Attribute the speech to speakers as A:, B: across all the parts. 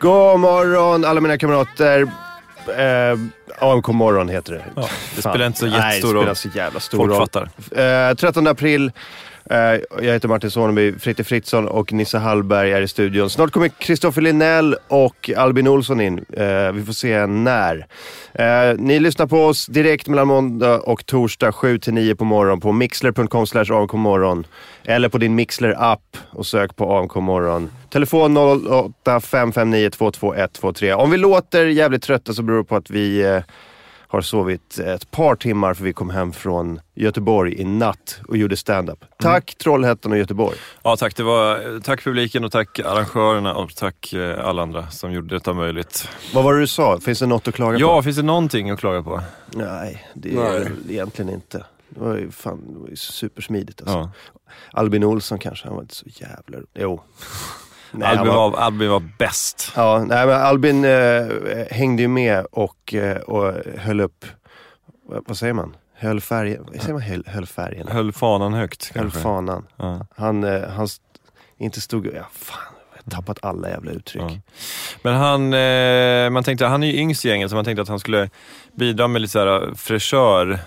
A: God morgon alla mina kamrater. Eh, AMK morgon heter det.
B: Ja, det
A: Fan.
B: spelar inte så
A: Nej, det
B: jättestor
A: spelar
B: roll.
A: så jävla stor
B: Folk
A: roll.
B: fattar.
A: Eh, 13 april. Eh, jag heter Martin Soneby, Fritte Fritzson och Nisse Hallberg är i studion. Snart kommer Kristoffer Linnell och Albin Olsson in. Eh, vi får se när. Eh, ni lyssnar på oss direkt mellan måndag och torsdag 7-9 på morgon på mixler.com amkmorgon eller på din Mixler-app och sök på AMK morgon. Telefon 08 559 22123. Om vi låter jävligt trötta så beror det på att vi eh, har sovit ett par timmar för vi kom hem från Göteborg i natt och gjorde
B: Mm.
A: stand-up. Tack Trollhättan och Göteborg.
B: Ja, tack. Det var, tack publiken och tack arrangörerna och tack eh, alla andra som gjorde detta möjligt.
A: Vad var det du sa? Finns det något att klaga
B: Ja, finns det någonting att klaga på?
A: på? Nej, det är
B: Nej.
A: egentligen inte. Det var ju, fan, det var ju supersmidigt alltså.
B: Ja.
A: Albin Olsson kanske, han var inte så jävla... Jo. Nej, han
B: Albin,
A: var-
B: var, Albin var bäst.
A: Ja, nej, men Albin eh, hängde ju med och, eh, och höll upp, vad vad säger man? Höll färgen, säger man höll, höll färgen?
B: Höll fanan högt
A: Höll
B: kanske.
A: fanan.
B: Ja,
A: Han, eh, han st- inte stod... Ja, fan, jag har tappat alla jävla uttryck.
B: ja. Men han, eh, man tänkte, han är ju yngst i gänget så man tänkte att han skulle bidra med lite så här eh, fräschör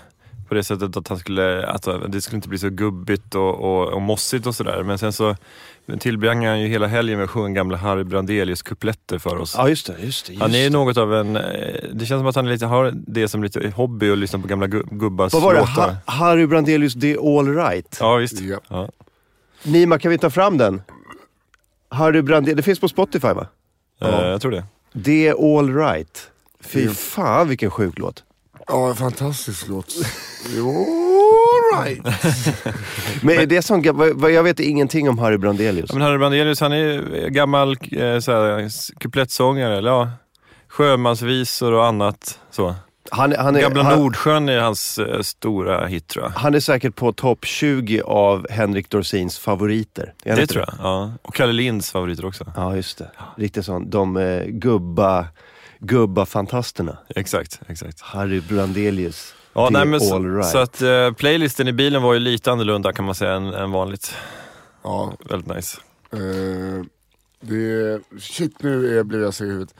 B: på det sättet att, han skulle, att eh, det skulle inte bli så gubbigt och, och, och mossigt och sådär. Men sen så tillbringade han ju hela helgen med att sjunga gamla Harry Brandelius-kupletter för oss.
A: Ja, just det. Just det just
B: Han är ju
A: det.
B: något av en... eh, Det känns som att han lite har det som lite hobby och lyssna på gamla gu- gubbars
A: Vad var det?
B: låtar.
A: Ha- Harry Brandelius, det är all right.
B: Ja, visst.
C: Ja.
B: Ja.
A: Nima, kan vi ta fram den? Harry Brandelius, det finns på Spotify va?
B: Eh,
A: Ja.
B: Jag tror det.
A: Det är all right. Fy
C: Mm.
A: fan vilken sjuk låt.
C: Ja, en fantastisk låt. Jo, all right.
A: Men är det som, vad- vad- jag vet ingenting om Harry Brandelius.
B: Ja, men Harry Brandelius, han är ju gammal eh, så här, kuplettsångare, eller ja, sjömansvisor och annat. Så.
A: Han, han, är,
B: Gamla
A: han,
B: Nordsjön är hans eh, stora hit tror jag.
A: han är säkert på topp 20 av Henrik Dorsins favoriter. Är han
B: Det
A: inte
B: tror jag. Ja. Och Kalle Linds favoriter också.
A: Ja, just det. Riktigt sån. De eh, gubba, gubba-fantasterna.
B: Exakt, exakt.
A: Harry Brandelius.
B: Ja,
A: det
B: nej,
A: är
B: men
A: all
B: så,
A: right.
B: så att eh, playlisten i bilen var ju lite annorlunda kan man säga än, än vanligt.
C: Ja,
B: Väldigt nice.
C: eh, det, shit nu är jag, blev jag så i huvudet.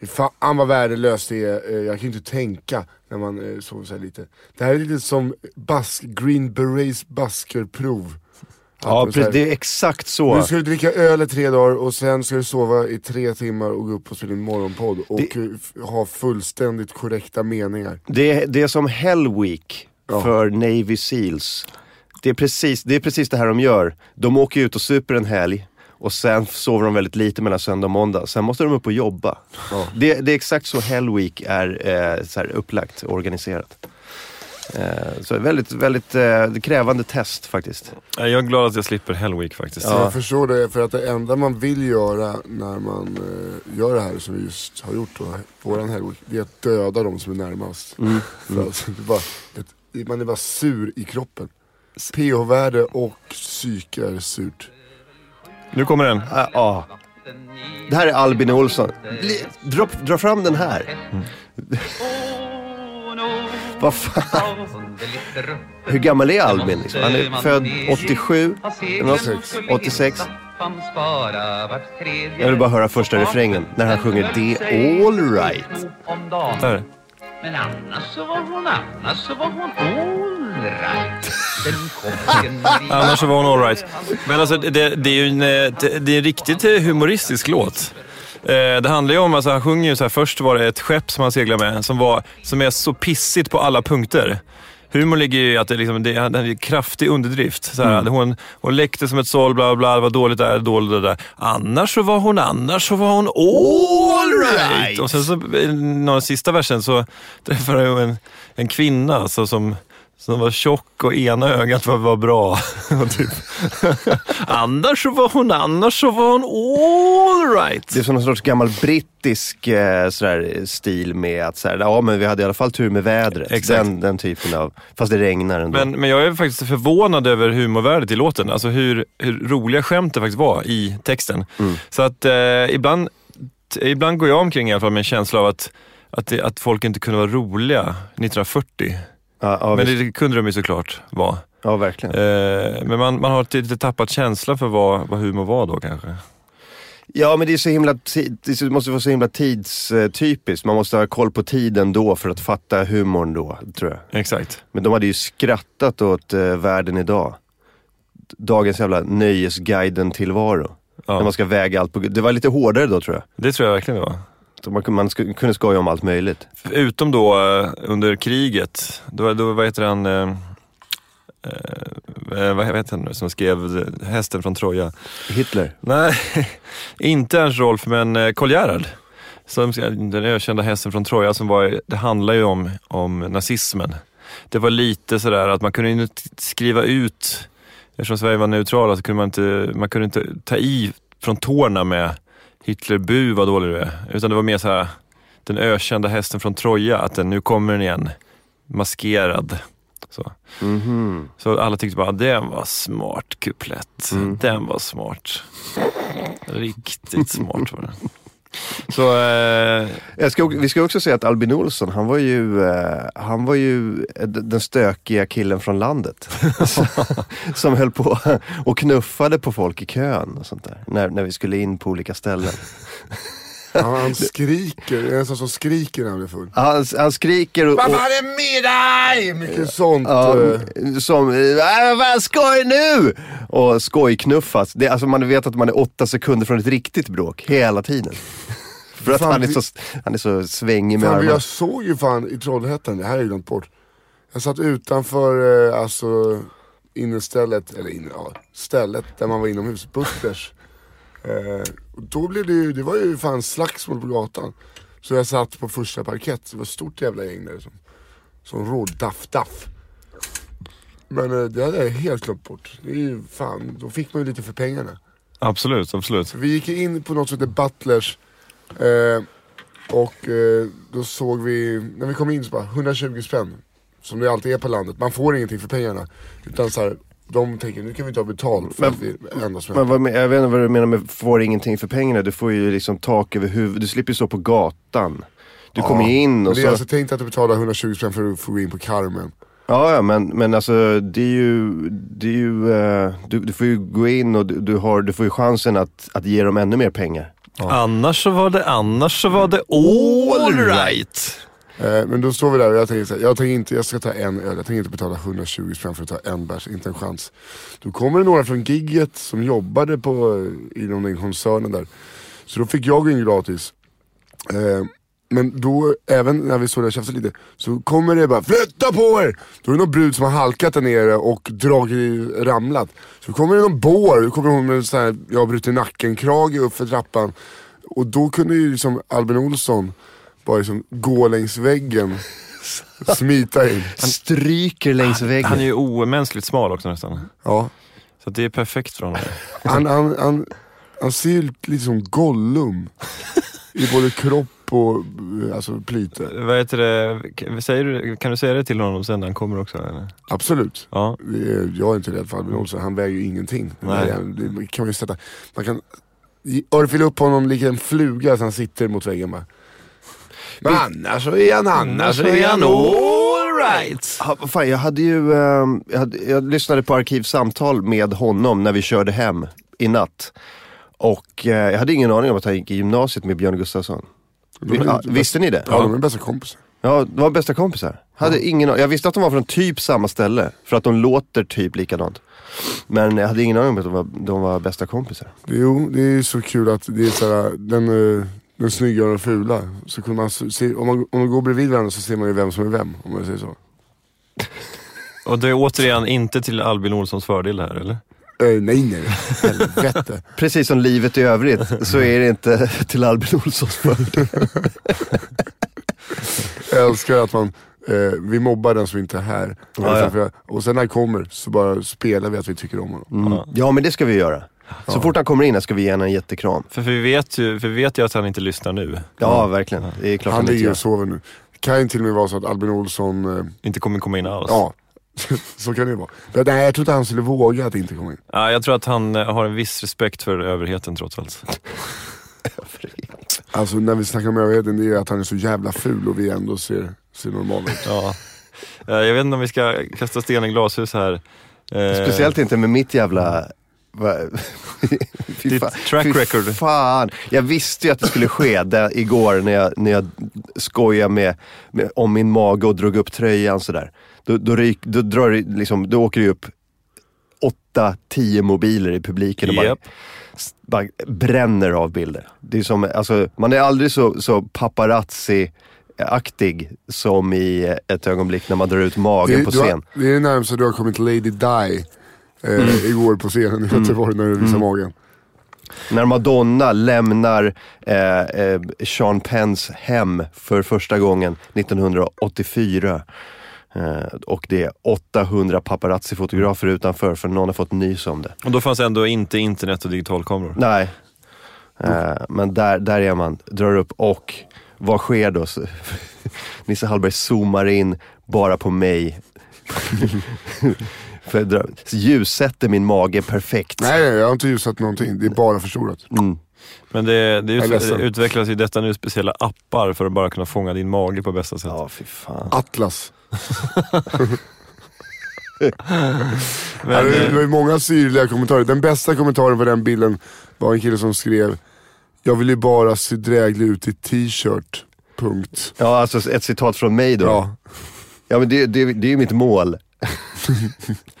C: Fy Fan vad värdelöst det är, Eh, jag kan ju inte tänka när man eh, sover så här lite. Det här är lite som bask, Green Berets baskerprov.
A: ja,
C: Att så här,
A: precis. Det är exakt så.
C: Nu ska du dricka öl i tre dagar och sen ska du sova i tre timmar och gå upp och spela in morgonpodd och
A: Det-
C: eh, f- ha fullständigt korrekta meningar.
A: Det är, det är som Hell Week
C: Ja.
A: för Navy Seals. Det är, precis, det är precis det här de gör. De åker ut och super en helg och sen sover de väldigt lite mellan söndag och måndag. Sen måste de upp och jobba.
C: Ja.
A: Det, det är exakt så Hell Week är eh, så här upplagt och organiserat. Eh, så väldigt, väldigt eh, krävande test faktiskt.
B: Eh, Jag är glad att jag slipper Hell Week faktiskt.
C: Så jag förstår det, för att det enda man vill göra när man eh, gör det här som vi just har gjort då, våran helg, det är att döda de som är närmast. För att, det är bara, ett, man är bara sur i kroppen. PH-värde och psyke är surt.
B: Nu kommer den.
A: Ja. ja. Ah, Det här är Albin Olsson. Li- Dra, dra fram den här. Vad fan. Hur gammal är Albin? Liksom? Han är född 87. eller något, 86. Jag vill bara höra första refrängen när han sjunger Det är all right.
B: Där.
D: Men annars så var hon, annars så var hon all right. Sen kom en liten-
B: Annars så var hon alright. Men alltså, det, det är ju en, eh, det- det är en riktigt eh, humoristisk låt. Eh, Det handlar ju om, alltså han sjunger ju så här, först var det ett skepp som han seglar med som, var, som är så pissigt på alla punkter. Humor ligger ju i att det, liksom, det, är, det är kraftig underdrift. Så här, hon, hon läckte som ett såll, bla bla, bla, det var dåligt där, dåligt där, där. Annars så var hon, annars så var hon all right. Och sen så, eh, någon sista versen så träffar han ju en, en kvinna alltså, som som var tjock och ena ögat var, var bra. Och typ. annars så var hon, annars så var hon all right.
A: Det är som någon sorts gammal brittisk eh, sådär, stil med att sådär, ja men vi hade i alla fall tur med vädret.
B: Exakt.
A: Den, den typen av, fast det regnar ändå.
B: Men, men jag är faktiskt förvånad över humorvärdet i låten. Alltså hur, hur roliga skämt det faktiskt var i texten. Så att eh, ibland, t- ibland går jag omkring i alla fall med en känsla av att, att, det, att folk inte kunde vara roliga 1940.
A: ja, ja,
B: Men
A: visst.
B: det, det kunde de ju såklart vara.
A: ja verkligen.
B: Eh, men man, man har lite tappat känsla för vad, vad humor var då kanske.
A: Ja, men det är så himla, ti- det är så- måste vara så himla tidstypiskt. Man måste ha koll på tiden då för att fatta humorn då, tror jag.
B: Exakt.
A: Men de hade ju skrattat åt eh, världen idag. Dagens jävla Nöjesguiden-tillvaro.
B: Ja.
A: När man ska väga allt på... Det var lite hårdare då, tror jag.
B: Det tror jag verkligen det var.
A: Så Man, man sk- kunde skoja om allt möjligt.
B: Utom då eh, under kriget. Då, då vad heter han... Eh, eh, vad heter han nu som skrev eh, Hästen från Troja?
A: Hitler.
B: Nej, inte ens Rolf, men eh, Karl Gerhard. Som, den ökända hästen från Troja, som var, det handlar ju om, om nazismen. Det var lite sådär att man kunde ju inte skriva ut, eftersom Sverige var neutrala, så kunde man inte, man kunde inte ta i från tårna med Hitler bu vad dålig du är. Utan det var mer såhär, den ökända hästen från Troja, att den, nu kommer den igen, maskerad. Så. så alla tyckte bara, "Ah, den var smart kuplett. Den var smart. Riktigt smart var den. Så, eh,
A: Jag ska, vi ska också säga att Albin Olsson, han var ju, eh, han var ju eh, d- den stökiga killen från landet. som, som höll på och knuffade på folk i kön och sånt där. När, när vi skulle in på olika ställen.
C: Ja, han skriker, det är en sån som skriker när han blir full.
A: Han, han skriker och...
C: Vad
A: och
C: fan är med dig? Mycket sånt.
A: Ja,
C: eh,
A: som, äh, vad skoj nu! Och skojknuffas. Det, alltså man vet att man är åtta sekunder från ett riktigt bråk, hela tiden. För att
C: Fan,
A: han är,
C: vi-
A: så, han är så svängig med
C: Fan, men
A: armarna.
C: jag såg ju fan i Trollhättan, det här är ju långt bort. Jag satt utanför eh, alltså innestället, eller in, ja, stället där man var inomhus, Butlers. Eh, och då blev det ju, det var ju fan slagsmål på gatan. Så jag satt på första parkett, det var ett stort jävla gäng där som, som råd daff daff. Men eh, det hade jag helt glömt bort. Det är ju fan, då fick man ju lite för pengarna.
B: absolut, absolut.
C: Vi gick in på något som heter Butlers. Eh, och eh, då såg vi, när vi kom in så bara 120 spänn. Som det alltid är på landet, man får ingenting för pengarna. Utan så här, de tänker nu kan vi inte ha betalt för
A: Men-
C: att vi är enda som
A: Men vad, men- jag vet inte vad du menar med får ingenting för pengarna. Du får ju liksom tak över huvudet. Du slipper ju stå på gatan. Du kommer ju in
C: Men
A: och
C: det är
A: så...
C: alltså tänkt att du betalar 120 spänn för att få gå in på Carmen.
A: Ja, ja, men, men alltså det är ju... Det är ju eh, du, du får ju gå in och du, du, har, du får ju chansen att, att ge dem ännu mer pengar.
B: Annars så var det, annars så var det all right.
C: Eh, men då står vi där och jag tänker så här, jag tänker inte, jag ska ta en öl, jag tänker inte betala 120 spänn för att ta en bärs, inte en chans. Då kommer det några från gigget som jobbade på, eh, inom den koncernen där. Så då fick jag gå in gratis. Eh, men då, även när vi står där och tjafsar lite, så kommer det bara FLYTTA PÅ ER! Då är det någon brud som har halkat där nere och dragit, i- ramlat. Så kommer det någon bår, då kommer hon med en sån här, jag har brutit nacken-krage uppför trappan. Och då kunde ju liksom Albin Olsson bara liksom gå längs väggen, smita in.
A: Stryker längs väggen.
B: Han är ju omänsligt smal också nästan.
C: Ja.
B: Så att det är perfekt för honom.
C: Han, han, han, han ser ju lite som Gollum. I både kropp och eh, alltså, plyte.
B: Vad heter det, K- säger du, kan du säga det till honom sen när han kommer också? Eller?
C: Absolut.
B: Ja.
C: Det är- Eh, Jag är inte rädd för Albin Olsson, han väger ju ingenting. Den
B: Nej.
C: där jäveln, Det kan man ju sätta. Man kan i- örfila upp honom lik en fluga så han sitter mot väggen bara. Men annars så är han annars
B: Alltså,
C: så är han
B: alright.
A: Ha, vad fan, jag hade ju, eh, jag, hade, jag lyssnade på arkivsamtal med honom när vi körde hem i natt. Och eh, jag hade ingen aning om att han gick i gymnasiet med Björn Gustafsson. Vi, ja, visste ni det?
C: Ja, de är bästa kompisar.
A: Ja, de var bästa kompisar. Hade ingen, jag visste att de var från typ samma ställe, för att de låter typ likadant. Men jag hade ingen aning om att de var, de var bästa kompisar.
C: Det, jo, det är ju så kul att det är såhär, den, eh, den snygga och den fula. Så kunde man se, om, man, om de går bredvid varandra så ser man ju vem som är vem, om man säger så.
B: Och det är återigen inte till Albin Olssons fördel här eller?
C: Eh, nej, nej, helvete.
A: Precis som livet i övrigt så är det inte till Albin Olssons fördel.
C: Jag älskar att man, eh, vi mobbar den som inte är här.
A: ja.
C: För- Och sen när han kommer så bara spelar vi att vi tycker om honom.
A: Mm. Ja, men det ska vi göra. Så fort han kommer in här ska vi ge honom en jättekram.
B: För, för, vi vet ju, för vi vet ju att han inte lyssnar nu.
A: Ja, verkligen. Det är klart
C: Han
A: inte
C: ligger
A: gör.
C: och sover nu. Kan ju till och med vara så att Albin Olsson, eh,
B: Inte kommer komma in alls.
C: ja. så kan det ju vara. Men nej, jag tror inte han skulle våga att inte komma in.
B: Ja, jag tror att han eh, har en viss respekt för överheten trots allt.
C: Alltså när vi snackar om överheten, det är att han är så jävla ful och vi ändå ser, ser normala ut.
B: Ja. Eh, Jag vet inte om vi ska kasta sten i glashus här. Eh,
A: Speciellt inte med mitt jävla Va? Fy
B: Ditt
A: fan-
B: track
A: fy
B: record.
A: fan. Jag visste ju att det skulle ske där, igår när jag, när jag skojade med, med, om min mage och drog upp tröjan sådär. Då, då, ryk- då, drar, det liksom, då åker det upp åtta, tio mobiler i publiken och bara,
B: Japp.
A: s- bara bränner av bilder. Det är som, alltså, man är aldrig så, så paparazzi-aktig som i ett ögonblick när man drar ut magen
C: Det-
A: på
C: du har-
A: scen. Mm.
C: Det är det närmaste du har kommit Lady Di eh, igår på scenen i Göteborg när du visade magen.
A: När Madonna lämnar eh, eh, Sean Penns hem för första gången 1984. Eh, och det är 800 paparazzi-fotografer utanför för någon har fått nys om det.
B: Och då fanns ändå inte internet och digitalkameror.
A: Nej, eh, men där, där är man. Drar upp och vad sker då? Så- Nisse Hallberg zoomar in bara på mig. för jag drar- ljussätter min mage perfekt.
C: Nej, nej, jag har inte ljusat någonting. Det är bara förstorat.
B: Men det, det, är
C: Jag är
B: ju så-
C: ledsen.
B: det utvecklas ju detta nu speciella appar för att bara kunna fånga din mage på bästa sätt.
A: Ja, fy fan.
C: Atlas. Ja,
B: Men,
C: det, det
B: eh,
C: var ju många syrliga kommentarer. Den bästa kommentaren på den bilden var en kille som skrev “Jag vill ju bara se dräglig ut i t-shirt”. Punkt.
A: Ja, alltså ett citat från mig då.
C: Ja.
A: Ja, men det, det, det är ju mitt mål.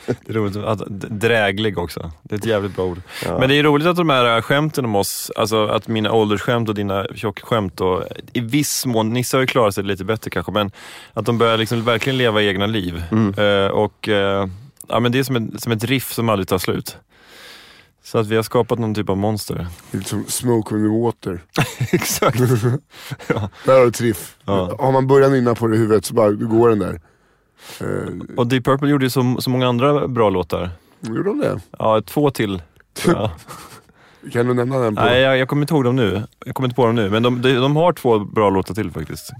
B: det är roligt att, d- dräglig också. Det är ett jävligt bra ord. Men det är roligt att de här äh, skämten om oss, alltså att mina åldersskämt och dina tjockskämt och i viss mån, Nisse har ju klarat sig lite bättre kanske, men att de börjar liksom verkligen leva egna liv. Eh, och eh, ja, men Det är som ett, som ett riff som aldrig tar slut. Så att vi har skapat någon typ av monster.
C: Det är liksom smoke with the water.
B: Exakt.
C: Där har du triff.
B: Ja.
C: Har man början innan på det i huvudet så bara går den där. Eh,
B: Och Deep Purple gjorde ju så, så många andra bra låtar.
C: gjorde de det?
B: Ja, två till. tror jag.
C: Kan du nämna den? På?
B: Nej, jag, jag kommer inte ihåg dem nu. Jag kommer inte på dem nu, men de, de, de har två bra låtar till faktiskt.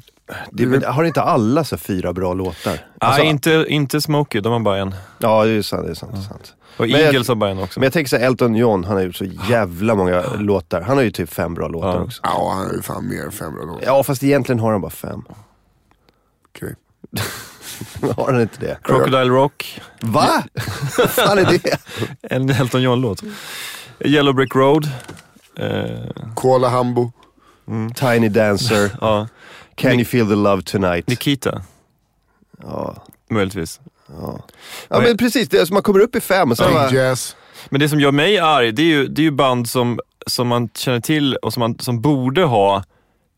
A: Det, men, har inte alla så fyra bra låtar? Alltså,
B: Nej, inte, inte Smokey, de har bara en.
A: Ja, det är sant. Det är sant, det är sant.
B: Och
A: Men jag-
B: Eagles har bara en också.
A: Men jag tänker så här, Elton John, han har gjort så jävla många låtar. Han har ju typ fem bra låtar
B: Ja.
A: också.
C: Ja, han är ju fan mer än 500 låtar.
A: Ja, fast egentligen har han bara fem.
C: Okej.
A: har han inte det?
B: Crocodile Rock,
A: Va? Vad fan är det?
B: en Elton John-låt. Yellow Brick Road. Eh,
C: Koala Hambo.
A: Tiny Dancer,
B: ja.
A: Can You Feel The Love Tonight.
B: Nikita,
A: Ja,
B: möjligtvis.
A: ja men precis. Det är, alltså, man kommer upp i fem och sen bara...
C: Big Jazz.
B: Men det som gör mig arg, det är ju, det är ju band som, som man känner till och som, man, som borde ha,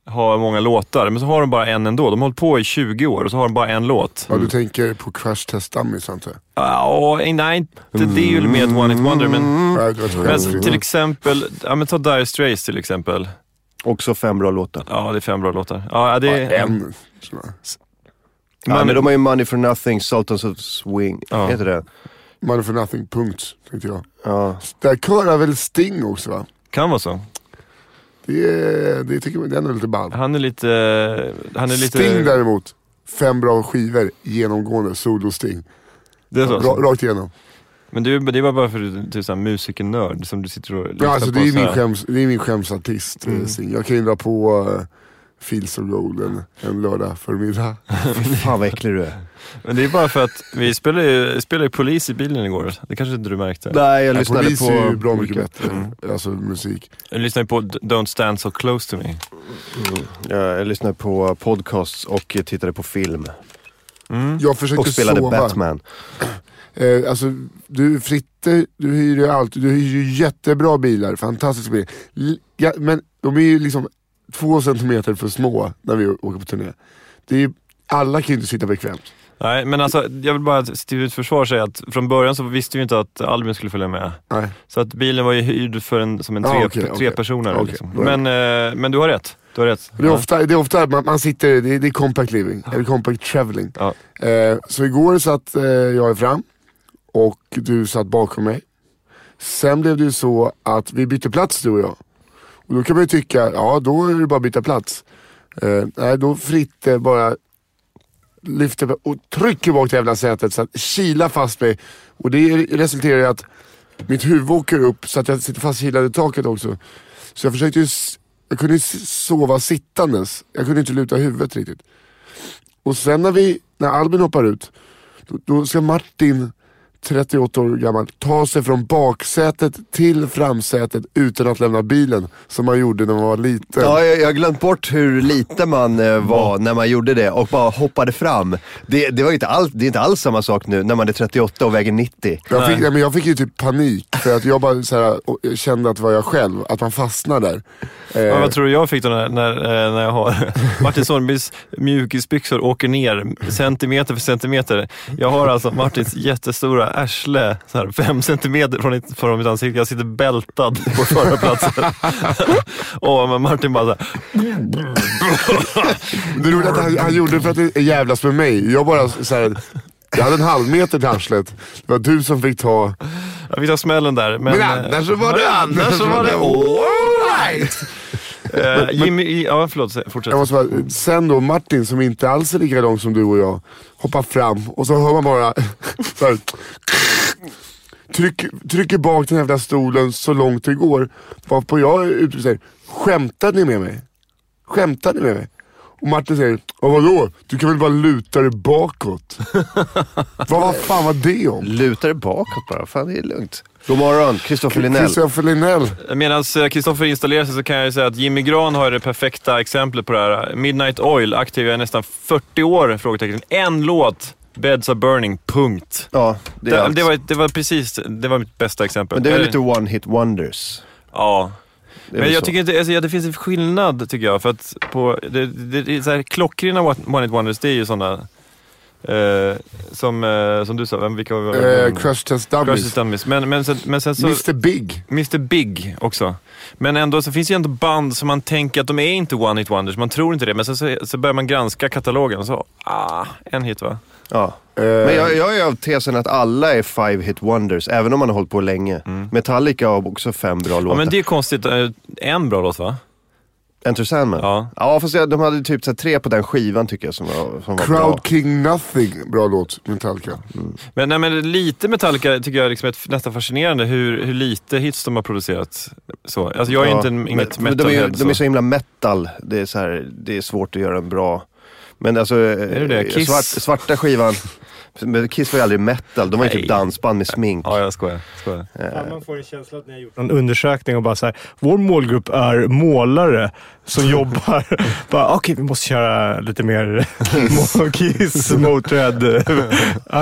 B: ha många låtar, men så har de bara en ändå. De har hållit på i 20 år och så har de bara en låt.
C: Ja, du tänker på Crash Test Dummies antar jag?
B: Ja, nej, inte det är ju mer ett one-hit wonder, men,
C: Ja, det var ett skämt.
B: men till exempel, ja, men ta Dire Straits till exempel.
A: Också fem bra låtar.
B: Ja, det är fem bra låtar. Ja, det är,
C: en. sån här.
A: Ja,
B: Men-
A: men de har ju Money For Nothing, Sultans of Swing.
B: Ja.
A: Heter det?
C: Money for nothing, punkt. Tänkte jag.
A: Ja.
C: Där körar väl Sting också va?
B: kan vara så.
C: Det, är, det tycker man, den är lite ball.
B: Han är lite... Han är lite...
C: Sting däremot, fem bra skivor genomgående, solo-Sting.
B: Det är så.
C: Ra, rakt igenom.
B: Men det, är- det var bara för att du du är så här musikernörd som du sitter och lyssnar
C: Ja, alltså,
B: på.
C: det, är
B: så
C: min
B: här. Mm.
C: skäms, det är min skämsartist, eh, Sting. Jag kan ju dra på uh, Fields of Gold en, en lördag förmiddag.
A: Fy fan vad äcklig du är.
B: Men det är bara för att vi spelade ju, spelade ju Polis i bilen igår. Det kanske inte du märkte?
A: Nej, jag lyssnade
C: Polis
A: på...
C: är ju bra mycket bättre,
B: Mm.
C: alltså musik.
B: Jag lyssnade ju på D- Don't Stand So Close To Me.
A: Ja, Eh, Jag lyssnade på podcasts och tittade på film.
B: Mm.
C: Jag försökte
A: Och spelade
C: sova.
A: Batman.
C: Eh, alltså, du Fritte, du hyr ju allt. Du hyr ju jättebra bilar, fantastiska bilar. L- Ja, men de är ju liksom två centimeter för små när vi å- åker på turné. Det är ju, alla kan ju inte sitta bekvämt.
B: Nej, men alltså jag vill bara till mitt försvar säga att från början så visste vi inte att Albin skulle följa med.
C: Nej.
B: Så att bilen var ju hyrd för en, som en
C: Ja,
B: tre,
C: Ah, okej, okej.
B: trepersonare.
C: Okej,
B: liksom.
C: då är det.
B: men, eh, men du har rätt. Du har rätt.
C: Det är ofta, det är ofta att man, man sitter, det är, det är compact living, eller compact traveling.
B: Ja.
C: Eh, så igår satt eh, jag fram och du satt bakom mig. Sen blev det ju så att vi bytte plats du och jag. Och då kan man ju tycka, ja då är det bara att byta plats. Eh, nej, då Fritte bara lyfter på- och trycker bak det jävla sätet så att kila fast mig. Och det resulterar i att mitt huvud åker upp så att jag sitter fastkilad i taket också. Så jag försökte ju, s- jag kunde ju s- sova sittandes. Jag kunde inte luta huvudet riktigt. Och sen när vi, när Albin hoppar ut, då, då ska Martin 38 år gammal, ta sig från baksätet till framsätet utan att lämna bilen. Som man gjorde när man var liten.
A: Ja, jag jag har glömt bort hur liten man eh,
B: Mm.
A: var när man gjorde det och bara hoppade fram. Det, det, var ju inte all, det är inte alls samma sak nu när man är 38 och väger 90.
C: Jag fick, nej, men jag fick ju typ panik för att jag bara så här, och jag kände att det var jag själv, att man fastnar där. Eh,
B: Men vad tror du jag fick då när, när, eh, när jag har Martin Sonnebys mjukisbyxor åker ner centimeter för centimeter. Jag har alltså Martins jättestora arsle, så här, fem centimeter från, mitt- från mitt ansikte. Jag sitter bältad på förra platsen. och men Martin bara så här,
C: det roliga är att han, han gjorde det för att det är jävlas med mig. Jag bara så här, jag hade en halv meter till arslet. Det var du som fick ta...
B: jag fick ta smällen där. Men,
C: Men annars så var
B: eh,
C: det-
B: annars så var det all right. Eh, Jimmy, ja förlåt, sä- fortsätt.
C: Jag måste bara, sen då Martin som inte alls är lika lång som du och jag, hoppar fram och så hör man bara så här, tryck, trycker bak den här jävla stolen så långt det går. Varpå jag utbrister säger, skämtar ni med mig? Skämtar ni med mig? Och Martin säger, "Ja, vadå? Du kan väl bara luta dig bakåt? Vad fan var det om?
A: Luta dig bakåt bara, fan det är lugnt. God morgon, Kristoffer Linell.
C: Christoffer Linnell.
B: Medan Kristoffer eh, installerar sig så kan jag ju säga att Jimmy Gran har ju det perfekta exemplet på det här. Midnight Oil, aktiv i nästan 40 år? Frågetecken. En låt, Beds Are Burning, punkt.
A: Ja,
B: Det,
A: det är
B: det,
A: allt.
B: var, det var precis, det var mitt bästa exempel.
A: Men det är väl
B: Eller-
A: lite one hit wonders.
B: Ja.
A: Det är
B: Men
A: väl
B: jag
A: så.
B: tycker inte, alltså, ja, det finns en skillnad tycker jag. För att på, det, det, det, är så här, klockrena one One hit wonders, det är ju sådana eh, som, eh, som du sa, vem, vilka var det?
C: Eh, crash Test Dummies.
B: Crushes Dummies. Men, men, sen, men sen så...
C: Mr Big.
B: Mr Big också. Men ändå så finns det ju ändå band som man tänker att de är inte one-hit wonders. Man tror inte det, men sen så, så börjar man granska katalogen och så, ah, en hit va?
A: Ja.
B: Eh.
A: Men jag, jag är av tesen att alla är five hit wonders, även om man har hållit på länge. Metallica har också fem bra
B: Mm. Ja,
A: låtar.
B: men det är konstigt. eh, En bra låt va?
A: Enter Sandman?
B: Ja.
A: ja fast jag, de hade typ så här tre på den skivan tycker jag som var, som var bra.
C: Crowd King Nothing. Bra låt, Metallica.
B: Men, nej, men lite Metallica tycker jag liksom är f- nästan fascinerande hur, hur lite hits de har producerat. Så. Alltså jag är
A: Ja,
B: inte en, inget
A: men de, är,
B: metalhead.
A: ju- de är
B: så.
A: så himla metal. Det är, så här, det är svårt att göra en bra... Men alltså, är
B: det det? Kiss?
A: Svart, svarta skivan. Men Kiss var ju aldrig metal, de var ju
B: Nej.
A: typ dansband med smink.
B: Ja, jag skojar. skojar.
E: Ja, man får en känsla att ni har gjort Eh, någon undersökning och bara så här, vår målgrupp är målare som jobbar. bara, Okej, vi måste köra lite mer Mo- Kiss, Motörhead.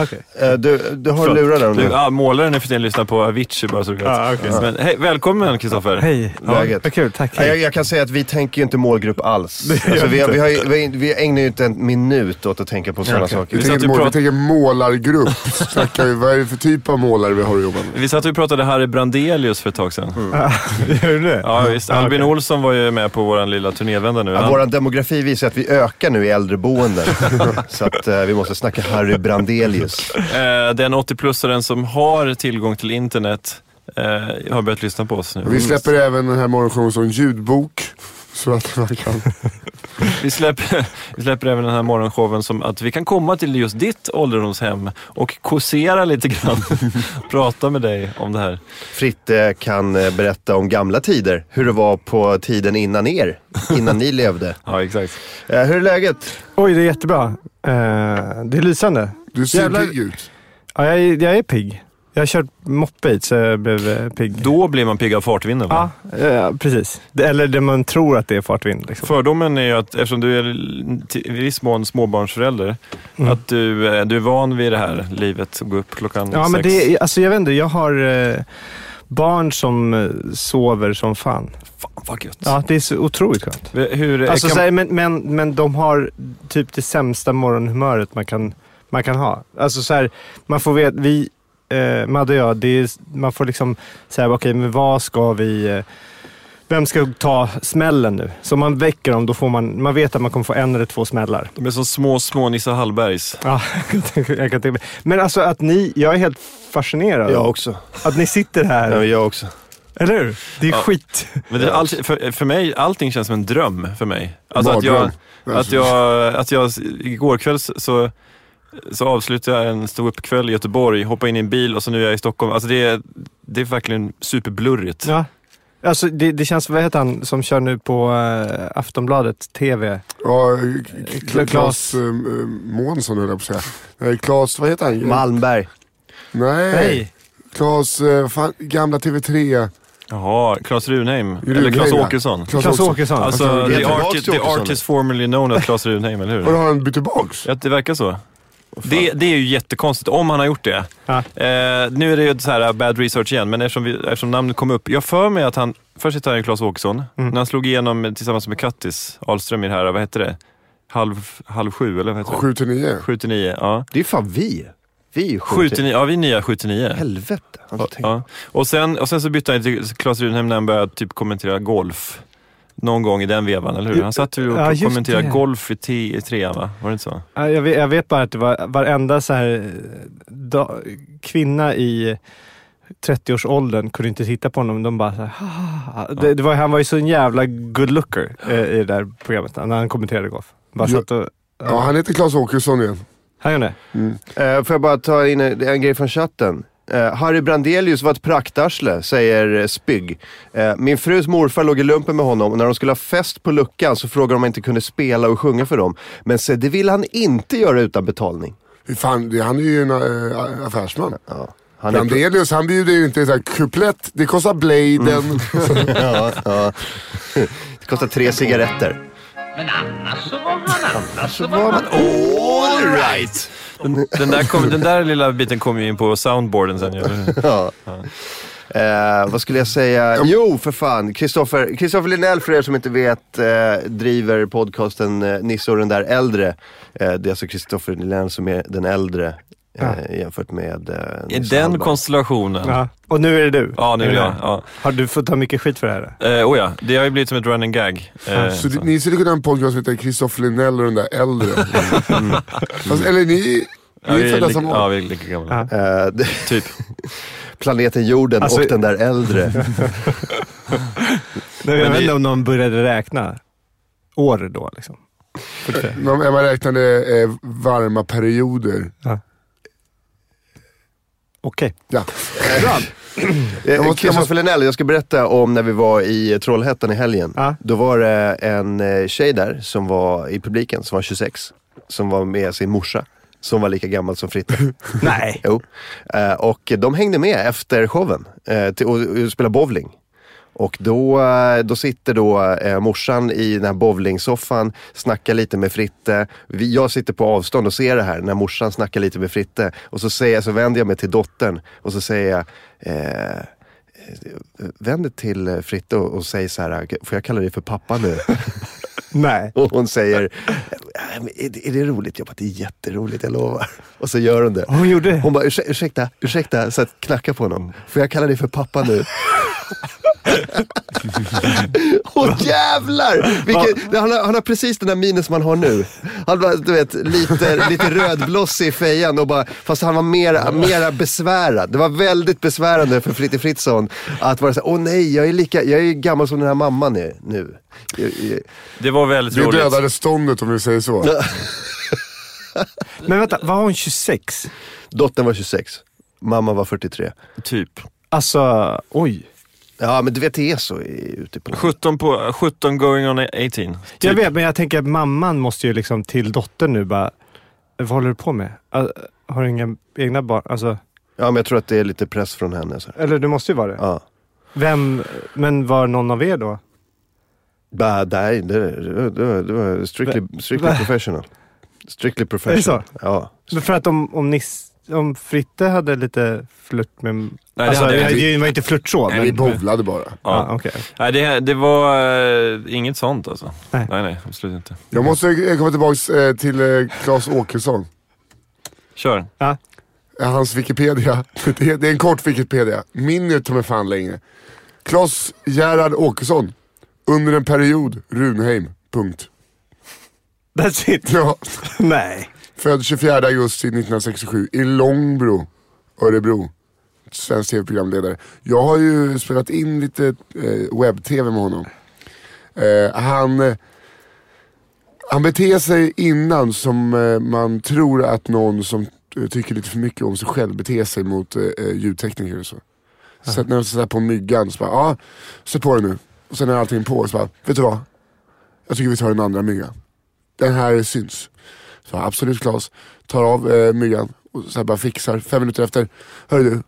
E: Okej.
A: Eh, Du, du har lurar där
B: Du,
A: nu.
B: ah, målaren är för tiden lyssnar på Avicii bara så du vet.
E: Ah, okej.
B: Men, hej, välkommen Kristoffer.
E: Hej.
A: Läget?
E: vad kul, tack.
A: Nej, Jag,
E: Hej.
A: jag kan säga att vi tänker ju inte målgrupp alls.
E: gör
A: Alltså, vi, har,
E: inte.
A: vi, har, ju- vi, vi ägnar ju inte en minut åt att tänka på sådana
B: okej.
A: saker.
C: Vi
B: Vi satt
C: tänker,
B: och
C: mål, vi
B: prat-
C: tänker målargrupp. Snackar vi, vad är det för typ av målare vi har att jobba med?
B: Vi satt och pratade Harry Brandelius för ett tag
A: Mm.
B: sedan.
E: Gör du det?
B: Ja, visst.
E: okej.
B: Albin Olsson var ju med på vår lilla turnévända nu.
A: Ja,
B: Han-
A: Vår demografi visar att vi ökar nu i äldreboenden. så att eh, vi måste snacka Harry Brandelius.
B: Eh, den 80-plussaren som har tillgång till internet eh, har börjat lyssna på oss nu.
C: Vi släpper även den här morgonshowen som ljudbok. Så att man kan...
B: Vi släpper, vi släpper även den här morgonshowen som att vi kan komma till just ditt ålderdomshem och kåsera lite grann. Prata med dig om det här.
A: Fritte kan eh, berätta om gamla tider. Hur det var på tiden innan er. Innan ni levde.
B: Ja, exakt.
A: Eh, Hur är läget?
E: Oj, det är jättebra. Eh, det är lysande.
C: Du ser
E: Jävlar.
C: pigg ut.
E: Ja, jag, är- jag är pigg. Jag har kört moped så jag blev eh, pigg.
B: Då blir man pigg av fartvinden.
E: Ja,
B: va?
E: eh, precis. Det, eller det man tror att det är fartvind. Liksom.
B: Fördomen är ju att eftersom du är l- till- i viss mån småbarnsförälder,
E: Mm.
B: att du, eh, du är van vid det här livet. Gå upp klockan
E: Ja,
B: sex.
E: men det, är- alltså, jag vet inte. Jag har eh, barn som eh, sover som fan.
B: Fan vad gött.
E: Ja, det är så otroligt skönt.
B: Hur, eh,
E: Alltså,
B: kan-
E: så här, men, men, men de har typ det sämsta morgonhumöret man kan, man kan ha. Alltså så här, man får veta, vi, eh, Madde och jag, det är, man får liksom säga, okej, men vad ska vi, eh, vem ska ta smällen nu? Så om man väcker dem, då får man, man vet att man kommer få en eller två smällar.
B: De är som små, små Nissa Hallbergs.
E: Ja, jag kan tänka mig. Men alltså att ni, jag är helt fascinerad.
A: Jag också.
E: Att ni sitter här,
A: Ja, jag också.
E: eller hur? Det är skit.
B: Men det är allt, för, för mig, allting känns som en dröm för mig. Alltså att jag,
C: Mardröm.
B: att jag, att jag, igår kväll så, så avslutade jag en ståuppkväll i Göteborg, hoppade in i en bil och så nu är jag i Stockholm. Alltså det, är- det är verkligen superblurrigt.
E: Ja. Alltså det, det känns, vad heter han som kör nu på eh, Aftonbladet TV?
C: Ja, K- K-
E: Klas-
C: Klas eh, eh, Månsson höll jag på att säga. Nej, Klas, vad heter han?
A: Malmberg.
C: Nej.
E: Nej.
C: Klas, eh, fan, gamla TV3.
B: Jaha, Claes Runheim. Eller
C: Runheim,
B: Claes
C: ja.
B: Åkesson.
E: Klas Åkesson.
B: Alltså,
A: Jag tror
B: the,
A: det är
B: arti-
A: tillbaks till
B: the
A: Åkesson.
B: artist formerly known as Claes Runheim, eller
C: Och då
B: hur?
C: har han bytt tillbaks?
B: Ja, det verkar så. Det, det är ju jättekonstigt, om han har gjort det.
E: Ja.
B: Eh, nu är det ju så här bad research igen, men eftersom, vi, eftersom namnet kom upp. Jag för mig att han... Först hittade han ju Claes Åkesson.
E: Mm.
B: När han slog igenom tillsammans med Kattis Ahlström i det här, vad hette det? Halv, halv sju, eller vad hette det?
C: 7 till 9.
B: 7 till 9, ja.
A: Det är fan vi. Vi är
B: 7
A: sju
B: till
A: till...
B: 9, ja vi är nya 7 till 9.
A: Helvete. Har inte tänkt-
B: Ja. Och, sen, och sen så bytte han till Claes Runheim när han började typ kommentera golf. Någon gång i den vevan, eller hur? Han satt ju och
E: Ja, just
B: kommenterade
E: det.
B: golf i, te, i trean, va? Var det inte så?
E: Ja, Jag vet, jag vet bara att det var varenda så här, eh, da, kvinna i 30-årsåldern kunde inte titta på honom. De bara så här, "Ha, ha, ha." det, det var, Han var ju så en jävla good looker eh, i det där programmet när han kommenterade golf. Bara
C: Ja.
E: satt och,
C: Ja, han heter Klas Åkesson igen.
E: han gör det.
A: Eh, får jag bara ta in en, en grej från chatten? Eh, Harry Brandelius var ett praktarsle, säger eh, Spygg. Eh, min frus morfar låg i lumpen med honom och när de skulle ha fest på luckan så frågade de om han inte kunde spela och sjunga för dem. Men se, det ville han inte göra utan betalning.
C: Fy Fan, det, han är ju en äh, affärsman.
A: Ja, han är pro-
C: Brandelius, han bjuder ju inte så här kuplett. Det kostar bladen.
A: ja, ja. Det kostar tre cigaretter.
D: Men annars så var han, annars så var
A: Var
D: han
A: man all right?
B: Den, den, där, kom, den där lilla biten kom ju in på soundboarden sen. ju.
A: Ja. Eh, vad skulle jag säga? Jo, för fan. Kristoffer, Kristoffer Linell, för er som inte vet, eh, driver podcasten eh, Nisse och den där äldre. Eh, det är alltså Kristoffer Linell som är den äldre eh, jämfört med eh,
B: I
A: Nisse
B: den
A: Hallberg.
B: konstellationen.
E: Ja. Och nu är det du.
B: Ja, nu är det jag.
E: det?
B: Ja.
E: Har du fått ta mycket skit för det här?
B: Eh, oh ja, det har ju blivit som ett running gag. Eh,
C: Så det,
B: så.
C: ni skulle kunna ha en podcast som heter Kristoffer Linell och den där äldre. Fast, eller ni,
B: Ja,
C: ni
B: vi
C: är
B: är
C: födda
B: lika,
C: samma
B: ja,
C: år.
B: vi är lika gamla.
E: Ja.
A: Eh, det-
B: Typ.
A: planeten jorden
E: Alltså-
A: och den där äldre. Eh,
E: Nej, jag
B: Men
E: vet
B: det-
E: inte om någon började räkna år då. Liksom.
C: Man, man räknade eh, varma perioder.
E: Okej.
C: Ja.
E: Bra.
A: Eh,
C: måste- jag
A: Kristoffer Linell, jag ska berätta om när vi var i eh, Trollhättan i helgen.
E: Ja.
A: Då var det en eh, tjej där som var i publiken, som var 26. Som var med sin morsa, som var lika gammal som Fritte.
E: Nej.
A: Jo. Eh, och de hängde med efter showen eh, till, och, och spelade bowling. Och då, eh, då sitter då eh, morsan i den här bowlingsoffan, snackar lite med Fritte. Vi, jag sitter på avstånd och ser det här när morsan snackar lite med Fritte. Och så, säger, jag- så vänder jag mig till dottern och så säger jag eh, Vänd dig till eh, Fritte och, och säg så här, får jag kalla dig för pappa nu?
E: Nej.
A: Och hon säger, "Äh, men är det, är det roligt? Jag bara, det är jätteroligt, jag lovar. Och så gör hon det.
E: Hon gjorde det?
A: Hon bara, "Ursä- ursäkta, ursäkta, så att knacka på honom. Får jag kalla dig för pappa nu? Åh jävlar! Vilket, han, har, han har precis den där minen som han har nu. Han var du vet, lite, lite rödblossig i fejan och bara, fast han var mera, mera besvärad. Det var väldigt besvärande för Fritte Fritzson att vara såhär, åh nej, jag är, lika, jag är gammal som den här mamman är nu. Jag- jag-
B: Det var väldigt
C: Vi
B: roligt.
C: dödade ståndet om vi säger så.
E: Men vänta, var hon 26?
A: Dottern var 26, mamma var 43.
B: Typ.
E: Alltså, oj.
A: Ja, men du vet det är så i- ute på
B: 17, på, 17 going on 18. Typ.
E: Jag vet, men jag tänker att mamman måste ju liksom till dottern nu bara, vad håller du på med? Al- Har du inga egna barn? Alltså,
A: Ja, men jag tror att det är lite press från henne. Så här.
E: eller det måste ju vara det.
A: Ja.
E: Vem, men var någon av er då?
A: Bah, nej, det, det, det, det var strictly, strictly
E: Va?
A: professional. Strictly professional.
E: Är det
A: Ja.
E: Men för att om, om, Nis, om Fritte hade lite flört med... Nej,
B: det
E: alltså,
B: hade
E: det,
B: jag
E: det var ju inte flört så.
C: Nej, vi bowlade bara.
E: ja,
B: Ja.
E: okej.
B: Nej, det, det var eh, inget sånt alltså.
E: Nej.
B: Nej. nej, absolut inte.
C: Jag måste eh, komma tillbaka till eh, Klas Åkesson.
B: Kör.
E: Ja.
C: Eh, Hans Wikipedia. Det är, det är en kort Wikipedia. Min är ta mig fan längre. Klas Gerhard Åkesson. Under en period, Runheim. Punkt.
E: That's it.
C: Ja.
E: Nej.
C: Född 24 augusti 1967 i Långbro, Örebro. Svensk tv-programledare. Jag har ju spelat in lite eh, webb-tv med honom. Eh, han, eh, han beter sig innan som eh, man tror att någon som eh, tycker lite för mycket om sig själv beter sig mot eh, eh, ljudtekniker och så. Så att när jag sätter på myggan så bara, ja, sätt på den nu. Och sen är allting på och så bara, vet du vad? Jag tycker vi tar den andra myggan. Den här syns. Så absolut Claes tar av eh, myggan Och så här bara fixar. Fem minuter efter, hör du.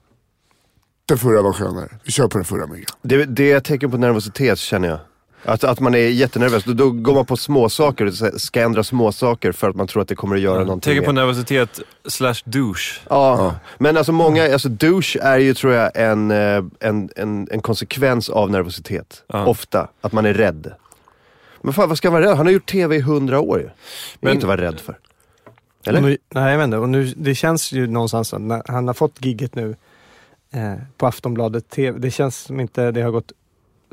C: Den förra var skönare. Vi kör på den förra myggan.
A: Det, det är ett tecken på nervositet känner jag. Att, att man är jättenervös. Då, då går man på småsaker och så- ska ändra småsaker för att man tror att det kommer att göra någonting.
B: Tänker på
A: mer.
B: nervositet slash douche.
A: Ja. Men alltså många, alltså douche är ju tror jag en, eh, en, en, en konsekvens av nervositet.
B: Ja.
A: Ofta. Att man är rädd. Men fan vad ska man vara rädd Han har gjort TV i hundra år ju. Det är
B: Men-
A: inget att vara rädd för.
E: Och
A: Eller?
E: Nu, nej, jag vet inte. Och nu, det känns ju någonstans att när han har fått gigget nu eh, på Aftonbladet TV. Det känns som inte det har gått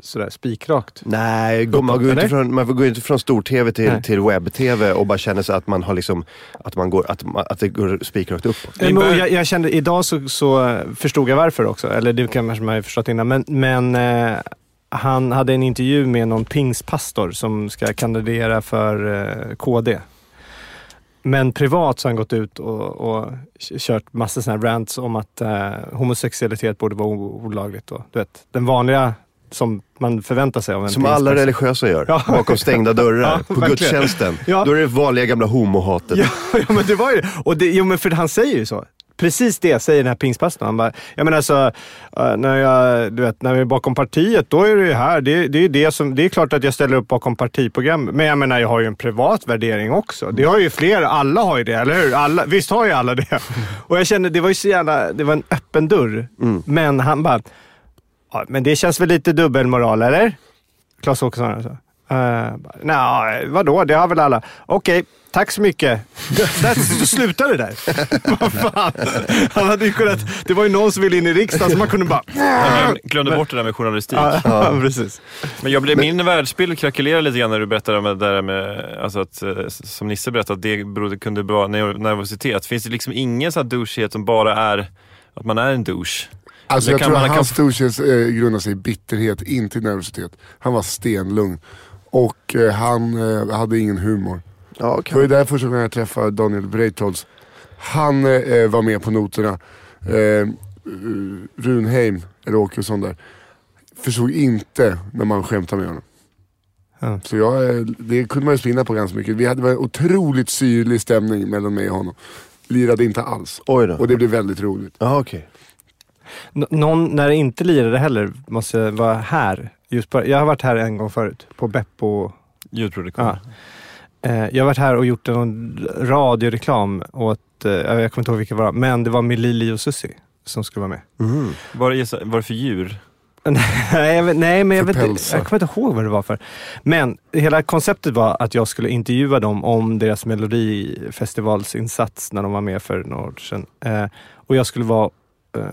E: sådär spikrakt.
A: Nej, går- man går ju inte
E: Eller?
A: från, man går ju inte från stor-TV till,
E: Nej.
A: till webb-TV och bara känner sig att man har liksom, att man går, att, man, att det går spikrakt uppåt.
B: Ni
E: Nej, men,
B: bör-
E: jag, jag kände, idag så, så förstod jag varför också. Eller det kanske man har förstått innan. Men, men eh, han hade en intervju med någon pingspastor som ska kandidera för eh, KD. Men privat så har han gått ut och, och kört massa sådana här rants om att eh, homosexualitet borde vara o- olagligt. Och, du vet, den vanliga som man förväntar sig av en
A: Som alla
E: pingstpastor.
A: religiösa gör,
E: Ja.
A: bakom stängda dörrar,
E: Ja,
A: på
E: verkligen.
A: gudstjänsten.
E: Ja.
A: Då är det vanliga gamla homohatet.
E: Ja, ja, men det var ju det. Och det. Jo, men för han säger ju så. Precis det säger den här pingstpastorn. Han bara, jag menar alltså, eh, när, jag, du vet, när vi är bakom partiet, då är det ju här. Det, det, är ju det, som, det är klart att jag ställer upp bakom partiprogram. Men jag menar, jag har ju en privat värdering också. Det har ju fler. Alla har ju det, eller hur? Alla, visst har ju alla det? Och jag kände, det var ju så jävla, det var en öppen dörr. Men han bara, ja, men det känns väl lite dubbelmoral, eller? Klas Åkesson alltså. Uh, Nej, vadå? Det har väl alla. Okej, tack så mycket. Där så slutade det där. Vad fan? Han hade ju kunnat... Det var ju någon som ville in i riksdagen så man kunde bara...
B: Jag glömde bort det där med journalistik.
E: Ja, precis.
B: Men jag blev, min världsbild krackelerar lite grann när du berättade om det där med, alltså att, eh, som Nisse berättade, att det berodde, kunde vara ner- nervositet. Finns det liksom ingen sån här douchighet som bara är att man är en douche?
C: Alltså
B: Det
C: jag
B: kan
C: tror
B: man-
C: att
B: kan-
C: hans douches eh, grundar sig i bitterhet, inte i nervositet. Han var stenlugn. Och eh, han eh, hade ingen humor.
A: Ja,
C: Det var
A: okay.
C: ju där första gången jag träffade Daniel Breitholtz. Han eh, var med på noterna. Eh, Runheim, eller Åkesson där, förstod inte när man skämtade med honom.
E: Ja.
C: Så jag, eh, det kunde man ju spinna på ganska mycket. Vi hade det var en otroligt syrlig stämning mellan mig och honom. Lirade inte alls.
A: Oj då.
C: Och det blev väldigt roligt.
A: Jaha, okej.
E: N- någon, när det inte lirade heller, måste vara här. Just på, jag har varit här en gång förut, på Beppo.
B: Ljudproduktion.
E: Ja. Eh, jag har varit här och gjort en radioreklam åt, eh, jag kommer inte ihåg vilka det var, men det var med Lili och Susie som skulle vara med.
A: Mhm.
B: Vad är vad är det för djur?
E: Nej, jag vet, nej, men jag,
C: För
E: vet, inte-
C: pälsar.
E: jag kommer inte ihåg vad det var för. Men hela konceptet var att jag skulle intervjua dem om deras melodifestivalsinsats när de var med för några år sedan. Eh, och jag skulle vara eh,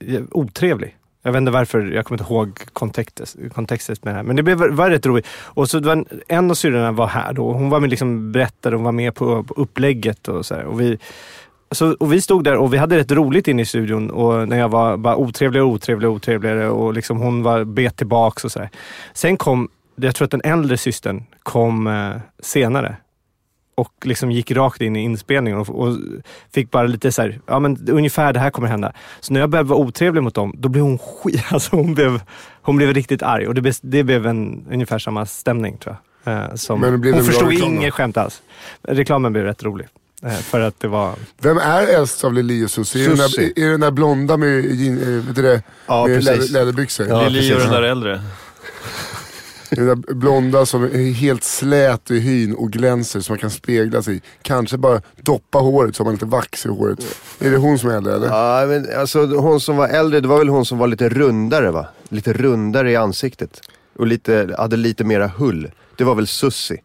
E: j- otrevlig. Jag vet inte varför, jag kommer inte ihåg kontextet, kontextet med det här. Men det blev, var rätt roligt. Och så det var en, en av syrrorna var här då. Hon var med liksom berättade, hon var med på, på upplägget och så här. Och vi, så, och vi stod där och vi hade rätt roligt inne i studion och när jag var bara otrevligare och otrevligare och otrevligare och liksom hon var bet tillbaks och sådär. Sen kom, jag tror att den äldre systern kom eh, senare och liksom gick rakt in i inspelningen och, och fick bara lite så här, ja men ungefär det här kommer hända. Så när jag började vara otrevlig mot dem, då blev hon skit, alltså hon blev, hon blev riktigt arg och det blev, det blev en, ungefär samma stämning tror jag. Eh, som,
C: Men det blev
E: hon
C: en bra
E: förstod
C: reklam då?
E: inget skämt alls. Reklamen blev rätt rolig. eh, För att det var...
C: Vem är äldst av Lili och Susie? Är, det den där-
A: Susie.
C: är det den där blonda med, jean- eh, vet du det,
A: Ja,
C: med läder,
A: precis.
C: läderbyxor?
A: Ja,
B: Lili och
A: precis.
B: den där äldre.
C: Den där blonda som är helt slät i hyn och glänser så man kan spegla sig i. Kanske bara doppa håret så man har lite vax i håret. Är det hon som är äldre eller?
A: Ja, men alltså hon som var äldre, det var väl hon som var lite rundare va? Lite rundare i ansiktet. Och lite, hade lite mera hull. Det var väl Sussi.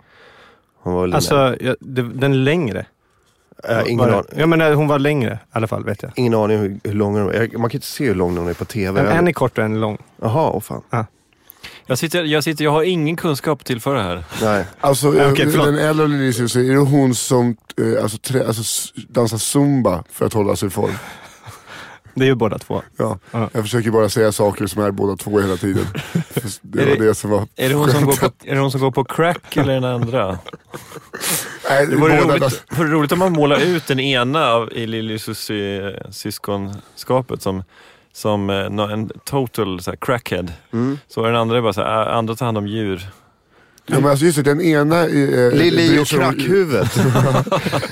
A: Hon var väl den,
E: Alltså, jag, det, den längre.
A: där. äh, ingen,
E: var,
A: an,
E: det. Ja, men eh, hon var längre i alla fall, vet jag.
A: ingen aning hur, hur lång hon var. Jag- Man kan inte se hur lång hon är på TV.
E: En,
A: Jag-
E: en är kort och en är lång.
A: Jaha, åh fan.
B: Jag, sitter, jag, sitter, jag har ingen kunskap till för det här.
A: Nej.
C: Alltså
E: Ja, okej,
C: eh,
E: förlåt.
C: den äldre av Lili och Susie, är det hon som eh, alltså, trä, alltså, s- dansar zumba för att hålla sig i form?
E: Det är ju båda två.
C: Ja.
E: Ja.
C: Jag försöker bara säga saker som är båda två hela tiden. För det
B: Är
C: var
B: det-
C: det som var...
B: Är det hon som går på, är det hon som går på crack eller den andra?
C: Nej,
B: Det vore
C: båda-
B: roligt, vore roligt om man målar ut den ena av, i Lili Susie eh, syskonskapet som, som eh,
A: Mm.
B: nå- en total så här, crackhead. Så den andra är bara så här, äh, andra tar hand om djur.
C: Ja, men alltså just det, den ena... Eh,
A: Lili
C: bryr
A: och
C: sig om-
A: Krackhuvudet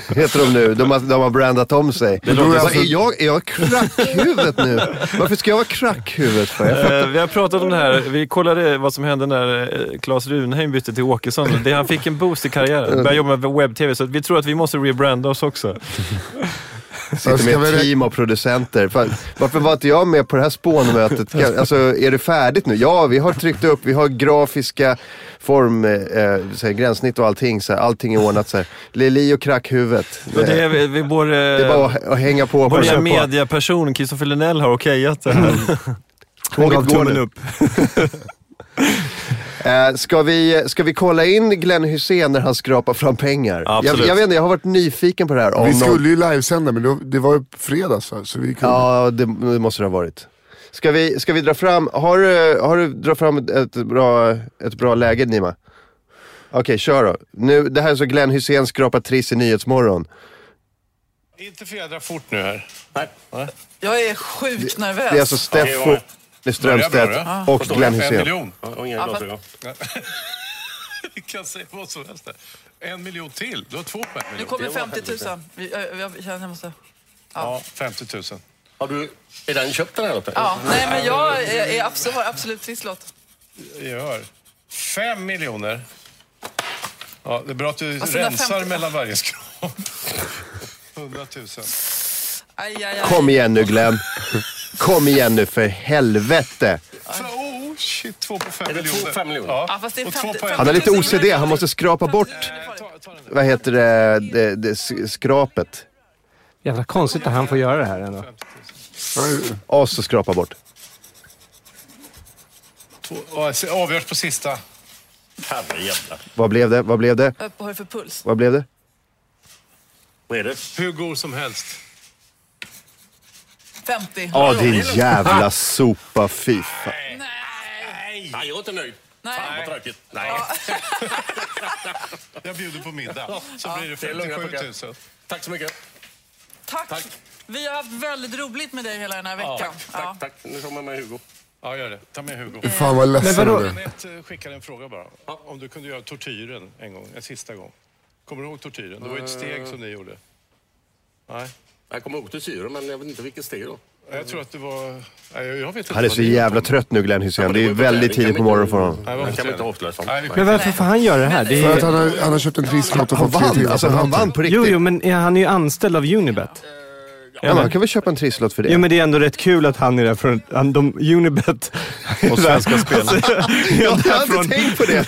A: heter de nu. De har, de har brandat om sig.
C: låter
A: Vad,
C: alltså-
A: är, jag, är jag Krackhuvudet nu? Varför ska jag vara Krackhuvudet? För? Jag
B: Eh, vi har pratat om det här. Vi kollade vad som hände när eh, Claes Runheim bytte till Åkesson. Det, han fick en boost i karriären. Började jobba med webb-tv. Så vi tror att vi måste rebranda oss också.
C: Alltså,
A: sitter
C: ska
A: med
C: vi
A: ett
C: rä-
A: team av producenter. Fan, varför var inte jag med på det här spånmötet? Kan- Alltså, är det färdigt nu? Ja, vi har tryckt upp, vi har grafiska form, eh, eh, så här, gränssnitt och allting. Så här, allting är ordnat så här. Lili och Krackhuvudet.
B: Och
A: Det,
B: det är, vi, vi borde,
A: det är bara att, att hänga på. Mm. på
B: vår nya
A: det.
B: mediaperson, Christopher Linell, har okejat det här.
E: Hon
A: Tåget
E: gav
A: går
E: tummen
A: nu.
E: upp.
A: Eh, Ska vi, ska vi kolla in Glenn Hussein när han skrapar fram pengar?
B: Absolut.
A: Jag, jag vet inte, jag har varit nyfiken på det här. av
C: Vi
A: någon-
C: skulle ju livesända, men då, det var ju fredags va? så vi kunde...
A: Ja, det, det måste det ha varit. Ska vi, ska vi dra fram, har du, har du dra fram ett, ett, bra, ett bra läge Nima? Okej, kör då. Nu, det här är så Glenn Hussein skrapar triss i Nyhetsmorgon.
F: Inte fjädra fort nu här.
G: Jag är sjukt nervös.
A: Det är alltså Steffo Strömstedt
F: Börjar bra,
A: och Glenn
F: En
A: Hussein.
F: miljon.
H: Och inga
G: Ja, fast-
H: glasögon.
F: Vi kan säga vad som helst här. En miljon till. Du har två på en
G: Nu
F: miljon.
G: kommer 50 000. Vi- Jag, jag känner att jag måste...
F: Ja, 50 000.
H: Har du redan köpt den här Lotta?
G: Ja, nej men jag är, är absolut, absolut trisslott.
F: Gör. Fem miljoner. Ja, det är bra att du
G: Alltså, den där
F: rensar
G: 50
F: mellan varje skrap. 100 000.
G: Aj, aj, aj.
A: Kom igen nu Glenn. Kom igen nu för helvete.
F: Fan, Oh, shit, två på fem
H: Är det två
F: miljoner.
H: på fem miljoner?
F: Ja,
G: Ja, fast det är
F: och två
G: 50
F: på en.
A: Han har lite OCD, han måste skrapa bort,
F: Ta, ta den där.
A: vad heter det, det, det s- skrapet.
E: Jävla konstigt att han får göra det här ändå.
A: As och skrapa bort.
F: Två- ja, se- Avgörs på sista.
H: Herrejävlar.
A: Vad blev det? Vad blev det?
G: Vad har du för puls?
A: Vad blev det?
H: Vad är det?
F: Hur god som helst.
G: 50?
A: Ja, din jävla sopa. Fy fan.
H: Nej, jag är inte nöjd.
G: Nej.
H: Fan vad tråkigt. Nej.
F: Jag bjuder på middag. Så blir det
H: Det är lugna
F: 57 000.
H: Tack så mycket.
G: Tack.
H: Tack.
G: Vi har haft väldigt roligt med dig hela den här
H: Ja,
G: veckan.
H: tack,
G: Ja.
H: tack, tack. Nu kommer jag med Hugo.
F: Ja, gör det. Ta med Hugo.
C: Fan vad ledsen
E: Men vadå?
C: jag blev.
F: Anette eh, skickade en fråga bara. Om du kunde göra tortyren en gång, en sista gång. Kommer du ihåg tortyren? Det var ju ett steg som ni gjorde. Nej.
H: Jag kommer ihåg till syren, men jag vet inte vilket steg då.
F: Jag tror att det var... Nej, jag vet inte.
A: Han är
F: vad
A: så
F: ni-
A: jävla trött nu Glenn Hussein. Det är väldigt tidigt på morgonen för honom.
F: Nej,
H: Nej,
F: varför
H: jag kan
F: säger
H: inte
F: jag?
H: avslöja sånt.
F: Nej, vi
E: Men
F: skiter
E: varför får han göra det här? Det
C: För att
E: är...
C: han har, han har köpt en trisslott och
A: Han
C: fått tre
A: vann,
C: timmar
A: alltså
C: på
A: han
C: natten.
A: vann på
E: Jo,
A: riktigt.
E: jo, men är han är ju anställd av Unibet.
A: Ja, men han kan väl köpa en trisslott för det?
E: Jo, men det är ändå rätt kul att han är där från... Han, de, Unibet... Och Svenska Spel.
A: jag hade inte tänkt på det.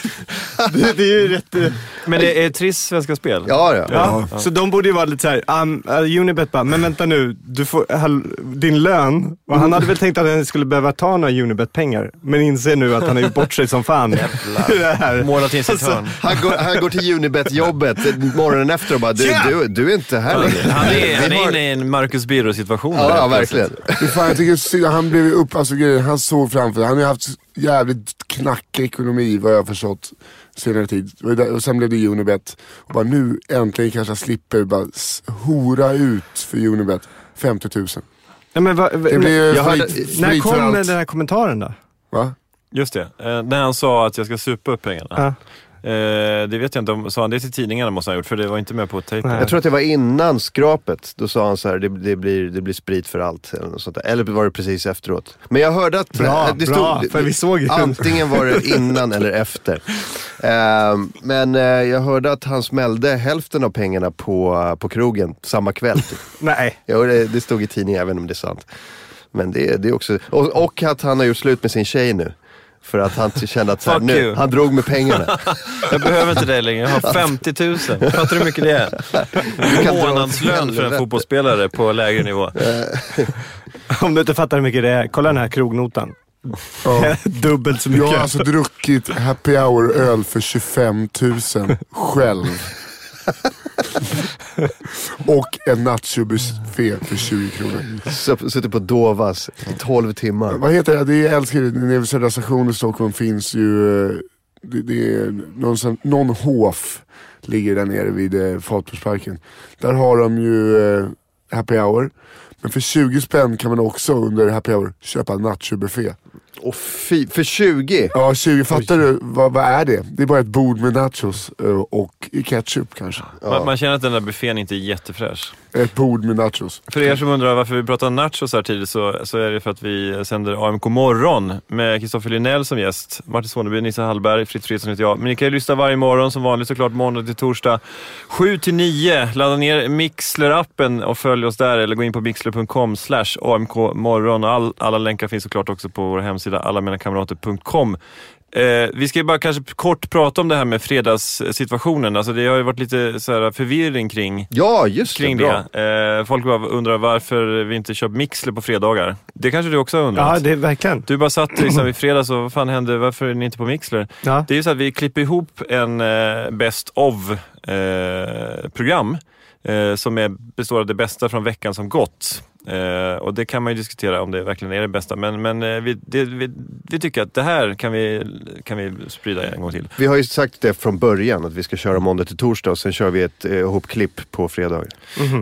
E: det, det är ju rätt... eh,
B: Men det är Triss Svenska Spel?
A: Ja, ja.
E: Ja, Så de borde ju vara lite såhär, um, uh, Unibet bara, men vänta nu, du får hal- din lön. Och han hade väl tänkt att han skulle behöva ta några Unibet-pengar, men inser nu att han har gjort bort sig som fan. Det här.
B: Målat in
A: Alltså,
B: sitt hörn.
A: Han, går, han går till Unibet-jobbet morgonen efter och bara, du, du, du är inte här längre.
B: Han är, han
A: Vi har-
B: är inne i en Marcus Birro-situation.
A: Ja,
B: där,
A: ja,
B: plötsligt.
A: verkligen.
C: Fy fan, jag tycker synd. Han blev ju upp, alltså grejen, han såg framför Han har ju haft jävligt knackig ekonomi vad jag har förstått senare tid. Och där- Och sen blev det Unibet. Och bara nu äntligen kanske jag slipper bara s- hora ut för Unibet. 50 000.
E: Nej, men va, va,
C: Det blir ju
A: Jag hörde-
C: skit,
E: när
C: skit för
E: kom
C: allt.
E: den här kommentaren då?
C: Va?
B: Just det. Eh, när han sa att jag ska supa upp pengarna.
E: Ja.
B: Eh, det vet jag inte. om Sa han det till tidningarna måste han ha gjort, för det var inte med på tejpen.
E: Nej.
A: Jag tror att det var innan skrapet. Då sa han så här, det, det, blir, det blir sprit för allt. Eller, något sånt där. eller var det precis efteråt? Men jag hörde att...
E: Bra,
A: eh, det
E: bra, för vi såg ju.
A: Antingen var det innan eller efter. Ehm, men eh, jag hörde att han smällde hälften av pengarna på, på krogen samma kväll. Typ.
E: Nej.
A: Ja, det, det stod i tidningen, jag vet inte om det är sant. Men det, det är också... Och, och att han har gjort slut med sin tjej nu. För att han kände att så här,
B: Fuck
A: nu,
B: you.
A: han drog med pengarna.
B: Jag behöver inte det längre. Jag har 50 000. Fattar du hur mycket det är?
A: kan dra åt
B: Månadslön för
A: helvete.
B: en fotbollsspelare på lägre nivå.
E: Om du inte fattar hur mycket det är, kolla den här krognotan.
C: Ja.
E: Dubbelt så
C: Jag har
E: mycket.
C: alltså druckit happy hour-öl för 25 000 själv. Och en nachobuffé för 20 kronor.
A: Så- Suttit på Dovas i 12 timmar.
C: Vad heter det? Det är, jag älskar det. Nere vid Södra station i Stockholm finns ju... eh, Det, det är någon, sån- någon hof ligger där nere vid eh, Folkparksparken. Där har de ju eh, happy hour. Men för 20 spänn kan man också under happy hour köpa nachobuffé.
A: och fy, för 20.
C: Ja, 20. Fattar du? Vad, vad är det? Det är bara ett bord med nachos eh, och ketchup kanske.
B: Man, man känner att den där buffén inte är jättefräsch.
C: Ett bord med nachos.
B: För er som undrar varför vi pratar nachos här tidigt så, så är det för att vi sänder AMK morgon med Kristoffer Linell som gäst. Martin Soneby, Nisse Hallberg, Fritt Fritzson heter jag. Men ni kan ju lyssna varje morgon som vanligt såklart, måndag till torsdag. 7 till 9. Ladda ner Mixler-appen och följ oss där eller gå in på mixler.com slash amkmorgon. Och All, alla länkar finns såklart också på vår hemsida allaminakamrater.com. Eh, vi ska ju bara kanske kort prata om det här med fredagssituationen. Alltså det har ju varit lite så här förvirring kring
A: Ja, just
B: kring
A: det. Bra.
B: det. Eh, folk bara undrar varför vi inte kör Mixler på fredagar. Det kanske du också har undrat?
E: Ja, det är verkligen.
B: Du bara satt liksom i fredags och vad fan hände? Varför är ni inte på Mixler?
E: Ja.
B: Det är ju så att vi klipper ihop en eh, Best of-program eh, som är, består av det bästa från veckan som gått. Eh, och det kan man ju diskutera om det verkligen är det bästa. Men, men eh, vi, det, vi, vi tycker att det här kan vi, kan vi sprida en gång till.
A: Vi har ju sagt det från början att vi ska köra måndag till torsdag och sen kör vi ett eh, hopklipp på fredagar.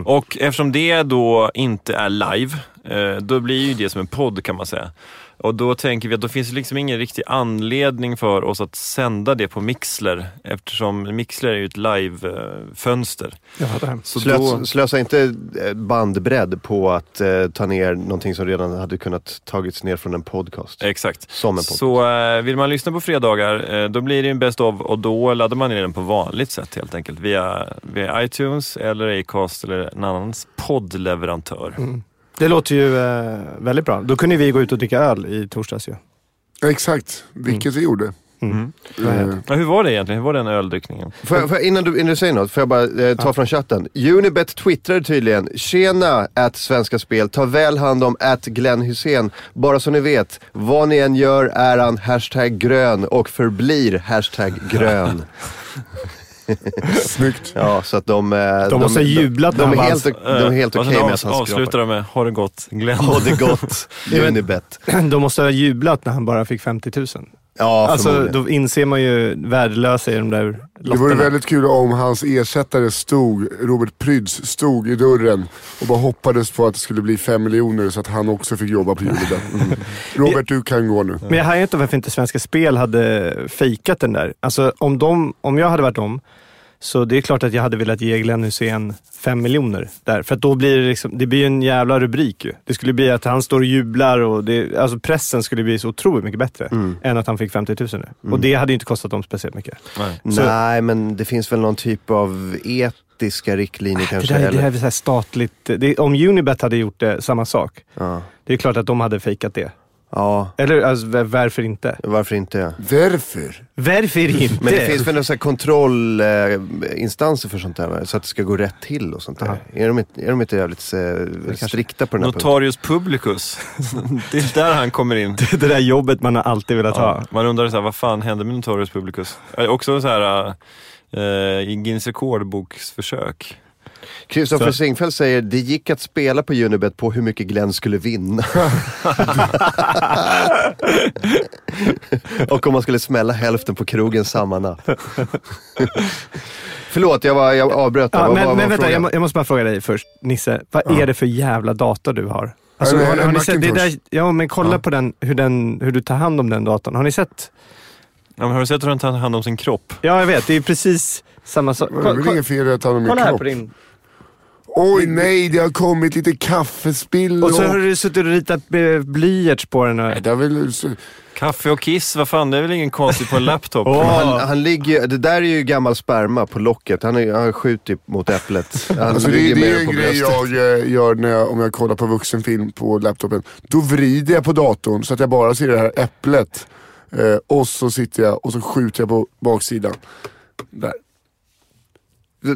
B: Och eftersom det då inte är live, eh, då blir ju det som en podd kan man säga. Och då tänker vi att då finns det liksom ingen riktig anledning för oss att sända det på Mixler eftersom Mixler är ju ett live-fönster.
E: Jag fattar.
B: Så
A: Slös,
B: då,
A: Slösa inte eh, bandbredd på att eh, ta ner någonting som redan hade kunnat tagits ner från en podcast.
B: exakt.
A: Som en podcast.
B: Eh, Så eh, vill man lyssna på fredagar, eh, då blir det en Best of och då laddar man ner den på vanligt sätt helt enkelt. Via, via iTunes, eller Acast eller en annans poddleverantör.
A: Mm.
E: Det låter ju eh, väldigt bra. Då kunde vi gå ut och dricka öl i torsdags ju.
C: Exakt, vilket
E: Mm.
C: vi gjorde. Eh,
B: Ja, hur var det egentligen? Hur var den öldrickningen?
A: Får jag, får jag, innan, du, innan du säger något, får jag bara eh, ta från chatten. Unibet twittrade tydligen, tjena at Svenska Spel, ta väl hand om at Glenn Hussein. Bara så ni vet, vad ni än gör är han hashtag grön och förblir hashtag grön.
C: Snyggt.
A: Ja, så att de... eh, De
E: måste ha jublat
A: De,
E: när
A: de, är
E: han
A: helt,
E: vann.
A: de är helt
B: Eh, och
A: okej
B: sen
A: med att
B: avs-
A: han
B: Avslutar
A: skrapar.
B: de med “Har det gott, Glenn”.
A: Ha det gott, Unibet.
E: De måste ha jublat när han bara fick 50 000.
A: Ja,
E: Alltså,
A: förmodligen.
E: då inser man ju värdelösa i de där
C: Det vore
E: lotterna.
C: väldigt kul om hans ersättare stod, Robert Prydz, stod i dörren och bara hoppades på att det skulle bli fem miljoner så att han också fick jobba på julen. Robert, du kan gå nu.
E: Men jag hajar inte varför inte Svenska Spel hade fejkat den där. Alltså, om, de, om jag hade varit dem, så det är klart att jag hade velat ge Glenn Hussein fem miljoner där. För att då blir det, liksom, det blir ju en jävla rubrik ju. Det skulle bli att han står och jublar och det, alltså pressen skulle bli så otroligt mycket bättre
C: Mm.
E: än att han fick 50 000 nu. Och det hade ju inte kostat dem speciellt mycket.
B: Nej.
E: Så-
A: Nej, men det finns väl någon typ av etiska riktlinjer kanske?
E: Ah, det, där, det
A: eller?
E: här är så här statligt. Det, om Unibet hade gjort det, samma sak.
A: Ja.
E: Det är klart att de hade fejkat det.
A: ja,
E: Eller alltså, var- varför inte?
A: varför inte?
C: Därför.
E: Varför inte?
A: Men det, finns väl några så här kontrollinstanser för sånt där, va? så att det ska gå rätt till och sånt där. Är de, inte- är de inte jävligt eh, strikta på den här punkten?
B: Notarius publicus. Det är där han kommer in.
E: det där jobbet man har alltid velat
B: Ja,
E: ha.
B: man undrar så här, vad fan hände med Notarius publicus? Eh, Också så här, eh, i Guinness rekordboksförsök.
A: Kristoffer
E: Så-
A: Singfeldt säger, det gick att spela på Unibet på hur mycket Glenn skulle vinna. och om man skulle smälla hälften på krogen samma natt. Förlåt, jag, var, jag avbröt. där.
E: Ja,
A: Vad
E: men
A: var-
E: men
A: var
E: vänta,
A: frågan?
E: jag, må- jag måste bara fråga dig först. Nisse, vad är det för jävla data du har? Alltså,
C: Ja, det är
E: har, har
C: en
E: ni sett, det där,
C: Macintosh.
E: ja, men kolla på den hur, den, hur du tar hand om den datan. Har ni sett?
B: Ja, men har du sett hur han tar hand om sin kropp?
E: Ja, jag vet. Det är precis samma sak.
C: Det är väl inget fel i att ta hand om
E: kolla
C: min
E: här
C: kropp.
E: på din.
C: Oj nej, det har kommit lite kaffespill.
E: Och så
C: och-
E: har du suttit och ritat eh, blyerts på den. Och,
C: Det har väl...
B: Kaffe och kiss, vad fan, det är väl ingen konstigt på en laptop?
A: Han, han ligger, ju- det där är ju gammal sperma på locket. Han, är, han skjuter mot äpplet. Han
C: Alltså det,
A: ligger
C: det
A: mer
C: är en
A: på
C: grej
A: bröstet.
C: jag eh, gör när jag, om jag kollar på vuxenfilm på laptopen. Då vrider jag på datorn så att jag bara ser det här äpplet. Eh, och så sitter jag och så skjuter jag på baksidan. Där.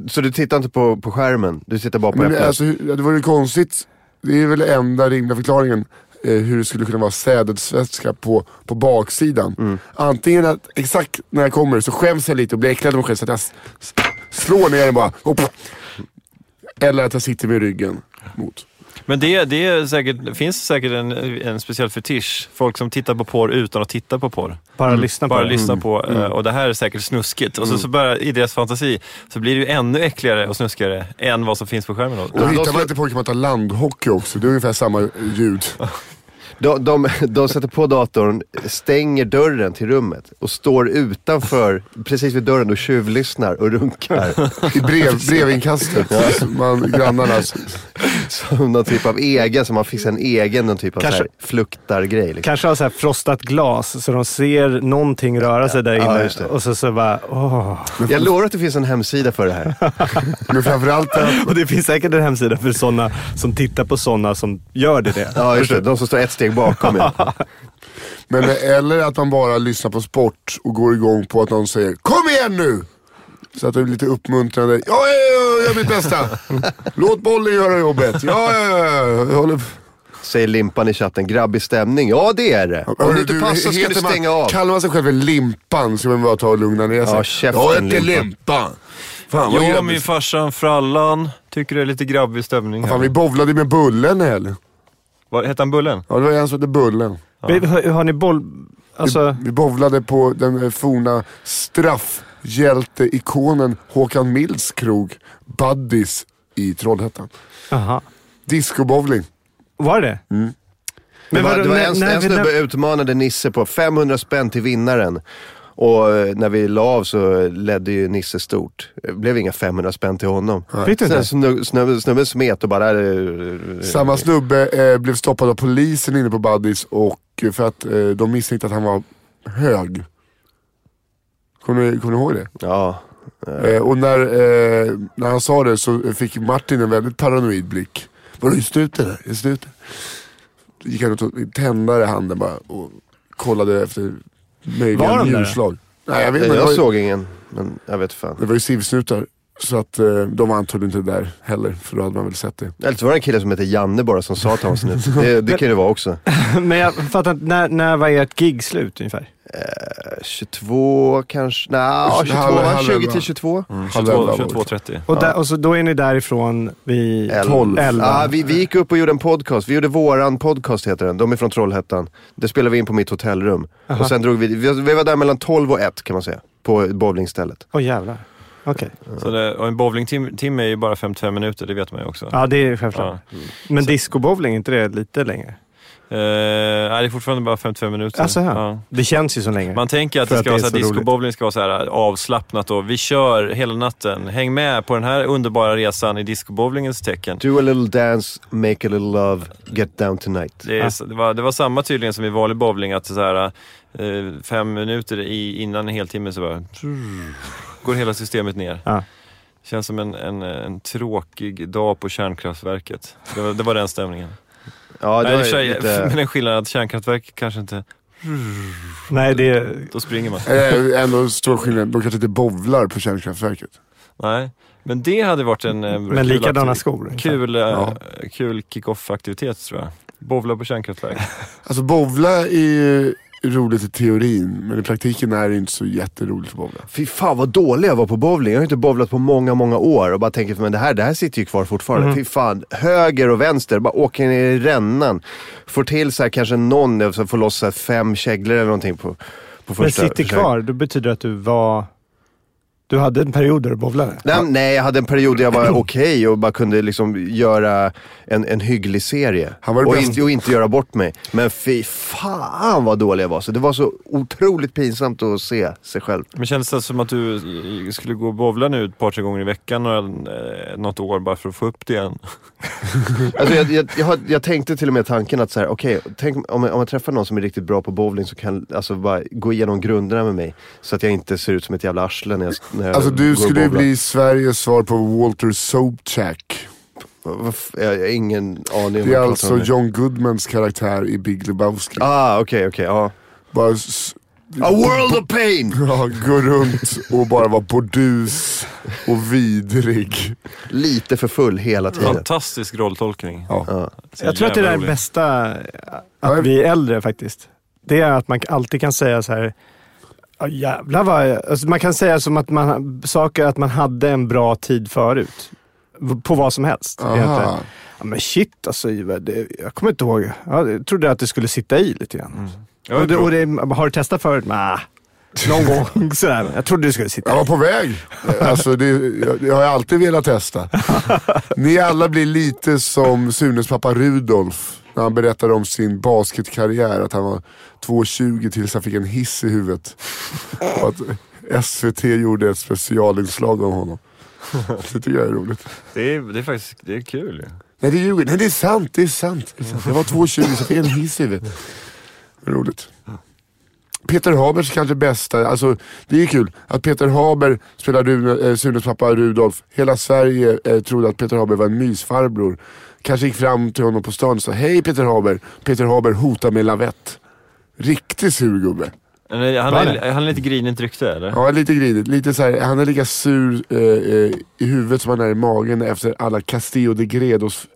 A: Så du tittar inte på, på skärmen? Du tittar bara på
C: Men
A: äpplet?
C: alltså, hur- ja, det vore ju konstigt. Det är väl enda rimliga förklaringen eh, hur det skulle kunna vara sädesvätska på, på baksidan.
A: Mm.
C: Antingen att exakt när jag kommer så skäms jag lite och blir äcklad av mig själv så att jag s- s- slår ner den bara. Och, eller att jag sitter med ryggen mot.
B: Men det, det är säkert, finns säkert en, en speciell fetisch. Folk som tittar på porr utan att titta på porr.
E: mm, Bara lyssna på
B: bara
E: det.
B: lyssna på eh,
E: Mm.
B: och det här är säkert snuskigt. Och så, så bara, i deras fantasi så blir det ju ännu äckligare och snuskigare än vad som finns på skärmen. Då.
C: Då
A: Ja,
C: hittar
A: de
C: man
A: slå-
C: inte pojken att ta landhockey också. Det är ungefär samma ljud.
A: De, de, de sätter på datorn, stänger dörren till rummet och står utanför, precis vid dörren och tjuvlyssnar och runkar.
C: I brev, brevinkastet. Man, grannarna.
A: Som någon typ av egen, som man fixar en egen någon typ av
E: Kanske-
A: så här, fluktargrej. Liksom.
E: Kanske har så här frostat glas så de ser någonting röra sig där
A: Ja,
E: inne.
A: just det.
E: och så, så bara, åh.
A: Jag lovar att det finns en hemsida för det här.
C: Men framförallt
E: Och det finns säkert en hemsida för sådana som tittar på sådana som gör det. det.
A: Ja, just det. De som står ett steg bakom. Ja.
C: Men, eller att man bara lyssnar på sport och går igång på att någon säger Kom igen nu! Så att det är lite uppmuntrande. Ja, ja, ja, jag gör mitt bästa. Låt bollen göra jobbet. Ja, ja, ja. Jag håller...
A: Säger Limpan i chatten. Grabbig stämning. Ja, det är det. Om du inte passar ska
C: heter
A: du stänga
C: man,
A: av.
C: Kallar man sig själv för Limpan så vill man bara ta och lugna ner sig.
A: Ja, käften,
C: jag heter
A: Limpan."
C: Limpan. Fan, vad
B: Jag,
C: grabbigt.
B: min farsan Frallan tycker det är lite grabbig stämning
C: Fan,
B: här.
C: vi bowlade med Bullen eller?
B: Vad Hette han Bullen?
C: Ja, det var en som hette Bullen.
E: Men Har, har ni boll... Alltså,
C: Vi bowlade på den eh, forna straffhjälteikonen Håkan Milds krog, Buddies i Trollhättan.
E: aha.
C: Discobowling.
E: Var det
A: Men
E: vadå,
A: Mm. det var
E: när-
A: en,
E: när-
A: en snubbe utmanade Nisse på 500 spänn till vinnaren. Och eh, när vi la av så ledde ju Nisse stort. Det blev inga 500 spänn till honom.
E: Fick du inte?
A: Sen snu- snubben, snubben smet och bara... eh,
C: Samma snubbe eh, blev stoppad av polisen inne på Buddies och eh, för att eh, de misstänkte att han var hög. Kommer ni, kommer ni ihåg det?
A: Ja.
C: Eh, och när, eh, när han sa det så fick Martin en väldigt paranoid blick. Vadå, är slut det där? Är slut det? Gick han och tog en tändare i handen bara och kollade efter
E: Var
C: möjliga
E: de där?
C: njurslag. Nej jag vet
A: Eh, Jag,
C: inte. Det var ju-
A: såg ingen, men jag vet fan.
C: Det var ju sivsnutar. Så att eh, de var antagligen inte där heller, för då hade man väl sett det.
A: Eller så var det en kille som hette Janne bara som sa att han var snut. Det, det kan det vara också.
E: det? Men jag fattar inte, när, när var ert gig slut ungefär?
A: 22 Eh, kanske? Nej, 22
C: Halv-
A: va?
C: halv
A: 20
C: elva. Mm.
A: till 22?
E: Mm,
C: Halv
B: 22,
C: elva var det.
B: 22.30.
E: Och, där, och så, då är ni därifrån vid...
A: Elva.
C: Tolv.
E: Elva.
A: Ja, vi, vi gick upp och gjorde en podcast. Vi gjorde våran podcast heter den. De är från Trollhättan. Det spelade vi in på mitt hotellrum. Och sen drog vi, vi, vi var där mellan 12 och 1 kan man säga. På bowlingstället.
E: Åh jävlar. Okej.
B: Så det, och en bowlingtimme är ju bara 55 minuter, det vet man ju också.
E: Ja, det är självklart. Men discobowling, är inte det lite längre? Alltså,
B: Eh, nej, det är fortfarande bara 55 minuter.
E: Ja, så här.
B: Ja.
E: Det känns ju så länge.
B: Man tänker att,
E: För
B: det
E: att
B: ska vara
E: det är
B: så här,
E: så roligt.
B: discobowling ska vara så här eh, avslappnat och vi kör hela natten. Häng med på den här underbara resan i discobowlingens tecken.
A: Do a little dance, make a little love, get down tonight.
B: Det, är, det, var, det var samma tydligen som i vanlig bowling, att så här, eh, fem minuter i, innan en heltimme så bara... Går hela systemet ner.
E: Ja.
B: Känns som en, en, en tråkig dag på kärnkraftverket. Det var, det var den stämningen.
A: Ja,
B: Nej, i och
A: var
B: för sig,
A: lite-
B: Men en skillnad är att kärnkraftverk kanske inte...
E: Nej, det är...
B: Då springer man.
C: Eh, ändå stor skillnad, de kanske inte bovlar på kärnkraftverket.
B: Nej, men det hade varit en... eh,
E: Men
B: kul
E: likadana
B: aktiv-
E: skor.
B: Kul, eh,
C: Ja.
B: kul kick-off-aktivitet tror jag. Bowla på kärnkraftverk.
C: Alltså bovla är ju roligt i teorin, men i praktiken är det inte så jätteroligt att bovla.
A: Fy fan vad dålig jag var på bowling. Jag har inte bowlat på många, många år och bara tänker men det här, det här sitter ju kvar fortfarande.
B: Mhm.
A: Fy fan, höger och vänster, bara åker ner i rännan. Får till så här kanske någon, så får loss så här fem käglor eller någonting på, på
E: Men
A: första
E: sitter
A: försök.
E: kvar, då betyder det att du var... Du hade en period där du bowlade.
A: Nej, men- nej, jag hade en period där jag var okej och bara kunde liksom göra en, en hygglig serie.
C: Han var det
A: och,
C: bästa.
A: inte, och inte göra bort mig. Men fy fan vad dålig jag var. Så det var så otroligt pinsamt att se sig själv.
B: Men kändes det som att du eh, skulle gå och bowla nu ett par, tre gånger i veckan och, eh, något år bara för att få upp det igen?
A: Alltså jag, jag, jag, har- jag tänkte till och med tanken att så här, okej, tänk om jag, om jag träffar någon som är riktigt bra på bowling så kan alltså bara gå igenom grunderna med mig. Så att jag inte ser ut som ett jävla arsle när jag, när jag
C: Alltså
A: går
C: du
A: och
C: skulle ju
A: bowlar.
C: bli Sveriges svar på Walter Sobchak.
A: Vad f- Jag, jag har ingen aning om
C: Det
A: vad
C: är
A: jag pratar om
C: alltså
A: nu.
C: John Goodmans karaktär i Big Lebowski.
A: Ah, okej, okej. ja.
C: Bara s-
A: A world of pain!
C: Ja, gå runt och bara vara bordus och vidrig.
A: Lite för full hela tiden.
B: Fantastisk rolltolkning.
C: Ja.
B: Så
E: Jag tror att det
B: jävla
E: där är det
B: roligt.
E: bästa,
C: Ja, jag-
E: att vi är äldre faktiskt. Det är att man alltid kan säga så här, "Ja, jävlar vad jag... Alltså man kan säga som att man, saker att man hade en bra tid förut. V- På vad som helst. egentligen.
C: Aha.
E: Ja, men shit alltså, det, jag kommer inte ihåg. Jag trodde att det skulle sitta i lite grann.
B: Mm. Ja, det är
E: och det,
B: bra.
E: och det, har du testat förut? Nej, någon gång sådär. Jag trodde det skulle sitta
C: Jag
E: i.
C: var på väg. Alltså, det, jag, jag har alltid velat testa. Ni alla blir lite som Sunes pappa Rudolf. När han berättade om sin basketkarriär, att han var 2,20 tills han fick en hiss i huvudet. Och att SVT gjorde ett specialinslag om honom. Det tycker jag är roligt.
B: Det är, det är faktiskt det är kul. ju.
C: Nej det ljuger Nej det är sant, det är sant. Det är sant. Jag var 2,20 så jag fick en hiss i huvudet. Roligt. Peter Habers kanske bästa, alltså det är ju kul att Peter Haber spelar Rune, eh, Sunes pappa Rudolf. Hela Sverige eh, trodde att Peter Haber var en mysfarbror. Kanske gick fram till honom på stan och sa hej Peter Haber. Peter Haber hotar med lavett. Riktig surgubbe.
B: Han är, eh, han
E: Va?
B: är, han är lite grinigt rykte eller?
C: Ja, lite grinigt. Lite så här, han är lika sur eh, eh, i huvudet som han är i magen efter alla Castillo de Gredos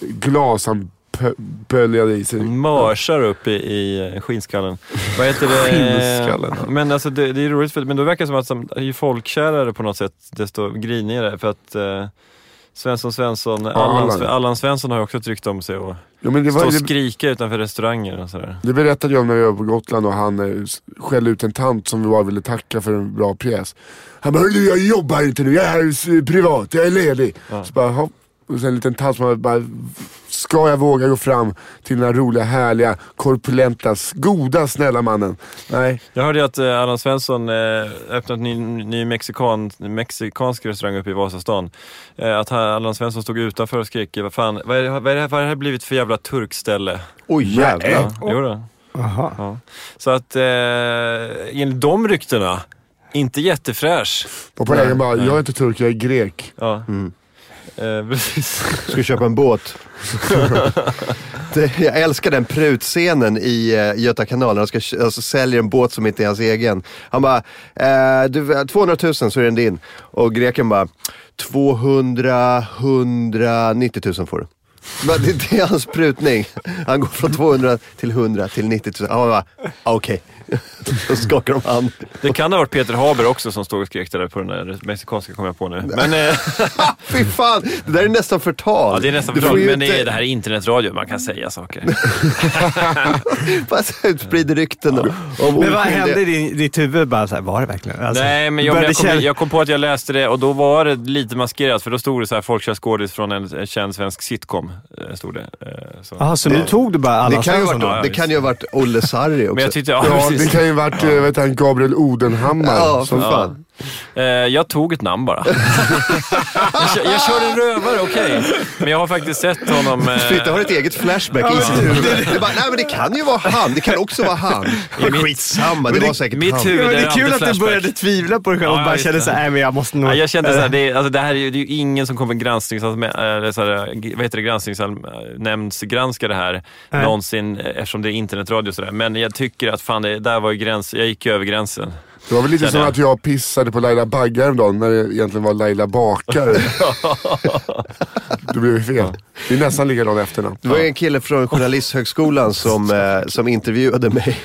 C: glas han pö- böljade i sig.
B: Mörsar upp i, i eh, skinnskallen. Vad heter det?
C: Skinnskallen, ja.
B: Men alltså det, det är roligt, för, men då verkar det som att som, ju folkkärare på något sätt, desto grinigare. För att eh, Svensson Svensson, Allan,
C: Allan.
B: Sve- Allan Svensson har ju också ett rykte om sig och
C: Ja, men det,
B: stå
C: var,
B: och
C: det,
B: skrika utanför restauranger och sådär.
C: det berättade jag om när vi var på Gotland och han eh, s- skällde ut en tant som vi bara ville tacka för en bra pjäs. Han bara, "Hörru, jag jobbar inte nu. Jag är här s- privat. Jag är ledig. Så bara, hopp. Och sen en liten tant som bara, ska jag våga gå fram till den här roliga, härliga, korpulenta, s- goda, snälla mannen? Nej.
B: Jag hörde ju att eh, Allan Svensson eh, öppnat ny, ny mexikan, mexikansk restaurang uppe i Vasastan. Eh, att han, Allan Svensson stod utanför och skrek, vad fan, vad är, det- vad är, det här- vad är det här blivit för jävla turkställe?
A: Oj, jävlar.
B: Ja, jo då.
E: Aha.
B: Ja. Så att eh, enligt de ryktena, inte jättefräsch.
C: Och på lägen bara, jag är inte turk, jag är grek.
B: Ja.
A: Mm.
B: Eh, precis.
A: Ska köpa en båt. det, jag älskar den prutscenen i eh, Göta kanal. När han ska, kö- alltså, säljer en båt som inte är hans egen. Han bara, eh, du, 200 000 så är den din. Och greken bara, 200 190 000 får du. Men det, det är hans prutning. Han går från 200 till 100 till 90 000. Han bara, ah, okej. Då skakar de hand.
B: Det kan ha varit Peter Haber också som stod och skrek det där på den där mexikanska, kom jag på nu. Men, eh,
A: Fy fan, det där är nästan förtal.
B: ja, det är nästan
A: Du får
B: fördrag,
A: ju
B: men det,
A: inte-
B: är, det här är internetradio, man kan säga saker.
A: Bara så här Sprider rykten om
E: Men vad
A: oskyldiga-
E: hände i din- ditt huvud? Bara så här, var det verkligen? Alltså,
B: Nej, men jag,
E: började
B: jag, kom,
E: känna-
B: jag kom på att jag läste det och då var det lite maskerat, för då stod det så här folkkärskådis från en, en känd svensk sitcom. eh, Stod det. Eh, så.
E: Jaha, så nu tog du bara alla
A: Det kan, ju ha varit,
E: Svensson då?
A: det kan ju ha varit Olle Sarri
B: Men
A: också.
B: jag tyckte, ja,
C: Ja,
B: precis.
C: det kan ju varit eh, vet han, Gabriel Odenhammar.
A: Ja, för
C: som,
A: fan.
B: Eh, jag tog ett namn bara. jag, kör, jag kör en rövare, okej. Men jag har faktiskt sett honom eh,
A: Fritte har ett eget flashback i sitt huvud. Det är bara, nej men det kan ju vara han. Det kan också vara han. Men skitsamma, det var säkert
B: mitt
A: han.
B: huvud
E: Ja, men det
B: är
E: är kul
B: alltid
E: att du
B: flashback.
E: började tvivla på dig själv
B: Ja,
E: och bara
B: just
E: kände
B: det.
E: såhär, nej men jag måste nog...
B: Ja, jag kände såhär, det, är- alltså, det här är ju, det är ju ingen som kommer gransknings, alltså, med, eller så här, g- vad heter det, granskningsnämndsgranska det här
E: Nej.
B: någonsin eh, eftersom det är internetradio och sådär. Men jag tycker att fan, det, där var ju gräns, jag gick ju över gränsen.
C: det var väl lite som
B: Känner jag.
C: att jag pissade på Laila Bagge häromdagen när det egentligen var Laila Bakare. det blev ju fel. Det är nästan likadant efternamn.
A: Det var ju en kille från Journalisthögskolan som, eh, som intervjuade mig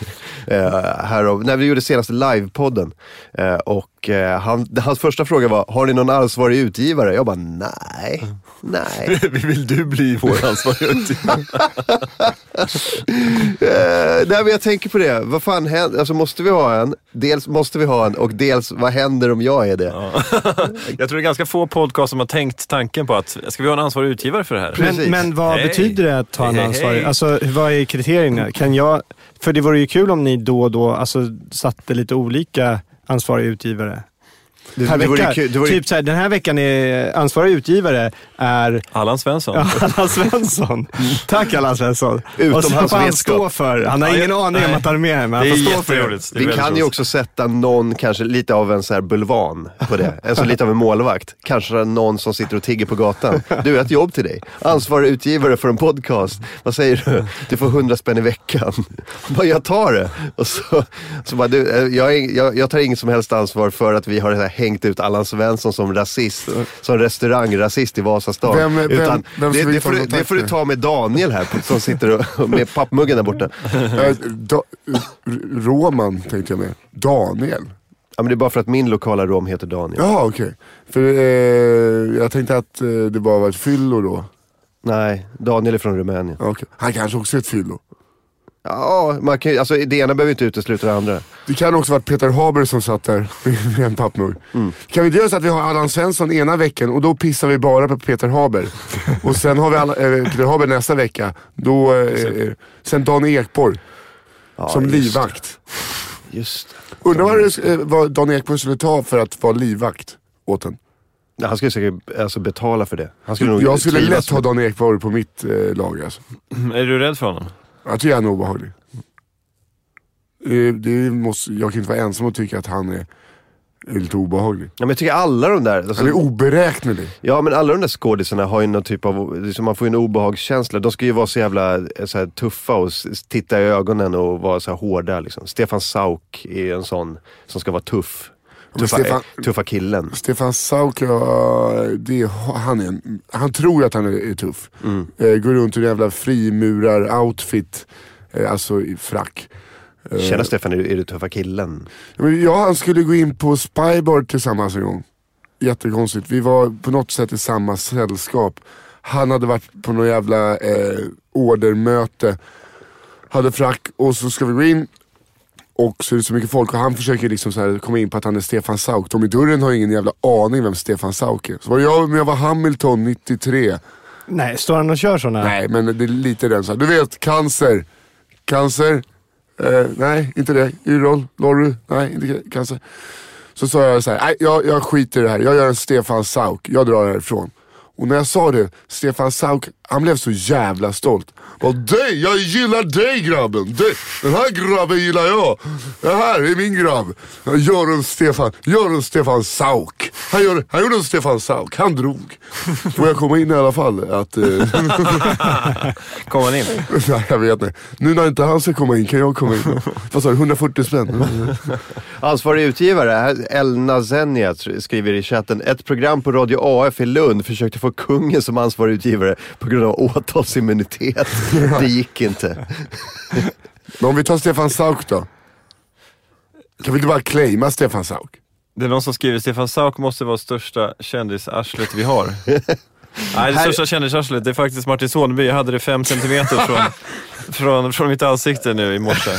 A: eh, härom, när vi gjorde senaste livepodden. Eh, och, eh, han, hans första fråga var, har ni någon ansvarig utgivare? Jag bara, nej. Nej.
B: Vill du bli vår ansvariga
A: Eh, nej men jag tänker på det. Vad fan händer? Alltså måste vi ha en? Dels måste vi ha en och dels vad händer om jag är det?
B: Jag tror det är ganska få podcast som har tänkt tanken på att, ska vi ha en ansvarig utgivare för det här?
E: Men,
A: Precis.
E: men vad
B: Hej.
E: betyder det att ta en
B: Hej, hej,
E: ansvarig?
B: hej.
E: Alltså, vad är kriterierna? Kan jag... För det vore ju kul om ni då och då alltså, satte lite olika ansvariga utgivare.
A: Det,
E: Per
A: det vore ju
E: vecka.
A: kul- det vore ju
E: Typ såhär, den här veckan är ansvarig utgivare är
B: Allan Svensson.
E: Allan Svensson. Tack Allan Svensson.
A: Utom
E: och så
A: hans
E: får han
A: vetskap.
E: stå för. Han har
B: Ja,
E: ingen
B: jag-
E: aning om
B: nej.
E: att han är med men han
B: Det
E: får
B: är
E: stå för det.
B: jätteroligt. Det är
A: Vi
B: väldigt
A: kan ju
B: roligt.
A: också sätta någon, kanske lite av en så här bulvan på det. En så lite av en målvakt. Kanske någon som sitter och tigger på gatan. Du, jag har ett jobb till dig. Ansvarig utgivare för en podcast. Vad säger du? Du får hundra spänn i veckan. Bara, jag tar det. Och så, så bara, du, eh, jag, är- jag, jag tar inget som helst ansvar för att vi har så här hängt ut Allan Svensson som rasist. Som restaurangrasist i Vasastan.
C: Vem- vem-
A: Utan,
C: vem ska
A: det,
C: vi
A: det,
C: ta
A: får du,
C: kontakt
A: det får du
C: med?
A: ta med Daniel här, på- som sitter och, med pappmuggen där borta.
C: Eh, da, R- Roman tänkte jag med. Daniel.
A: Ja, men det är bara för att min lokala rom heter Daniel.
C: Jaha okej. För eh, jag tänkte att eh, det bara var ett fyllo då.
A: Nej, Daniel är från Rumänien.
C: Ja, okej. Han kanske också är ett fyllo.
A: Ja, man kan, ju- alltså, det ena behöver inte utesluta det andra.
C: Det kan också varit Peter Haber som satt där med en pappmugg.
A: Mm.
C: Kan vi inte göra så att vi har Allan Svensson ena veckan och då pissar vi bara på Peter Haber. och sen har vi alla, eh, Peter Haber nästa vecka. Då, eh, eh, sen Dan Ekborg som
A: just
C: livvakt.
A: Just det.
C: Undrar vad, det, eh, vad Dan Ekborg skulle ta för att vara livvakt åt en.
A: Nej, Han skulle säkert alltså, betala för det. Han skulle nog
C: Jag skulle
A: trivas
C: lätt ha Dan Ekborg på mitt eh, lag alltså.
B: Är du rädd för honom?
C: Jag tycker han är obehaglig. Eh, Det måste, jag kan inte vara ensam och tycka att han är, är lite obehaglig.
A: Ja, men jag tycker alla de där... Alltså,
C: Han är oberäknelig.
A: ja, men alla de där skådisarna har ju någon typ av... Liksom, man får ju en obehagskänsla. De ska ju vara så jävla eh, så här, tuffa och s- titta i ögonen och vara så här, hårda. Liksom. Stefan Sauk är en sån som ska vara tuff.
C: Men
A: Tuffa,
C: Stefan-
A: eh, tuffa killen.
C: Stefan Sauk, ja, det, är- han, är, en- han tror att han är, är tuff. Eh, går runt i en jävla frimurar-outfit, eh, alltså i frack. Eh.
A: Tjena Stefan, är du, är du tuffa killen?
C: Men jag och han skulle gå in på Spybar tillsammans en gång. Jättekonstigt. Vi var på något sätt i samma sällskap. Han hade varit på något jävla eh, ordermöte. Hade frack och så ska vi gå in. Och så är det så mycket folk och han försöker liksom så här komma in på att han är Stefan Sauk. De i dörren har ingen jävla aning vem Stefan Sauk är. Så var jag, men jag var Hamilton 93.
E: Nej, står han och kör sådana?
C: Nej men det är lite den så här. Du vet, cancer. Cancer. Eh, nej, inte det. Yrrol. Lorry. Nej, inte ca- cancer. Så sa jag så här, nej jag, jag skiter i det här. Jag gör en Stefan Sauk. Jag drar härifrån. Och när jag sa det, Stefan Sauk, han blev så jävla stolt. Och dig, jag gillar dig grabben. Dig, den här grabben gillar jag. Det här är min grabb. Jag Gör en Stefan, gör en Stefan Sauk. Han, gör, han gjorde en Stefan Sauk, han drog. Får jag komma in i alla fall? Att, eh,
B: Kom han in?
C: Nej, jag vet inte. Nu när inte han ska komma in kan jag komma in. Vad sa du, 140 spänn?
A: Ansvarig utgivare, här- Elna Zenia tr- skriver i chatten. Ett program på Radio AF i Lund försökte få kungen som ansvarig utgivare på grund av åtalsimmunitet. Det gick inte.
C: Men om vi tar Stefan Sauk då. Kan vi inte bara claima Stefan Sauk?
B: Det är någon som skriver Stefan Sauk måste vara största kändisarslet vi har. Nej, det största kändisarslet det är faktiskt Martin Soneby. Jag hade det fem centimeter från, från, från mitt ansikte nu i morse.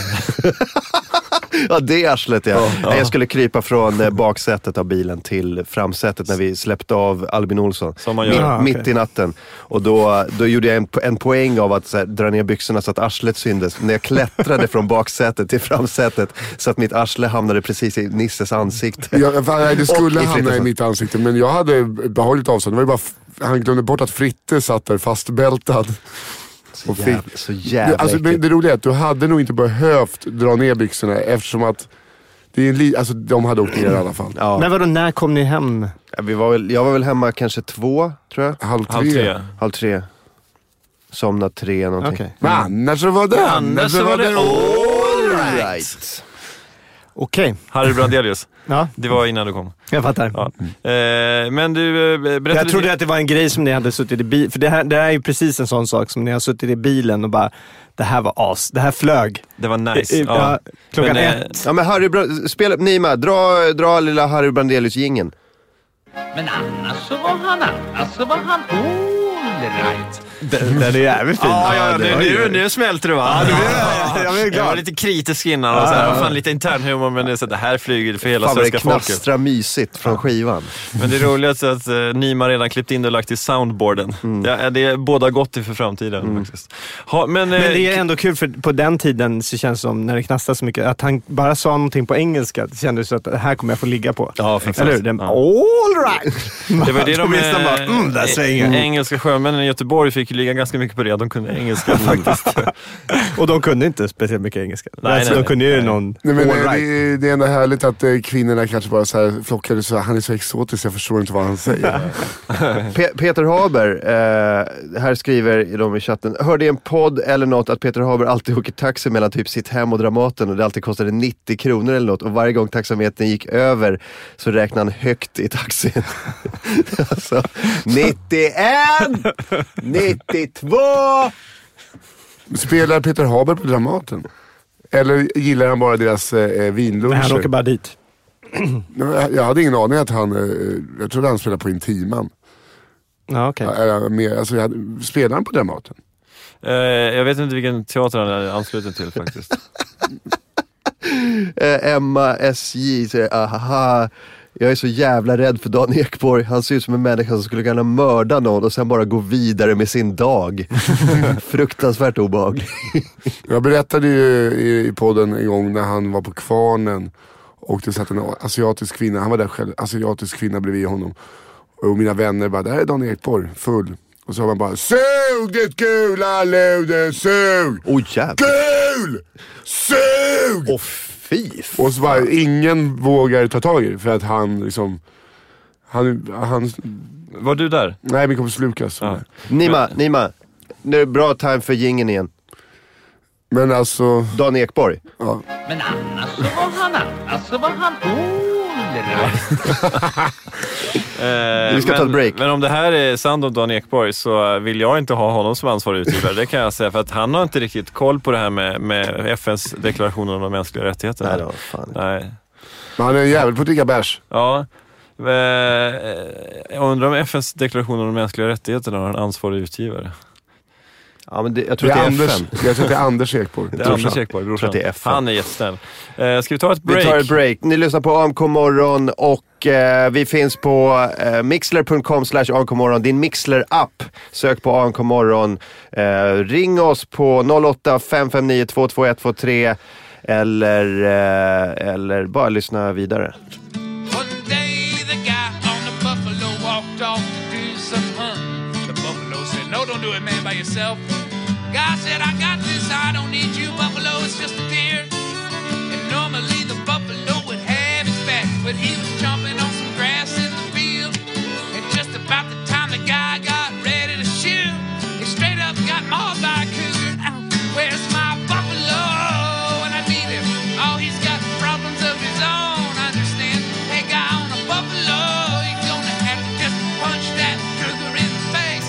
A: Ja, det arslet ja. Nej, Jag skulle krypa från eh, baksätet av bilen till framsätet när vi släppte av Albin Olsson.
B: Som man gör.
A: Mitt,
E: Ah, okej.
A: mitt i natten. Och då, då gjorde jag en, po- en poäng av att så här, dra ner byxorna så att arslet syndes. När jag klättrade från baksätet till framsätet så att mitt arsle hamnade precis i Nisses ansikte.
C: Jag, fan, nej, det
A: Och
C: skulle
A: i
C: hamna i
A: Frittesson.
C: mitt ansikte men jag hade behållit avstånd. Det var ju bara, f- han glömde bort att Fritte satt där fastbältad.
A: Så
C: Och
A: jävla,
C: fick-
A: så jävla
C: alltså, men
A: äckligt.
C: det roliga är att du hade nog inte behövt dra ner byxorna eftersom att det är en li- alltså, de hade åkt ner i alla fall.
A: Ja.
E: Men vadå, när kom ni hem?
A: Ja, Vi var väl, jag var väl hemma kanske två, tror jag.
C: Halv
B: Halv tre.
C: tre.
A: Halv tre. Somna tre någonting.
E: Okej.
C: Men annars så var det, annars så var det.
A: All right.
E: Okej.
B: Harry Brandelius.
E: Ja,
B: Det var innan du kom.
E: jag fattar.
B: Ja. Eh, men du, eh, berätta
E: Mm. Jag trodde
B: lite-
E: att det var en grej som ni hade suttit i bilen. För det här, det här är ju precis en sån sak som ni har suttit i bilen och bara, det här var as. Det här flög.
B: det var nice.
E: I- i- Eh, ja, klockan
B: Men, eh,
E: ett.
A: Ja men Harry, Bra- spela upp Nima. Dra, dra lilla Harry Brandelius-jingeln.
D: Men annars så var han, annars så var han all right.
E: Den, den är jävligt fin.
B: Ja, ja, nu, nu, nu smälter du va?
E: Jag
B: Jag
E: blev
B: var
E: glad.
B: lite kritisk innan och så här, fan, lite internhumor men det, är så, att det här flyger för hela
A: Fan vad det
B: svenska folket.
A: knastrar mysigt från skivan.
B: Men det roligaste är att eh, Nima redan klippt in det och lagt i soundboarden.
E: Mm.
B: Det, det är båda gott för framtiden faktiskt. Ha, men, eh,
E: Men det är ändå kul för på den tiden så känns det som, när det knastrar så mycket, att han bara sa någonting på engelska. Det kändes så att det här kommer jag få ligga på.
B: Ja, faktiskt.
E: Eller hur? Den,
B: Ja.
E: All right!
B: det var ju det
E: Då
B: de...
E: minns de bara, mm, där svänger.
B: eh, engelska sjömännen i Göteborg fick ju ligga ganska mycket på det, att de kunde engelska faktiskt.
E: Och de kunde inte speciellt mycket engelska.
B: Nej,
E: alltså,
B: nej,
E: de
B: nej.
E: kunde ju
B: Nej.
E: någon...
C: Nej, men
E: all
C: eh,
E: right.
C: det, det är ändå härligt att eh, kvinnorna kanske bara så här flockade så här, han är så exotisk jag förstår inte vad han säger.
A: Pe- Peter Haber, eh, här skriver de i chatten. Hörde i en podd eller något att Peter Haber alltid åker taxi mellan typ sitt hem och Dramaten och det alltid kostade 90 kronor eller något. Och varje gång taxametern gick över så räknade han högt i taxin. alltså, 91! 92!
C: Spelar Peter Haber på Dramaten? Eller gillar han bara deras eh,
E: Nej, han åker
C: vinluncher?
E: bara dit.
C: Nej, Jag hade ingen aning att han, eh, jag trodde han spelade på Intiman.
E: Ja, okej.
C: Ja, eller mer- Alltså, jag hade- spelar han på Dramaten?
B: Eh, jag vet inte vilken teater han är ansluten till faktiskt.
A: Eh, Emma SJ säger aha. Jag är så jävla rädd för Dan Ekborg. Han ser ut som en människa som skulle kunna mörda någon och sen bara gå vidare med sin dag. Fruktansvärt obehaglig.
C: Jag berättade ju i, i podden en gång när han var på Kvarnen och det satt en asiatisk kvinna, han var där själv, asiatisk kvinna bredvid honom. Och mina vänner bara, där är Dan Ekborg, full. Och så har man bara, sug ditt gula luder, sug!
A: Oj jävlar.
C: Gul! Sug!
A: Åh fy fan.
C: Och så bara, ingen vågar ta tag i det för att han liksom, han, han
B: Var du där?
C: nej min kompis Lukas.
B: Ja.
A: Nima, Nima. Nu är det bra time för jingeln igen.
C: Men alltså,
A: Dan Ekborg.
C: ja.
D: Men annars så var han, annars så var han allright.
B: Eh,
A: Vi ska
B: men,
A: ta ett break.
B: Men om det här är sant om Dan Ekborg så vill jag inte ha honom som ansvarig utgivare. Det kan jag säga. För att han har inte riktigt koll på det här med, med FNs deklaration om de mänskliga rättigheterna.
A: Nej, det var fan.
B: Nej.
C: Men han är en jävel på att dricka bärs.
B: Ja. Eh, Jag undrar om FNs deklaration om de mänskliga rättigheterna har en ansvarig utgivare.
A: Ja, men det, jag tror
C: Det
A: att det
C: är
A: är
C: Anders,
A: FN.
C: jag tror att det är Anders Ekborg.
B: Det är Anders Ekborg,
A: tror att det är
B: brorsan.
A: FN.
B: Han är jättesnäll. Eh, Ska vi ta ett break?
A: Vi tar ett break. Ni lyssnar på AMK morgon och eh, vi finns på eh, mixler.com slash AMK morgon. Din Mixler-app. Sök på AMK morgon. Eh, ring oss på 08 559 22123 eller, eh, eller bara lyssna vidare.
D: One day the guy on the buffalo walked off to do some hunting. The buffalo said, No, don't do it, man, by yourself. Guy said, I got this, I don't need you, buffalo, it's just a deer. And normally the buffalo would have his back, but he was chomping on some grass in the field. And just about the time the guy got ready to shoot, he straight up got mauled by a cougar. Ow, Where's my buffalo? When I need him, oh, he's got problems of his own. Understand? Hey, guy on a buffalo, you're gonna have to just punch that cougar in the face.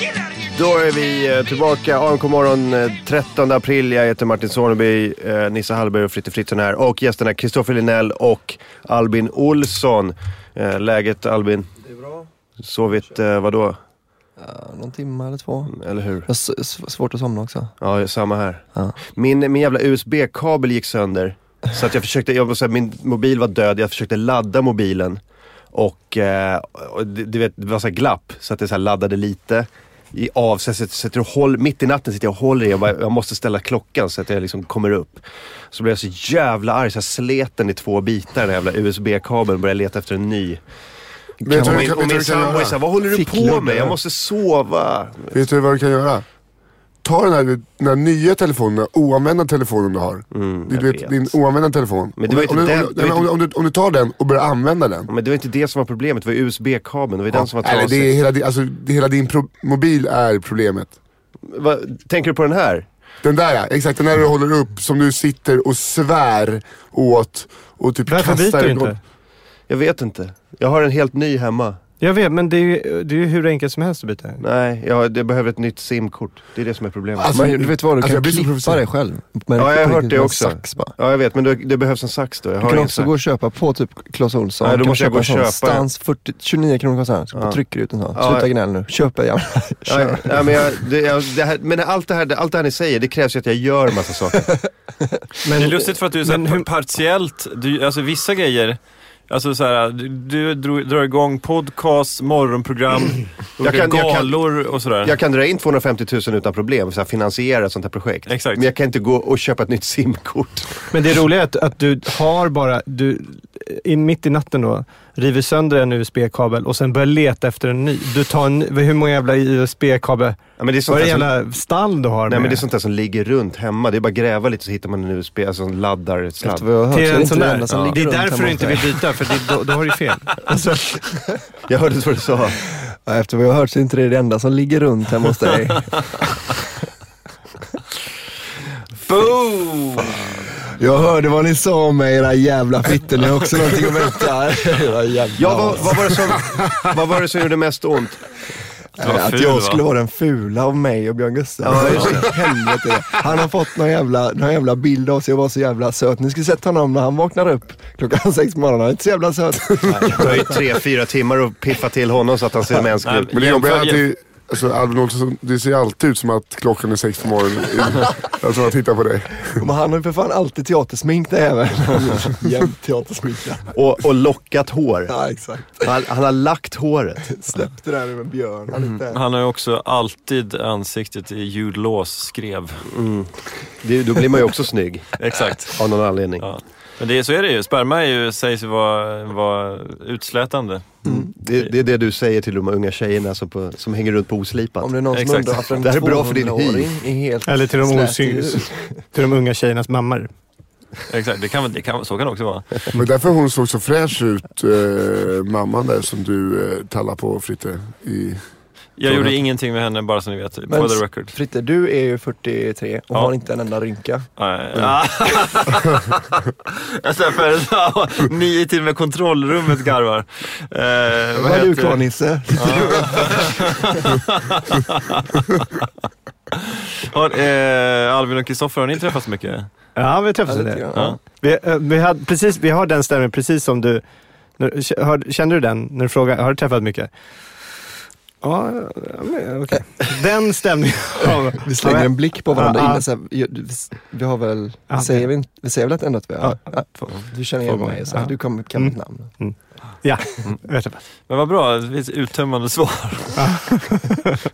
D: Get out of here.
A: Då är vi eh, tillbaka. AMK morgon eh, 13 april. Jag heter Martin Soneby, eh, Nissa Hallberg och Fritte Fritzson här. Och gästerna Kristoffer Linell och Albin Olsson. Eh, läget Albin?
I: Det är bra.
A: Sovit eh, vadå?
I: Ja, någon timme eller två.
A: Eller hur?
I: Jag har s- s- svårt att somna också.
A: Ja, samma här.
I: Ja.
A: Min, min jävla USB-kabel gick sönder. Så att jag försökte, jag, var så här, min mobil var död, jag försökte ladda mobilen. Och, eh, och det, du vet, det var så här glapp, så att det så här laddade lite. I av, så jag sitter, sitter och håll, mitt i natten sitter jag och håller i och bara, jag måste ställa klockan så att jag liksom kommer upp. Så blev jag så jävla arg så jag slet den i två bitar, den jävla USB-kabeln. och Började leta efter en ny.
C: Vet du
A: Och
C: vad du
A: min,
C: kan-
A: och
C: vet du
A: min
C: vad
A: sambo är
C: du kan
A: såhär,
C: göra?
A: vad håller du på
I: Ficklugg,
A: med? Jag
I: eller?
A: måste sova.
C: Vet du vad du kan göra? Ta den här, den här nya telefonen, oanvända telefonen du har. Mm,
A: jag
C: du vet,
A: vet.
C: din oanvända telefon.
A: Men det var
C: Om du-
A: inte
C: om
A: den-
C: du-
A: det var
C: om du- om du- Om du tar den och börjar använda den.
A: Men det var inte det som var problemet, det var USB-kabeln. Det var den som var
C: Nej,
A: trasig.
C: det är hela, din- alltså, det, hela din pro- mobil är problemet.
A: Vad- tänker du på den här?
C: Den där ja, exakt. Den där du håller upp som du sitter och svär åt och typ
E: Varför
C: kastar.
E: byter du
C: igång.
E: inte?
A: Jag vet inte. Jag har en helt ny hemma.
E: Jag vet, men det är, ju, det är ju hur enkelt som helst att byta.
A: Nej, jag, jag behöver ett nytt simkort. Det är det som är problemet.
C: Alltså,
I: Men du vet vad, du
C: alltså, jag blir
I: kan
C: så
I: klippa
C: provocerad.
I: dig själv. Men
A: ja,
I: på
A: jag har
I: riktigt
A: hört det
I: med
A: också.
I: Sax bara.
A: ja, jag vet. Men det, det behövs en sax då. Jag
I: Du
A: har
I: kan
A: ingen
I: också
A: sax.
I: gå och köpa på typ Clas Ohlson.
A: Nej, då
I: du kan
A: måste jag
I: köpa
A: gå
I: en sån.
A: och köpa den.
I: Stans 40, 29 kronor kostar den. Så
A: Ja.
I: bara trycker ut en sån.
A: Ja,
I: Sluta
A: ja.
I: gnäll nu. Köp det jävla.
A: Ja, ja, ja, men jag, det, jag, det här, men allt det, här, allt det här ni säger, det krävs ju att jag gör en massa saker.
E: Men,
B: Det är lustigt för att du är så här
E: men hur-
B: par- partiellt, du, alltså vissa grejer, alltså så här, du, du dro- drar igång podcast, morgonprogram, olika
A: kan- jag kan-
B: galor och sådär.
A: Jag kan dra in 250 000 utan problem, så här, finansiera ett sånt här projekt.
B: Exakt.
A: Men jag kan inte gå och köpa ett nytt simkort.
E: men det roliga är att, att du har bara, du, i, mitt i natten då, river sönder en USB-kabel och sen börjar leta efter en ny. Du tar en, hur många jävla USB-kabel?
A: Ja, men det är sånt
E: Vad är det
A: där som,
E: jävla stall du har
A: nej,
E: med?
A: men det är sånt där som ligger runt hemma. Det är bara att gräva lite så hittar man en USB, alltså en
I: Efter
A: laddar-sladd.
I: vad jag har hört så
E: Till
I: är det
E: en
I: inte
E: sån
I: det
E: där.
I: enda som
E: Ja. Det
I: ligger
E: är
I: runt
E: därför
I: hemma
E: du
I: hos
E: inte
I: mig.
E: vill byta, för det, då, då har du fel. Alltså,
A: Jag hörde vad du sa.
I: Ja, Efter vad jag har hört så är inte det det enda som ligger runt hemma hos dig.
B: Boom!
I: Jag hörde vad ni sa om mig era jävla fittor. Ni har också någonting att berätta. Era jävla...
A: Ja, vad, vad, var det som, vad var det som gjorde mest ont?
B: Det var
I: att
B: ful,
I: jag
B: va?
I: skulle vara den fula av mig och Björn Gustafsson. Helvete. Han har fått någon jävla, någon jävla bild av sig och var så jävla söt. Ni ska sätta honom när han vaknar upp klockan sex på morgonen. Han är inte så jävla söt.
A: Det tar ju tre, fyra timmar att piffa till honom så att han ser mänsklig
B: Nej,
A: ut.
C: Men det jobbiga är att det, Alltså Albin Olsson, det ser alltid ut som att klockan är sex på morgonen. Jag tror han tittar på dig.
I: Men han har ju för fan alltid teatersmink den jäveln. Jämt teatersmink. ja.
A: Och, och lockat hår.
I: Ja, exakt.
A: Han, han har lagt håret.
I: Släpp det där med Björn. Han är inte...
B: Han har ju också alltid ansiktet i Jude Laws skrev.
A: Det, då blir man ju också snygg
B: Exakt.
A: av någon anledning.
B: Ja. Men det, så är det ju. Sperma är ju, sägs ju vara, vara utslätande.
A: Mm. Det, det är det du säger till de unga tjejerna som, på, som hänger runt på
I: Om
A: oslipat.
I: det är någon som
B: Exakt.
I: undrar varför en
A: Det här är bra för din hy.
I: 200-åring är helt
E: Eller till de,
I: slät i
E: osyn-
I: huvudet.
E: till de unga tjejernas mammor.
B: Exakt, det kan, det kan, så kan det också vara.
C: Men därför hon såg så fräsch ut, eh, mamman där som du eh, tallar på Fritte. I...
B: Jag gjorde ingenting med henne, bara så ni vet. For
I: Men
B: the record.
I: Fritte, du är ju 43 och
B: Ja.
I: har inte en enda rynka.
B: Nej. jag släpper ja, Ni är till och med kontrollrummet garvar. Eh,
I: Vad är du
B: heter-
I: kvar Nisse?
B: Har, eh, Alvin och Kristoffer, har ni träffats mycket?
E: Ja, vi träffades
I: Ja,
E: i
I: lite
E: det.
I: grann.
B: Ja.
E: Vi, eh, vi, hade, precis, vi har den stämningen precis som du. Nu, k- hör, kände du den när du frågade, har du träffat mycket? Ja, ja, men, okej. Den stämningen. av-
I: Vi slänger
E: av-
I: en blick på varandra
E: Ja,
I: innan.
E: ja.
I: Så här, ju- vi har väl,
E: Ja,
I: säger vi, inte- vi säger väl att ändå att vi har? Ja, du känner igen
E: två
I: mig, så här,
E: gånger.
I: du kommer, kan
E: Mm.
I: mitt namn.
E: Ja, vet du vad.
B: Men vad bra, det finns uttömmande svar.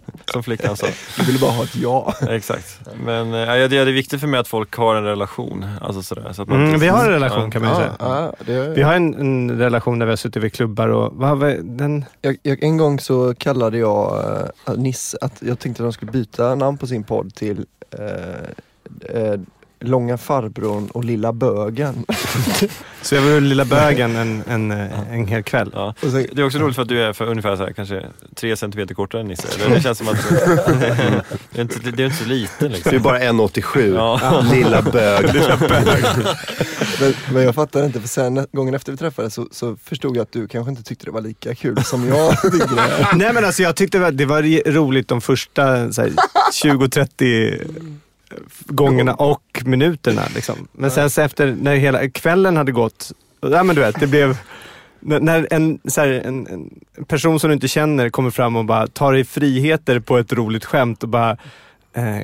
B: Som flickan sa.
I: Du ville bara ha ett ja.
B: Exakt. Men eh, ja, det är det är viktigt för mig att folk har en relation. Alltså sådär, så att man
E: Mm,
B: inte-
E: vi har en relation kan man ju
I: ja,
E: säga.
I: ja, det,
E: Vi har en, en relation där vi har suttit vid klubbar och vad har vi, den,
I: jag, jag, en gång så kallade jag eh, Nisse, att jag tänkte att de skulle byta namn på sin podd till eh, eh, Långa farbrorn och lilla bögen.
E: så jag var lilla bögen en, en, eh, en hel kväll.
B: Ja.
I: Och så,
B: Det är också roligt för att du är för ungefär så här, kanske tre centimeter kortare än Nisse. Eller Det känns som att det är inte, det är inte så liten
A: Det är
B: liksom.
A: bara 1,87.
B: Ja.
A: Lilla bög.
I: men, men jag fattade inte, för sen gången efter vi träffades så, så förstod jag att du kanske inte tyckte det var lika kul som jag tyckte det.
E: Nej men alltså jag tyckte det var re- roligt de första så här, 20-30 gångerna och minuterna. Liksom. Men sen så efter, när hela kvällen hade gått, ja men du vet, det blev när- när en, så här, en, en person som du inte känner kommer fram och bara tar dig friheter på ett roligt skämt och bara eh,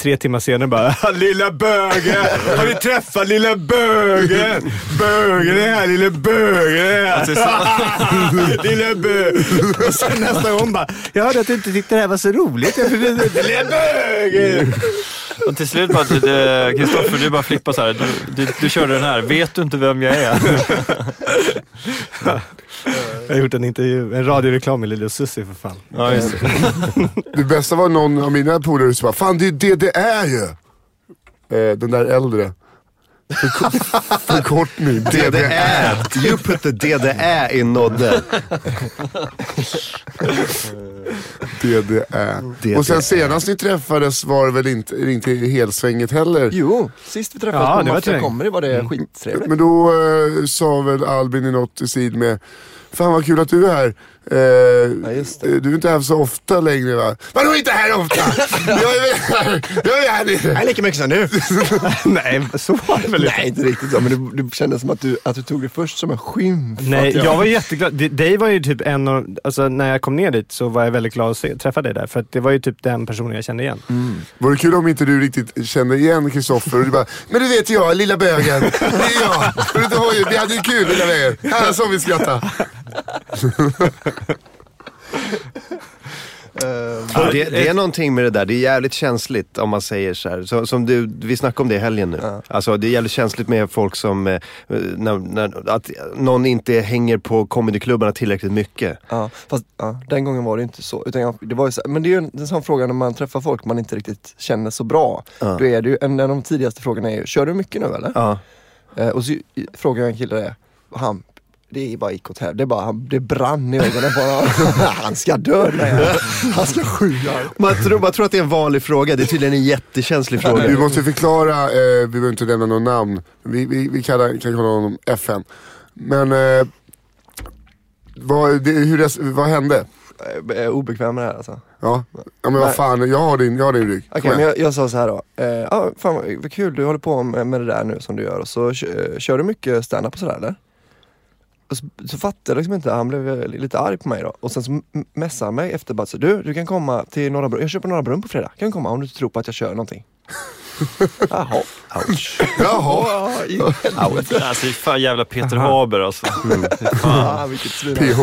E: Tre timmar senare bara “Lilla bögen! Har ni träffat lilla bögen? Bögen är här, lilla bögen är här!”
B: Alltså, så-
E: Lille bö. Och sen nästa gång bara, jag hörde att du inte tyckte det här var så roligt. Jag försökte, Lille bög!
B: Och till slut bara, det- Kristoffer du bara flippar så här. Du, du, du körde den här, vet du inte vem jag är?
E: Jag har gjort en intervju, en radioreklam med Lille Susie för fan.
B: Ja, just det.
C: Det bästa var någon av mina polare som bara, fan det är ju det det är ju. Eh, den där äldre. Förko- Förkortning, DDR.
A: DDR. You put the DDR in Nodde.
C: DDR. Och sen senast ni träffades var det väl inte, inte helsvänget heller?
I: Jo, sist vi träffades
E: Ja,
I: på
E: det var Mm.
I: Mafia
E: trevligt.
I: Comedy var det skittrevligt.
C: Men då eh, sa väl Albin i något i stil med Fan vad kul att du är här. Eh,
I: Ja, just det.
C: eh, Du är inte här så ofta längre va? Vadå inte här ofta? jag är väl här, jag är här nere.
I: lika mycket som nu.
E: Nej, så var det väl inte.
I: Nej, inte riktigt så. Men det, det kändes som att du, att du tog det först som en skymf.
E: Nej,
I: att
E: jag var jätteglad. D- Dig var ju typ en av, alltså när jag kom ner dit så var jag väldigt glad att se, träffa dig där. För att det var ju typ den personen jag kände igen.
C: Vore kul om inte du riktigt kände igen Kristoffer och du bara, men du vet jag, lilla bögen. Det är jag. Och du har ju, vi hade ju kul lilla bögen. Alla som vi skratta.
A: Ja, det, det är någonting med det där. Det är jävligt känsligt om man säger så här. Så, som du, vi snackade om det i helgen nu. Alltså, det är jävligt känsligt med folk som... eh, När, när, att någon inte hänger på comedyklubbarna tillräckligt mycket.
I: Ja, fast ja, den gången var det inte så. Utan jag, det var ju så men det är ju en, en sån fråga när man träffar folk man inte riktigt känner så bra. Då är det ju, en av de tidigaste frågorna är ju, kör du mycket nu eller?
A: Ja.
I: Eh, och så i- frågar jag en kille det, och han, det är bara ikot här. Det, är bara, han, det brann i ögonen på honom. Han ska dö den här. Han ska sjuan.
A: Man tror, man tror att det är en vanlig fråga. Det är tydligen en jättekänslig fråga.
C: Du måste förklara, eh, vi behöver inte nämna något namn. Vi, vi, vi kallar, kan kalla honom FN. Men eh, vad, det, hur, res- vad hände?
I: Jag är obekväm med det här alltså.
C: Ja, ja men
I: Nej.
C: vad fan, jag har din, jag har din rygg.
I: Okej,
C: Kom igen.
I: men jag, jag sa så här då. Eh, ah, fan vad, vad kul, du håller på med, med det där nu som du gör. Och så kö- eh, kör du mycket stand-up och sådär eller? Och så, så fattade jag liksom inte, han blev eh, lite arg på mig då. Och sen så m- messade han mig efter bara, så, du, du kan komma till Norra Brunn, jag kör på Norra Brunn på fredag. Kan du komma om du inte tror på att jag kör någonting? Jaha. Ouch.
C: Jaha,
I: Ja, i-
B: Alltså, fan jävla Peter Haber alltså.
I: Fan, vilket svin.
C: PH.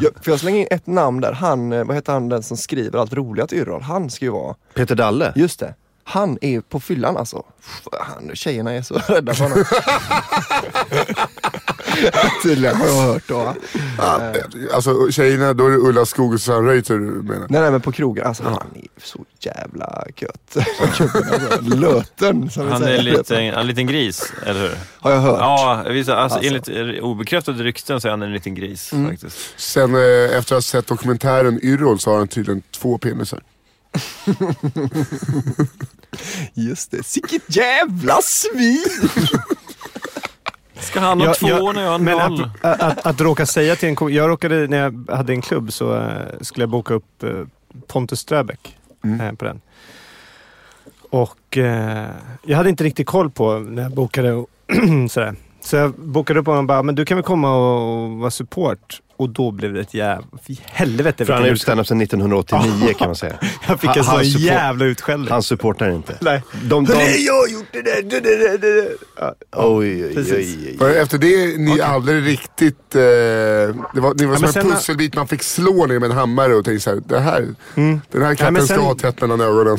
I: Jag, får jag slänga in ett namn där? Han, eh, vad heter han den som skriver allt roliga till Yrrol? Han ska ju vara,
A: Peter Dalle.
I: just det. Han är på fyllan alltså. Pff, Han, tjejerna är så rädda för honom.
C: Tydligen.
I: Har jag hört då. va?
C: Ja, Alltså tjejerna, då är det Ulla Skog och Susanne Reuter du menar?
I: Nej, nej men på krogen. Alltså han är så jävla gött. Gubben, alltså. Löten som vi
B: Han är
I: säger.
B: lite, en liten gris, eller hur?
I: Har jag hört.
B: Ja, visst, alltså,
I: Alltså.
B: enligt eh, obekräftade rykten så är han en liten gris faktiskt.
C: Sen eh, efter att ha sett dokumentären Yrrol så har han tydligen två penisar.
I: Just det. Sicket jävla svin!
B: Ska han ha
E: Jag-
B: två
E: jag-
B: när jag har
E: men
B: noll?
E: att, att, att, att råka säga till en kom- Jag råkade, när jag hade en klubb så eh, skulle jag boka upp eh, Pontus Ströbeck
A: Mm.
E: eh, på den. Och eh, jag hade inte riktigt koll på när jag bokade och sådär. Så jag bokade upp honom och bara, men du kan väl komma och, och vara support? Och då blev det ett jävla... Fy helvete
A: För han har
E: vilken
A: gjort standup sedan 1989 kan man säga.
E: utskäll- Jag fick
A: Han-
E: en sån
A: han support-
E: jävla utskällning.
A: Han supportar inte.
E: Nej.
A: De, de,
I: Nej, jag gjorde det! det, det, det, det, det. Ja,
A: oj, oj, oj,
E: Precis.
A: oj.
C: För efter det, ni aldrig riktigt... Eh, det var, ni
E: men
C: var som
E: sen- Mm.
C: en pusselbit man fick slå ner med en hammare och tänkte såhär, det här, den här katten
E: men
C: ska
E: sen-
C: ha tätt mellan ögonen.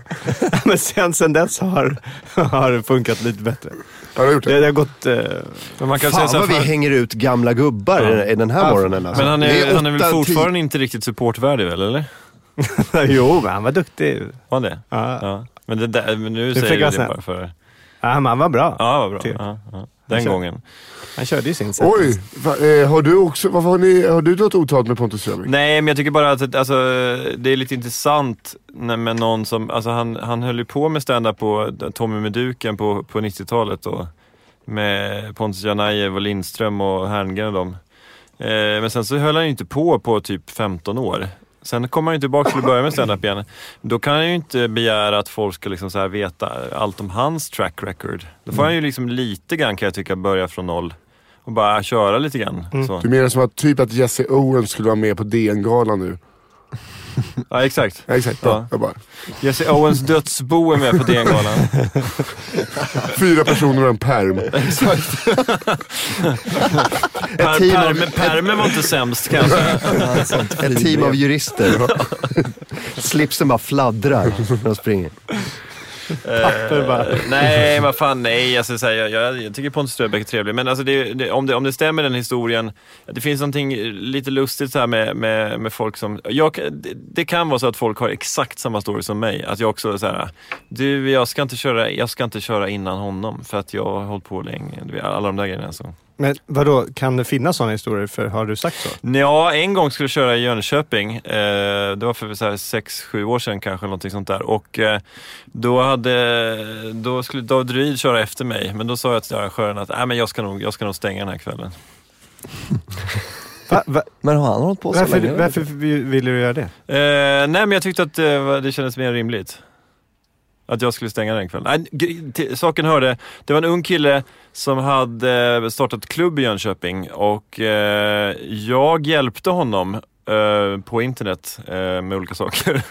E: Men sen, sen dess har, har det funkat lite bättre.
C: Har du gjort
E: Det,
C: det?
E: det har gått... Eh,
B: Men man kan säga
A: Fan
B: så här,
A: vad vi
B: för-
A: hänger ut gamla gubbar i- i den här
E: Ja.
A: morgonen. Alltså.
B: men han är,
A: Det
B: han är väl
A: åtta, typ.
B: fortfarande inte riktigt supportvärdig väl, eller?
E: jo, men han var duktig.
B: Var han det?
E: Ja.
B: Ja. Men, det där, men nu
E: fick
B: säger du
E: jag
B: det
E: sen.
B: bara för...
E: Ja, men han var bra.
B: Ja, vad bra.
E: Till.
B: Ja, ja. Den
E: kör.
B: gången.
E: Han körde ju sin set.
C: Oj, va, eh, har du också, varför har, ni, har du något otalt med Pontus Röving?
B: Nej, men jag tycker bara att alltså, det är lite intressant när- med någon som... Alltså, han, han höll ju på med stand-up på Tommy med duken på, på 90-talet då. Med Pontus Janajev och Lindström och Herngren och dem. Eh, men sen så höll han ju inte på på typ 15 år. Sen kom han ju tillbaka till att börja med stand-up igen. Då kan han ju inte begära att folk ska liksom så här veta allt om hans track record. Då får han ju liksom lite grann kan jag tycka börja från noll och bara köra lite grann. Så.
C: Du menar som att typ att Jesse Owens skulle vara med på DN-galan nu?
B: Ja, exakt.
C: Ja, exakt.
B: Ja.
C: Jag bara,
B: Jesse Owens dödsbo är med på DN-galan.
C: fyra personer och en perm.
B: Per,
A: team av-
B: permen, permen var inte sämst kanske.
A: Ett team av jurister. Slipsen bara fladdrar när de springer.
E: Papper bara.
B: Eh, nej, vad fan nej. Alltså, så här, jag, jag, jag tycker Pontus Ströbeck är trevlig. Men alltså, det, det, om, det, om det stämmer den historien. Det finns någonting lite lustigt så här med, med, med folk som... Jag, det, det kan vara så att folk har exakt samma story som mig. Att jag också är så här, du jag ska, inte köra, jag ska inte köra innan honom för att jag har hållit på länge. Du vet, Alla de där grejerna. Så.
E: Men vadå, kan det finnas sådana historier? För har du sagt så?
B: Ja, en gång skulle jag köra i Jönköping. Eh, det var för så här sex, sju år sedan kanske, någonting sånt där. Och eh, då, hade, då skulle David Ryd köra efter mig, men då sa jag till arrangören att äh, men jag, ska nog, jag ska nog stänga den här kvällen.
E: Va, va,
I: Men har han hållit på så
E: varför,
I: länge?
E: varför vi- ville du göra det?
B: Eh, nej, men jag tyckte att eh, det kändes mer rimligt. Att jag skulle stänga den kvällen. Nej, gre- till- saken hörde, det var en ung kille som hade eh, startat klubb i Jönköping och eh, jag hjälpte honom eh, på internet eh, med olika saker.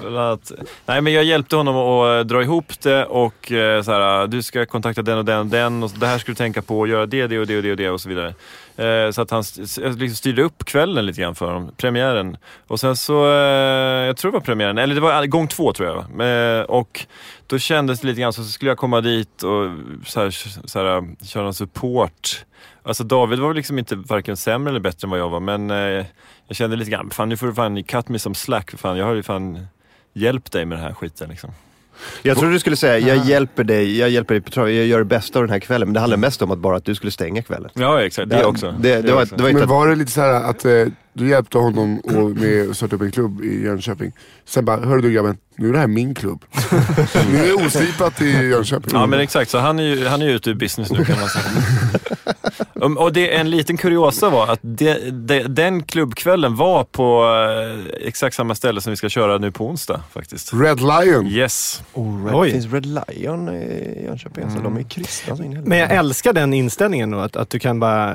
B: Bland annat- nej, men jag hjälpte honom att eh, dra ihop det och eh, så här, du ska kontakta den och den och den och det här ska du tänka på och göra det, det och det och det och det och så vidare. Eh, Så att han st- s- liksom styrde upp kvällen lite grann för honom, premiären. Och sen så, eh, jag tror det var premiären, eller det var gång två tror jag. Eh, Och då kändes det lite grann så, så skulle jag komma dit och så här, så här, köra någon support. Alltså David var väl liksom inte varken sämre eller bättre än vad jag var, men eh, jag kände lite grann, fan nu får du fan cut me some slack, för fan jag har ju fan hjälpt dig med den här skiten liksom.
A: Jag trodde du skulle säga, jag hjälper dig, jag hjälper dig på traven, jag gör det bästa av den här kvällen. Men det handlar mest om att bara att du skulle stänga kvällen.
B: Ja, exakt. Det också.
A: Det, det, var, det var inte
C: Men
A: att,
C: var det lite så här att eh, du hjälpte honom och med att starta upp en klubb i Jönköping. Sen bara, hörru du grabben, nu är det här min klubb. nu är det oslipat i Jönköping.
B: Ja men exakt, så han är ju, han är ju ute ur business nu kan man säga. Um, och det, en liten kuriosa var att det, det, den klubbkvällen var på eh, exakt samma ställe som vi ska köra nu på onsdag faktiskt.
C: Red Lion.
B: Yes.
I: Oh, Red,
E: Oj. Mm.
I: Oj. finns Red Lion i Jönköping? Alltså, de är kristna så in i helvete.
E: Men jag älskar den inställningen då, att, att du kan bara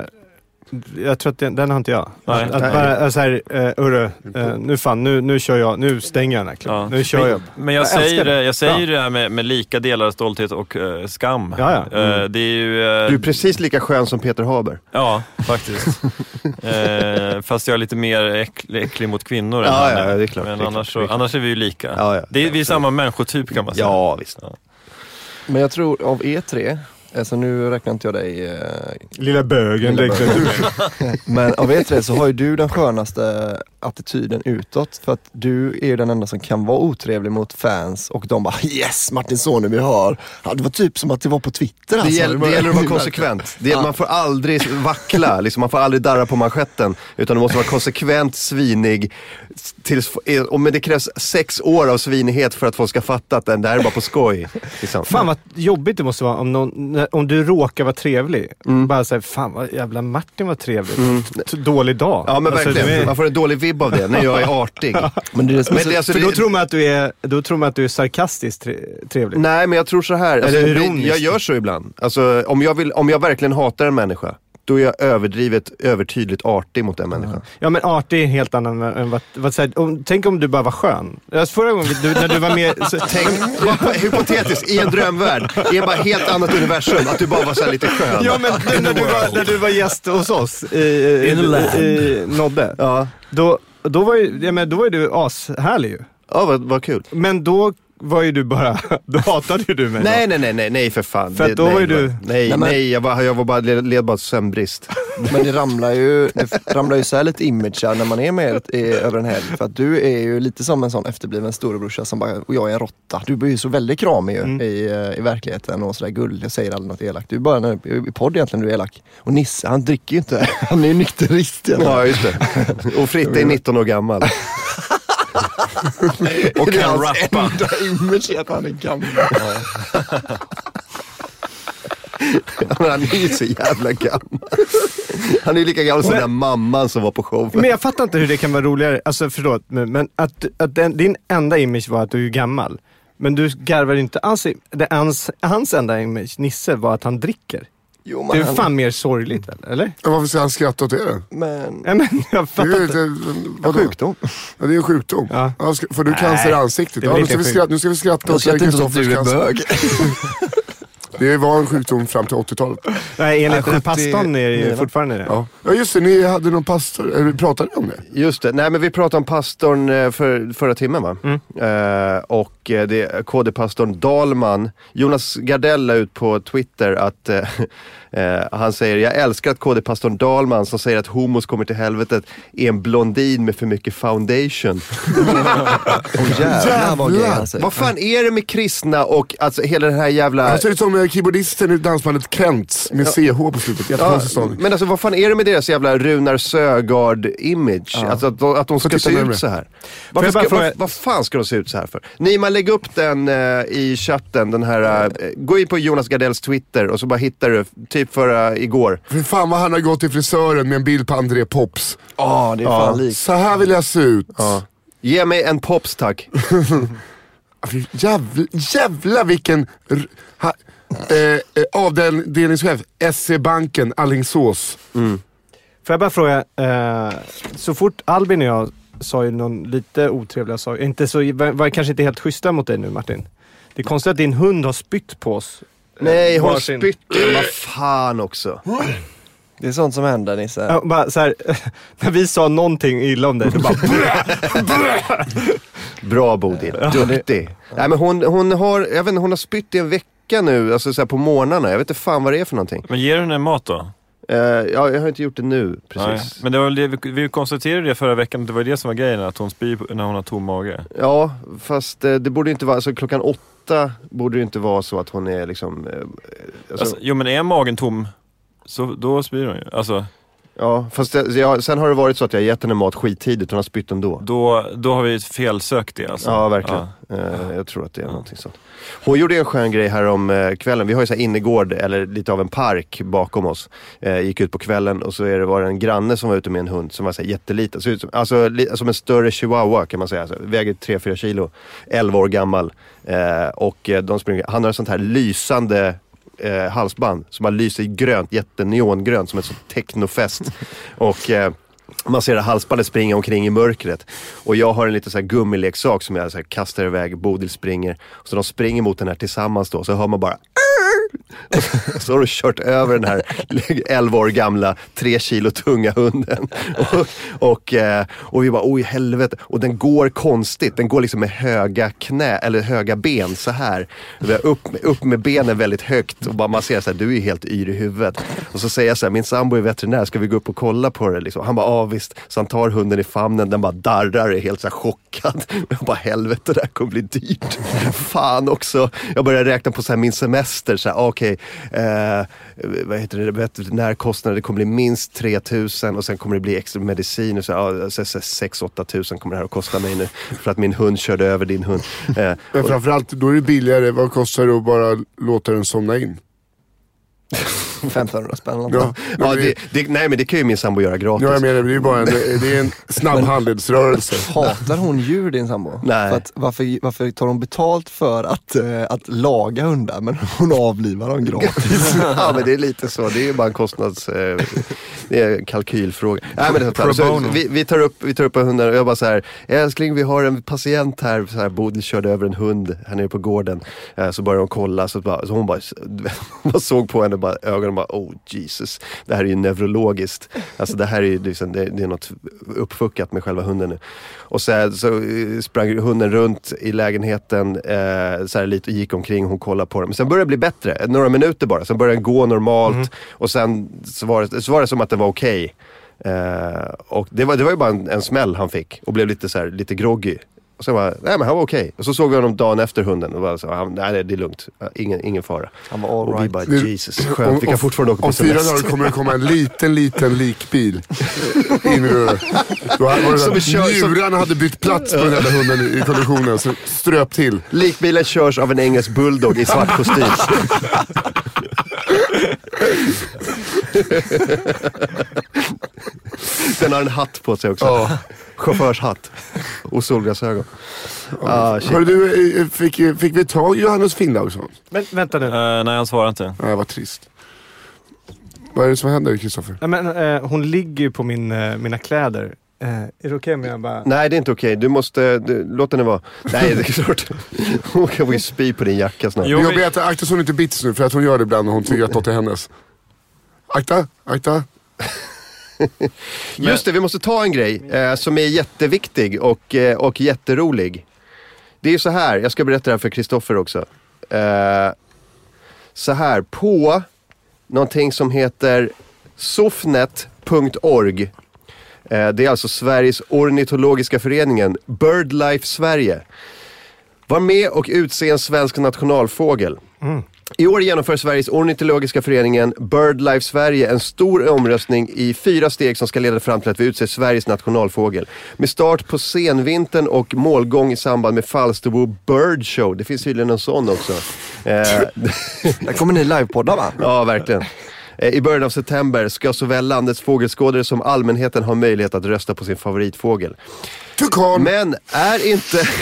E: Jag tror att den, den har inte jag.
B: Nej.
E: att
A: Nej.
E: bara äh, såhär, uh, urre, eh, nu fan, nu, nu kör jag, nu stänger jag den här klubben.
B: Ja.
E: Nu kör jag.
B: Men jag,
E: älskar
B: säger, det. jag säger
E: Ja.
B: det här med, med lika delar stolthet och eh, skam.
E: Ja, ja. Mm.
B: Eh, det är ju... eh,
A: Du är precis lika skön som Peter Haber.
B: Ja, faktiskt. eh, fast jag är lite mer äck, äcklig mot kvinnor än
A: Ja,
B: han
A: ja,
B: är.
A: ja, det är klart, det är
B: Men
A: klart,
B: annars,
A: det
B: så,
A: är klart.
B: annars är vi ju lika.
A: Ja, ja.
B: det är, vi är samma människotyp kan man säga.
A: Ja, visst.
I: Men jag tror av er tre, alltså nu räknar inte jag dig, eh,
E: Lilla bögen.
I: Lilla
E: liksom.
I: men av er tre så har ju du den skönaste attityden utåt. För att du är ju den enda som kan vara otrevlig mot fans och de bara yes Martin Soneby har. Ja, det var typ som att det var på Twitter
A: Det,
I: alltså.
A: gäller, det gäller att vara konsekvent. Det, Man får aldrig vackla, liksom, man får aldrig darra på manschetten. Utan du måste vara konsekvent svinig. Tills, eh, och, men det krävs sex år av svinighet för att folk ska fatta att den där är bara på skoj. Liksom.
E: Fan vad jobbigt det måste vara om, någon, när- om du råkar vara trevlig.
I: Mm.
E: Bara såhär, fan vad jävla Martin var trevlig. T- Dålig dag.
A: Ja men
E: Alltså,
A: verkligen,
E: du är-
A: man får en dålig vibb av det när jag är artig.
I: Men det är det som är
A: Men det,
I: så...
A: alltså,
E: För då
A: det,
E: tror man att du är, då tror man att du är sarkastiskt tre- trevlig.
A: nej men jag tror så här. Alltså,
E: Eller
A: det-
E: Typ. ironiskt.
A: jag gör så ibland. Alltså, om, jag vill, om jag verkligen hatar en människa, då är jag överdrivet, övertydligt artig mot den människan.
E: Ja men artig är en helt annan än vad, vad såhär, om, Tänk om du bara var skön. Alltså, förra gången du, när du var med... Så,
A: Tänk, hypotetiskt, i en drömvärld, i ett bara helt annat universum, att du bara var så här lite skön.
E: Ja men nu när du, var, när du var gäst hos oss i, i,
B: In the land.
E: i, Nodde.
A: Ja,
E: Då, då, var ju, ja, men då var ju du ashärlig ju.
A: ja vad, vad kul.
E: Men då var ju du bara, då hatade ju du mig. då.
A: Nej, nej, nej, nej, nej för fan.
E: För att då
A: nej,
E: var ju
A: det
E: du-
A: Nej,
I: men-
A: nej, jag, var, jag var bara, led, led bara av sömnbrist.
I: Men det ramlar ju, det ramlar ju så här lite imagear när man är med er i, över en helg. För att du är ju lite som en sån efterbliven storebrorsa som bara, och jag är en råtta. Du blir ju så väldigt kramig ju
E: Mm.
I: i, eh, i verkligheten och sådär gullig. Jag säger aldrig något elakt. Du är bara när, i podd egentligen du är elak. Och Nisse han dricker ju inte. Han är ju nykterist. egentligen.
A: Ja, just det. Och Fritte är 19 år gammal.
I: Och
B: kan rappa.
I: enda image är att han är gammal.
A: Men han är ju så jävla gammal. Han är ju lika gammal som den där mamman som var på showen.
E: Men jag fattar inte hur det kan vara roligare. Alltså förlåt, men, men att, att den, din enda image var att du är gammal. Men du garvar inte alls. i- Det, hans, hans enda image, Nisse, var att han dricker.
I: Jo,
E: Det är
I: han-
E: fan mer sorgligt, eller?
C: Ja, Varför ska han skratta åt er?
I: Men...
E: Ja, men jag
C: Det är
E: fattar
C: ju
E: inte.
C: inte- vadå?
I: Sjukdom.
C: Ja, det är en sjukdom.
E: Ja.
C: Ja. ska, får du cancer i ansiktet?
E: det är
C: Ja,
E: väl
C: nu, ska
E: lika
C: vi
E: sjukt.
C: skratta, nu ska vi skratta
I: Jag
C: åt Sven
I: skrattar inte åt att
C: Kristoffers
I: du är
C: cancer.
I: bög.
C: Det var en sjukdom fram till 80-talet.
E: Nej, enligt den här
I: 70
E: pastan är det ju
I: nere.
E: fortfarande det.
C: Ja. ja just det, ni hade någon pastor, eller pratade ni om det?
A: Just det, nej men vi pratade om pastorn eh, för, förra timmen va?
I: Mm.
A: Eh, och eh, det KD-pastorn Dalman. Jonas Gardell la ut på Twitter att eh, eh, han säger, jag älskar att KD-pastorn Dalman som säger att homos kommer till helvetet är en blondin med för mycket foundation.
I: Åh jävlar vad gay han säger.
A: Vad fan är det med kristna och alltså hela den här jävla...
C: Han ser ut som eh, keyboardisten i dansbandet Kent med CH på slutet.
A: Ja,
C: Jättekonstig stavning.
A: men alltså vad fan är det med deras jävla Runar Sögaard-image? Alltså att de, att de ska
C: titta
A: se
C: närmare.
A: ut så här. Varför
E: jag
A: ska,
E: bara fråga-
A: vad, vad fan ska de se ut så här för? Nima, lägg upp den eh, i chatten. Den här, eh, gå in på Jonas Gardells Twitter och så bara hittar du, typ förra igår.
C: För fan vad han har gått till frisören med en bild på André Pops.
I: Ja, det är fan likt.
C: Så här vill jag se ut.
A: Ge mig en pops tack.
C: Fy Jävla, jävla vilken... r- Ha, eh, eh, avdelningschef, SE-banken, Alingsås.
E: Får jag bara fråga, eh, så fort Albin och jag sa ju någon lite otrevliga saker, inte så, var, var kanske inte helt schyssta mot dig nu Martin. Det är konstigt att din hund har spytt på oss. eh,
A: Nej, hon
E: varsin.
A: spytte. Vad fan också.
I: Det är sånt som händer Nisse.
E: Ja, bara så här, när vi sa någonting illa om dig, då bara...
A: Bra Bodil, duktig. Nej, men hon, hon, har, jag vet inte, hon har spytt i en vecka nu, alltså så här på morgnarna. Jag vet inte fan vad det är för någonting.
B: Men ger du henne mat då?
A: Eh, ja, jag har inte gjort det nu precis.
B: Nej. Men det var väl det, vi- vi konstaterade det förra veckan, att det var det som var grejen, att hon spyr på- när hon har tom mage.
A: Ja, fast eh, det borde ju inte vara, alltså klockan åtta borde det ju inte vara så att hon är liksom, eh, alltså,
B: Alltså, jo men är magen tom, så, då spyr hon ju. Alltså,
A: ja, fast det, ja, sen har det varit så att jag gett henne mat skittidigt, hon har spytt ändå.
B: då, då har vi felsökt det alltså.
A: Ja, verkligen. Eh, jag tror att det är någonting sånt. Hon gjorde en skön grej här om eh, kvällen. Vi har ju så här innergård, eller lite av en park bakom oss. Eh, gick ut på kvällen och så är det, var det en granne som var ute med en hund som var så här jätteliten. Såg ut som, alltså li, som en större chihuahua kan man säga. Alltså, väger 3-4 kilo. 11 år gammal. Eh, och eh, de springer, han har ett sånt här lysande eh, halsband som bara lyser i grönt, jätteneongrönt som ett sånt technofest. Och eh, man ser det halsbandet springa omkring i mörkret. Och jag har en liten så här gummileksak som jag så här kastar iväg, Bodil springer. Så de springer mot den här tillsammans då, så hör man bara så har de kört över den här 11 år gamla, 3 kilo tunga hunden. Och, och, eh, och vi bara, oj helvete. Och den går konstigt. Den går liksom med höga knä, eller höga ben så här. Vi har Upp, upp med benen väldigt högt och bara man ser så här, du är ju helt yr i huvudet. Och så säger jag så här, min sambo är veterinär, ska vi gå upp och kolla på det? Liksom. Han bara, ja ah, visst. Så han tar hunden i famnen, den bara darrar och är helt så här chockad. Jag bara, helvete det här kommer bli dyrt. Fan också. Jag börjar räkna på så här min semester. Så här, ah, okej, eh, vad heter det, veterinärkostnader, det kommer bli minst 3000 och sen kommer det bli extra medicin. Och så, ja, så, så, 6 8000 kommer det här att kosta mig nu för att min hund körde över din hund. Eh,
C: Men framförallt, då är det billigare. Vad kostar det att bara låta den somna in?
I: 1500 spänn.
A: ja,
C: Ja, men det,
A: det, det, nej men det kan ju min sambo göra gratis.
C: ja, jag menar, det är bara en, det är en snabb handledsrörelse.
I: Hatar hon djur din sambo?
A: Nej.
I: För att, varför, varför tar hon betalt för att, eh, att laga hundar men hon avlivar dem gratis?
A: ja men det är lite så, det är ju bara en kostnads... Eh, det är en kalkylfråga. Nej, men det är så här. så, vi, vi tar upp, vi tar upp hunden och jag bara så här, älskling vi har en patient här, så här Bodil körde över en hund här nere på gården. Eh, så började hon kolla, så, bara, så hon bara, man såg på henne och bara, ögonen bara, oh Jesus. Det här är ju neurologiskt. Alltså det här är ju liksom, det, det är något uppfuckat med själva hunden nu. Och så, här, så eh, sprang hunden runt i lägenheten eh, så här lite och gick omkring, hon kollade på den. Men sen började det bli bättre, några minuter bara. Sen började den gå normalt
C: Mhm.
A: och sen så var, det, så var det som att den var okej. Eh, och det var, det var ju bara en, en smäll han fick och blev lite, så här, lite groggy. Och sen bara, nej men han var okej. Och så såg vi honom dagen efter hunden och bara så, han, nej nej, det är lugnt, ingen, ingen fara.
I: Han var all
A: och vi
I: right.
A: bara, Jesus, skönt, vi kan fortfarande åka på
C: Om fyra
A: semester.
C: dagar kommer det komma en liten, liten likbil. In i röret. Då hade- var det
A: Som
C: där-
A: kör- som-
C: Njurarna hade bytt plats på den där hunden i kollisionen, så ströp till.
A: Likbilen körs av en engelsk bulldog i svart kostym. Den har en hatt på sig också. Chaufförshatt. Och solglasögon. Ah, shit.
C: Hörru du, eh, fick, fick vi tag i Johannes Finnlaugsson?
E: Men vänta nu.
B: Eh, nej, han svarar inte.
C: Nej, vad trist. Vad är det som händer Kristoffer?
E: Nej, men, eh, hon ligger ju på min, eh, mina kläder. Eh, är det okej om jag bara...
A: Nej, det är inte okej. Du måste... Du, låt henne vara. Nej, det är klart. Hon kan ju spy på din jacka snart.
B: Jo,
C: Jag
B: vi,
C: ber att akta så hon inte bits nu, för att hon gör det ibland och hon tycker att något är hennes. Akta, akta.
A: Just det, vi måste ta en grej eh, som är jätteviktig och, eh, och jätterolig. Det är ju så här, jag ska berätta det här för Kristoffer också. Eh, så här, på någonting som heter sofnet.org. Eh, det är alltså Sveriges ornitologiska föreningen, Birdlife Sverige. Var med och utse en svensk nationalfågel. I år genomför Sveriges ornitologiska föreningen Birdlife Sverige en stor omröstning i fyra steg som ska leda fram till att vi utser Sveriges nationalfågel. Med start på senvintern och målgång i samband med Falsterbo Bird Show. Det finns tydligen en sån också. Eh,
I: Där kommer ni livepodda va?
A: Ja, verkligen. Eh, I början av september ska såväl landets fågelskådare som allmänheten ha möjlighet att rösta på sin favoritfågel.
C: Tukan!
A: Men är inte...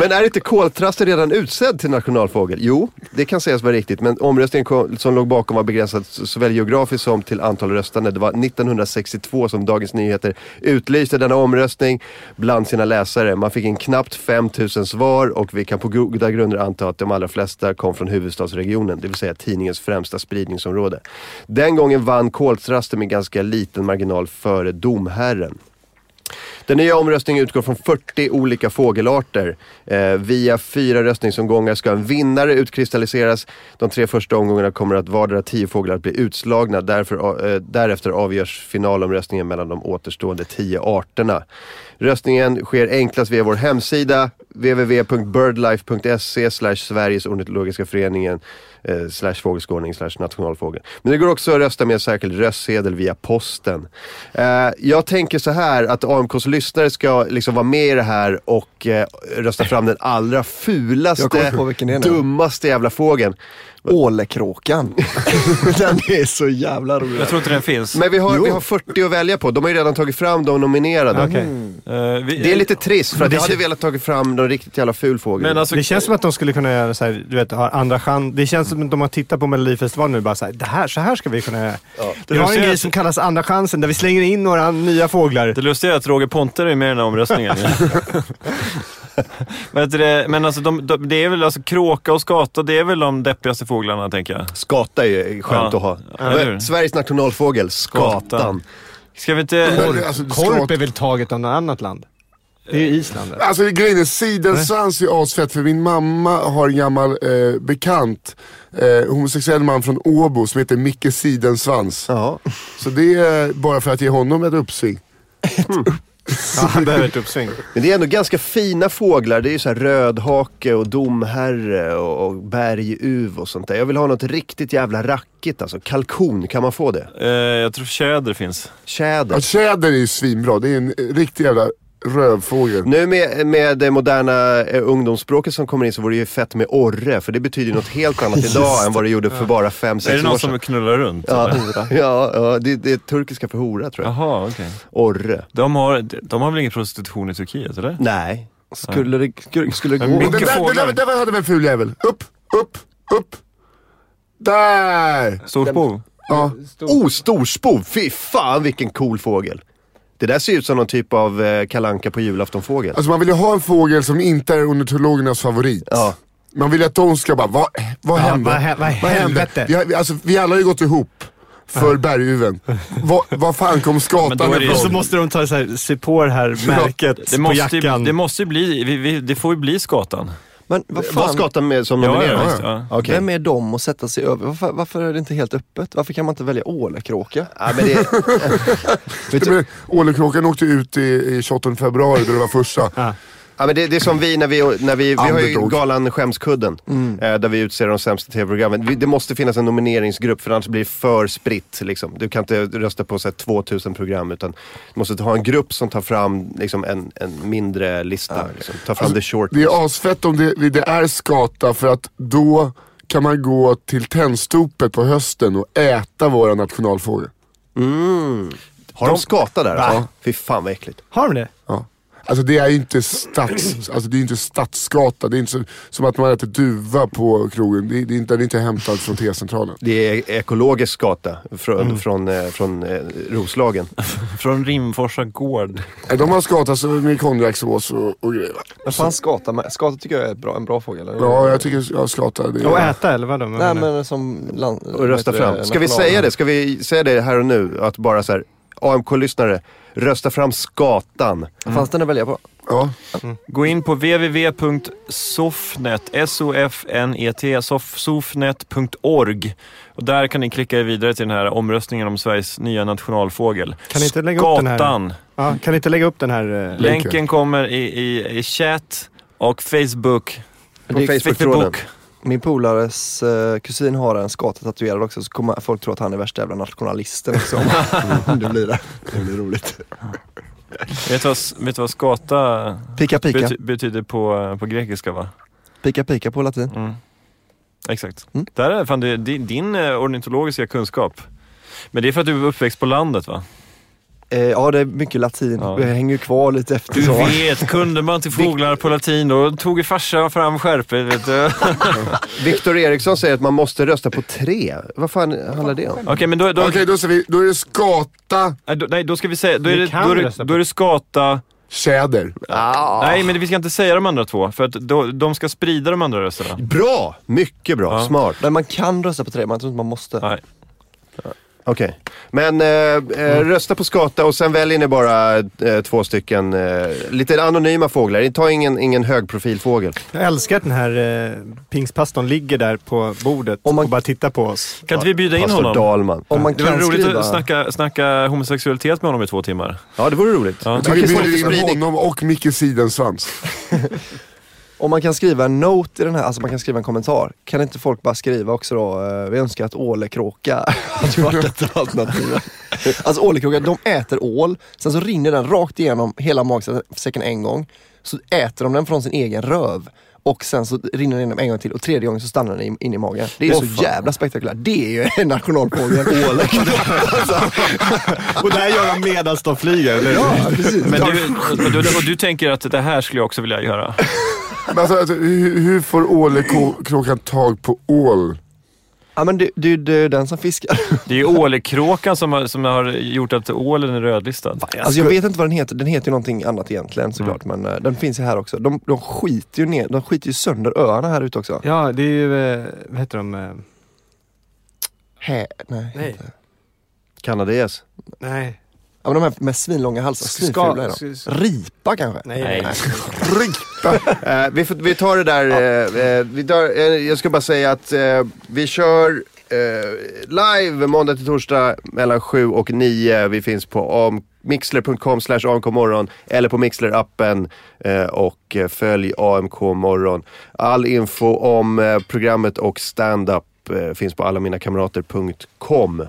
A: Men är inte koltrasten redan utsedd till nationalfågel? Jo, det kan sägas vara riktigt. Men omröstningen ko- som låg bakom var begränsad s- såväl geografiskt som till antal röstande. Det var 1962 som Dagens Nyheter utlyste denna omröstning bland sina läsare. Man fick in knappt 5000 svar och vi kan på goda grunder anta att de allra flesta kom från huvudstadsregionen, det vill säga tidningens främsta spridningsområde. Den gången vann koltrasten med ganska liten marginal före domherren. Den nya omröstningen utgår från 40 olika fågelarter. Eh, via fyra röstningsomgångar ska en vinnare utkristalliseras. De tre första omgångarna kommer att vardera 10 fåglar att bli utslagna. Därför, eh, därefter avgörs finalomröstningen mellan de återstående 10 arterna. Röstningen sker enklast via vår hemsida www.birdlife.se slash Sveriges ornitologiska föreningen eh, slash fågelskådning slash nationalfågel. Men det går också att rösta med särskild röstsedel via posten. Eh, jag tänker så här att AMKs lyssnare ska liksom vara med i det här och eh, rösta fram den allra
I: Jag
A: fulaste,
I: kommer på vilken det är nu.
A: dummaste jävla fågeln.
I: Ålekråkan. den är så jävla rolig.
B: Jag tror inte den finns.
A: Men vi har,
I: Jo.
A: vi har 40 att välja på. De har ju redan tagit fram de nominerade.
E: Okej.
I: Mm.
B: Eh, vi-
A: Det är lite trist för att
E: det
A: jag hade
E: kän-
A: velat tagit fram de riktigt jävla fulfåglarna.
B: Men alltså,
E: Det känns som att de skulle kunna göra så här, du vet, ha andra chans. Det känns som att de har tittat på Melodifestivalen nu och bara så här, det här, så här ska vi kunna göra. Vi har en
B: lustiga är
E: grej
B: att-
E: som kallas andra chansen där vi slänger in några nya fåglar.
B: Det lustiga är att Roger Ponter är med i den här omröstningen. men att det, men alltså, de, de, det är väl alltså kråka och skata, det är väl de deppigaste fåglarna tänker jag.
A: Skata är ju skönt
B: Ja.
A: att ha.
B: Ja, eller hur?
A: Sveriges nationalfågel, skatan.
B: Skatan. Ska vi inte...
C: Men, alltså,
E: Korp
C: skata-
E: är väl taget av något annat land? Det är ju Island. eller?
C: Alltså grejen är, sidensvans är asfett för min mamma har en gammal eh, bekant eh, homosexuell man från Åbo som heter Micke Sidensvans.
A: Ja.
C: Så det är bara för att ge honom ett uppsving.
E: Ja, han behöver ett uppsving.
A: Men det är ändå ganska fina fåglar. Det är ju så här rödhake och domherre och, och berguv och sånt där. Jag vill ha något riktigt jävla rackigt alltså. Kalkon, kan man få det?
B: Eh, jag tror tjäder finns.
A: Tjäder.
B: Alltså-
C: Ja, tjäder är ju svinbra, det är en eh, riktig jävla rövfågel.
A: Nu med, med det moderna eh, ungdomsspråket som kommer in så vore det ju fett med orre, för det betyder ju något helt annat idag än vad det gjorde för bara fem
B: Är det
A: sex år
B: någon
A: sedan.
B: som knullar runt?
A: Ja, ja, ja det, det är turkiska för hora tror jag.
B: Jaha, okej.
A: Orre.
B: De, har, de har väl ingen prostitution i Turkiet, eller?
A: Nej. Skulle det, skulle, skulle det
B: Men
A: gå?
C: Och den
B: Mycket
C: där, den där,
B: fåglar.
C: den där hade vi en ful jävel. Upp, upp, upp. Där!
B: Storspov?
C: Ja.
A: Oh, storspov! Fy fan vilken cool fågel. Det där ser ut som någon typ av eh, kalanka på julaftonfågel.
C: Alltså man vill ju ha en fågel som inte är ornitologernas favorit.
A: Ja.
C: Man vill ju att de ska bara, vad, vad
E: Ja,
C: hände?
E: vad hä- vad helvete?
C: Vi, har- vi, alltså, vi alla har ju gått ihop för berguven. Vad vad fan kom
B: Men då är
C: skatan
B: det-
E: Och så
C: ifrån?
E: måste de ta så här, se på det här märket
B: Det
E: på
B: måste, ju-
E: jackan.
B: det måste ju bli, vi, vi, det får ju bli skatan.
I: Men vad fan,
A: Eh, Vad skatan med som
B: Ja,
A: nominerad?
B: ja, visst, ja.
A: Okej.
I: vem är de att sätta sig över? Varför, varför är det inte helt öppet? Varför kan man inte välja ålekråka?
A: Ja, men det,
C: Vet du, men Ålekråkan åkte ut i, i 28 februari då det var första.
A: ja, men det, det är som vi när vi, när vi, vi har ju
C: Underdog.
A: galan Skämskudden. Eh, där vi utser de sämsta tv-programmen. Vi- Det måste finnas en nomineringsgrupp för annars blir det för spritt. Liksom. Du kan inte rösta på så här, 2000 program utan du måste ha en grupp som tar fram liksom, en, en mindre lista. liksom. Ta fram the short.
C: Det är asfett om det, det är skata för att då kan man gå till Tennstopet på hösten och äta våra nationalfågel.
A: Har de skata där? Ja. Fy fan vad äckligt.
E: Har de det?
C: Ja. Alltså det är ju inte stats, alltså det är inte stadsgata. Det är inte så, som att man äter duva på krogen. Det, det, är, inte, den är inte hämtad från T-centralen.
A: Det är ekologisk skata från, från, eh, från eh, Roslagen.
B: Från Rimforsa gård.
C: Nej, De har skatat sig med konjaksås och, och grejer. va?
I: Men fan skata, med- skata tycker jag är ett bra, en bra fågel. eller?
C: Ja, jag tycker jag skatar. Det,
E: Och
C: är-
E: äta eller vadå?
I: Nej men som land,
A: Och rösta fram. Ska vi säga det? Ska vi säga det här och nu? Att bara så här, AMK-lyssnare, rösta fram skatan.
I: Fanns den att välja på?
C: ja.
B: Gå in på www.sofnet, S-O-F-N-E-T, sof- sofnet.org. Och där kan ni klicka er vidare till den här omröstningen om Sveriges nya nationalfågel.
E: Kan ni inte lägga upp den här?
B: Skatan.
E: Ja, kan ni inte lägga upp den här? eh,
B: Länken kommer i, i, i chat och Facebook.
A: På Facebook-tråden.
I: Min polares eh, kusin har en skata tatuerad också, så kommer folk tro att han är värsta jävla nationalisten också. det blir det. Det blir roligt.
B: Vet du vad, s- vet du vad skata
I: Pika pika.
B: bety, betyder på, på grekiska? va?
I: Pika pika på latin.
B: Exakt.
I: Mm.
B: Där är fan det, din, din eh, ornitologiska kunskap. Men det är för att du är uppväxt på landet va?
I: Eh, ja, det är mycket latin.
B: Ja.
I: Vi hänger ju kvar lite efter.
B: Du
I: så.
B: vet, kunde man till fåglar på latin då tog ju farsan fram skärpet vet du. Okej,
A: Viktor Eriksson säger att man måste rösta på tre. Vad fan handlar det om?
B: men då, då,
C: Okej, då säger vi, då är det skata
B: nej, då, nej, då ska vi säga, då är
E: Vi
B: det,
E: kan
B: då är det,
E: rösta på-
B: då är det skata.
C: tjäder.
B: Nej, men vi ska inte säga de andra två för att då, de ska sprida de andra rösterna.
A: Bra! Mycket bra.
B: Ja.
A: Smart.
I: Men man kan rösta på tre, man tror inte man måste.
B: Nej.
A: Okej. Men eh, eh,
I: Mm.
A: rösta på skata och sen väljer ni bara eh, två stycken eh, lite anonyma fåglar. Ni tar ingen, ingen högprofilfågel.
E: Jag älskar att den här eh, pingspastorn ligger där på bordet
I: Om man-
E: och bara tittar på oss.
B: Kan inte vi bjuda in
A: Pastor
B: honom?
A: Dahlman.
I: Om man
B: Det var
I: kan
B: roligt
I: skriva...
B: att snacka, snacka homosexualitet med honom i två timmar.
A: Ja, det vore roligt.
B: Ja.
C: Jag tycker
A: Okej,
C: vi
A: så lite
C: bjuder in
A: spridning.
C: honom och Micke Sidensvans.
I: Om man kan skriva en note i den här, alltså man kan skriva en kommentar. Kan inte folk bara skriva också då, eh, vi önskar att ålekråka hade varit ett alternativ. Alltså ålekråka, de äter ål, sen så rinner den rakt igenom hela magsäcken en gång. Så äter de den från sin egen röv. Och sen så rinner den igenom en gång till och tredje gången så stannar den in- in i magen. Det är
A: Åh,
I: så
A: fan.
I: jävla spektakulärt. Det är ju en nationalfågel, ålen.
A: Och det här gör de medan de flyger, eller hur?
I: Ja, precis.
B: Men du, och, du, och du tänker att det här skulle jag också vilja göra?
C: Men alltså, alltså, hur, hur får ålekråkan tag på ål?
I: Ja men det, det är ju det är den som fiskar.
B: Det är ju ålekråkan som har, som har gjort att ålen är rödlistad.
I: Alltså jag vet inte vad den heter, den heter ju någonting annat egentligen såklart
A: Mm.
I: men eh, den finns ju här också. De, de skiter ju ner, de skiter ju sönder öarna här ute också.
E: Ja, det är ju, eh, vad heter de? eh,
I: Hä, nej.
E: Nej.
I: inte.
A: Kanadies.
E: Nej.
I: Ja men de här med svinlånga halsar,
E: Ska-
I: svinfula är de.
E: ska- ska-
I: Ripa kanske?
E: Nej.
B: Nej.
A: Eh, vi, får, vi tar det där. eh, eh, vi tar, eh, jag ska bara säga att eh, vi kör eh, live måndag till torsdag mellan 7 och 9. Vi finns på am- mixler.com slash amkmorgon eller på mixler-appen eh, och eh, följ AMK morgon. All info om eh, programmet och stand-up eh, finns på allaminakamrater.com.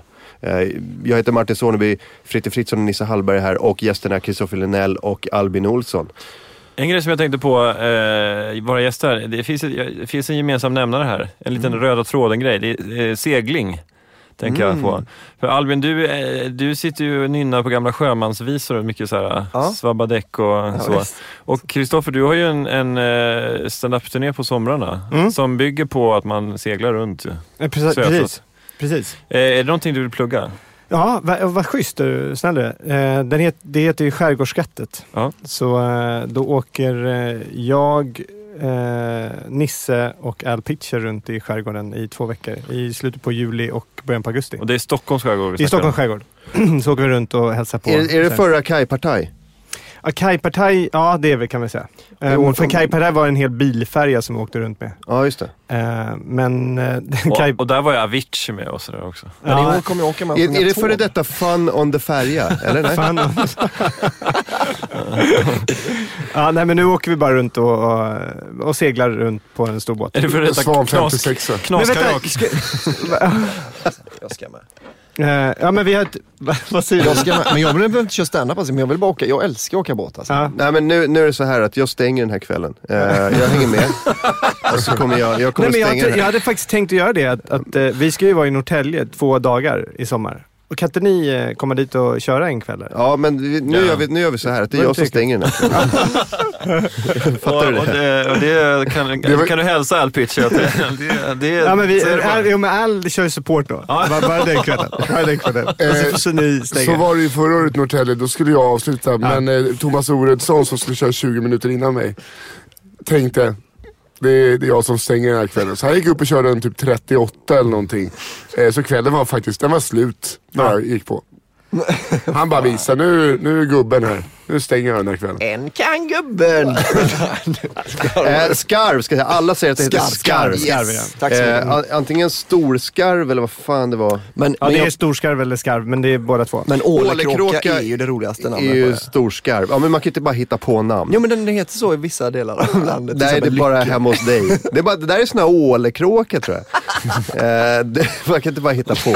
A: Eh, Jag heter Martin Soneby, Fritte Fritzson och Nisse Hallberg är här och gästerna Kristoffer Linell och Albin Olsson.
B: En grej som jag tänkte på, eh, våra gäster här. Det finns, ett- det finns en gemensam nämnare här. En liten
I: Mm.
B: röda tråden-grej. Det är eh, segling. Tänker jag på. För Albin, du, eh, du sitter ju och nynnar på gamla sjömansvisor och mycket så här
I: Ja.
B: svabbadäck och så.
I: visst.
B: och Kristoffer, du har ju en, en eh, stand-up-turné på somrarna
I: Mm.
B: som bygger på att man seglar runt. ju.
E: Eh, Precis.
B: Så jag
E: precis. precis.
B: Eh, är det någonting du vill plugga?
E: Ja, va- vad schysst. är du, Snäll du. Eh, den het, det heter ju Skärgårdsskattet.
B: Ja.
E: Så eh, då åker eh, jag, eh, Nisse och Al Pitcher runt i skärgården i två veckor. I slutet på juli och början på augusti.
B: Och det är Stockholms skärgård vi
E: I
B: snackar om.
E: Stockholms skärgård. så åker vi runt och hälsar på.
A: Är, är det förra Kaj-partaj?
E: Ja, Kajpartaj, ja det är vi kan vi säga. Eh,
A: Jo,
E: för
A: som-
E: Kajpartaj var en hel bilfärja som vi åkte runt med.
A: Ja, just det.
E: Eh, men eh, Kaj...
B: Och, och där var ju Avicii med och sådär också.
I: Men i år
E: Ja,
I: kommer jag åka med och
A: Är,
I: sjunga
A: är det
I: tåg.
A: före detta Fun on the Färja? Eller nej?
E: fan. ja, nej men nu åker vi bara runt och, och, och seglar runt på en stor båt.
B: Är det för detta
C: Svan
B: knas,
C: 56
E: Men vänta,
B: knaskajak?
E: ska-
I: Jag ska med.
E: eh, ja men vi har ett... va- Vad säger du?
I: Jag ska med. Men jag behöver inte köra standup alltså, men jag vill bara åka, jag älskar att åka båt alltså.
E: Ja.
A: Nej men nu, nu är det så här att jag stänger den här kvällen. Eh, jag hänger med. Och så kommer jag, jag kommer
E: Nej, men jag,
A: stänga
E: hade-
A: den
E: jag
A: här.
E: hade faktiskt tänkt att göra det. Att, att, eh, vi ska ju vara i Norrtälje två dagar i sommar. Och kan inte ni eh, komma dit och köra en kväll? eller?
A: Ja men vi, nu,
B: Ja.
A: Gör vi, nu gör vi så här att det är
E: Vad
A: jag som
E: tycker du?
A: stänger den här kvällen.
B: Och,
A: Fattar du
B: och
A: det?
B: det, och det kan,
C: var-
B: kan du hälsa Al Pitcher att det, det, det,
E: Ja, men vi,
B: så är det bara.
E: Al, jo, men Al kör ju support då. Bara, bara den kvällen. Bara den kvällen. Och
I: Alltså,
C: Eh,
E: så, så ni
C: Så
E: stänger.
C: var det ju förra året Norrtälje, då skulle jag avsluta. Men eh, Thomas Oredsson som skulle köra 20 minuter innan mig, tänkte det är, det är jag som stänger den här kvällen. Så han gick upp och körde en typ 38 eller någonting. Eh, så kvällen var faktiskt, den var slut när jag gick på. Han bara visar, nu, nu är gubben här. Nu stänger jag den här kvällen.
I: En kan gubben!
A: Eh, skarv ska jag säga. Alla säger att det heter skarv.
E: Skarv, ja.
I: yes. Tack så mycket.
A: Eh, an- antingen storskarv eller vad fan det var.
I: men,
E: Ja,
I: men,
E: det är
I: jag,
E: storskarv eller skarv, men det är båda två.
I: men
A: Ålekråka
I: ålekråka är ju det roligaste
A: är
I: namnet på
A: ju
I: det.
A: storskarv. Ja men man kan ju inte bara hitta på namn.
I: Jo men den den heter så i vissa delar av landet. till
A: Nej, det är
I: exempel
A: bara hemma hos dig. Det, är bara, det där är sån här ålekråka tror jag. eh, det, man kan inte bara hitta på.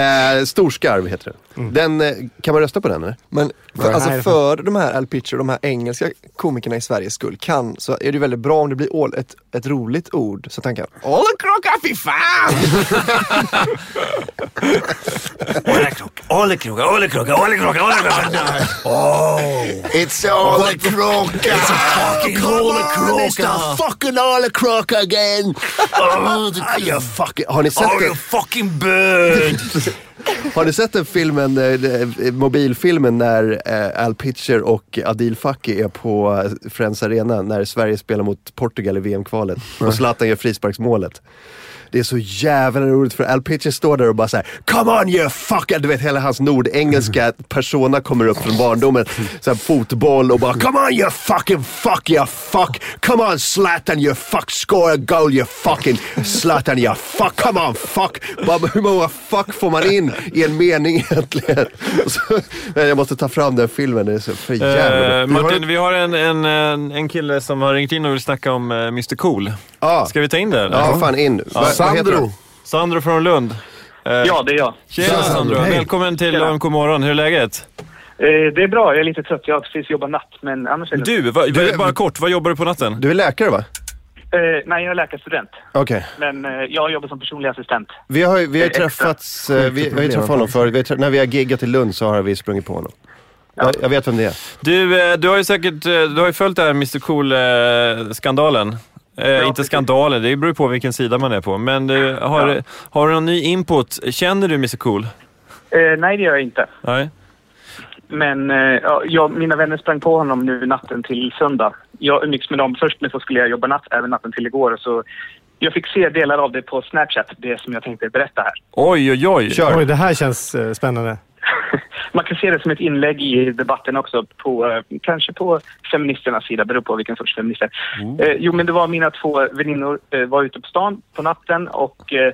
A: Eh, storskarv heter den. den. eh, Kan man rösta på den eller?
I: Men för, alltså
E: Nej, det-
I: för de här Al Pitcher, de här engelska komikerna i Sveriges skull, kan, så är det väldigt bra om det blir all, ett, ett roligt ord så tänker jag, all en kråka, fy fan!
B: Ålekråka, ålekråka, ålekråka, ålekråka.
C: It's ålekråka!
A: Ålekråka! Fucking ålekråka again! you fucking... Har ni sett den?
B: fucking bird!
A: Har ni sett den filmen, eh, eh, mobilfilmen när eh, Al Pitcher och Adil Fakhi är på eh, Friends Arena när Sverige spelar mot Portugal i VM-kvalet och Zlatan gör frisparksmålet. Det är så jävla roligt för Al Pitcher står där och bara såhär Come on you fucker! Du vet hela hans nordengelska persona kommer upp från barndomen. Så här, fotboll och bara “Come on you fucking fuck you fuck! Come on Zlatan you fuck! Score a goal you fucking Zlatan you fuck! Come on fuck!” bara, Hur många fuck får man in i en mening egentligen? Så, men jag måste ta fram den filmen, den är så för jävla
B: Eh, Martin, vi har en, en, en, en kille som har ringt in och vill snacka om eh, Mr Cool.
A: Ja.
B: Ska vi ta in det? eller?
A: Ja, fan in. Va- vad heter
C: Sandro.
A: han?
B: Sandro från Lund.
J: Ja, det är jag.
B: Tjena Sandro,
E: hej.
B: välkommen till
J: Tjena.
B: AMK morgon. Hur är läget?
J: Eh, det är bra, jag är lite trött. Jag har precis jobbat natt, men annars är det...
B: Du, va, bara kort, vad jobbar du på natten?
A: Du är läkare va?
J: Eh, nej, jag är läkarstudent,
A: Okej.
J: men eh, jag jobbar som personlig assistent.
A: Vi har ju vi har ju
J: Det är extra.
A: träffats, eh, vi, vi har ju träffat honom förut. Vi har, trä- när vi har giggat i Lund så har vi sprungit på honom. Jag, jag vet vem det är.
B: Du, eh, du har ju säkert eh, du har ju följt det här Mr Cool-skandalen. Eh, inte
J: precis.
B: skandalen, det beror ju på vilken sida man är på. Men du, har,
J: Ja.
B: har du någon ny input? Känner du Mr Cool?
J: Eh, nej, det gör jag inte.
B: Nej.
J: Men eh, ja, jag, mina vänner sprang på honom nu natten till söndag. Jag umgicks med dem först, men så skulle jag jobba natt även natten till igår. Så jag fick se delar av det på Snapchat, det som jag tänkte berätta här.
B: Oj, oj, oj.
A: Kör!
E: Oj, det här känns eh, spännande.
J: Man kan se det som ett inlägg i debatten också, på, eh, kanske på feministernas sida, beror på vilken sorts feminister. Eh, jo, men det var mina två väninnor eh, var ute på stan på natten och eh,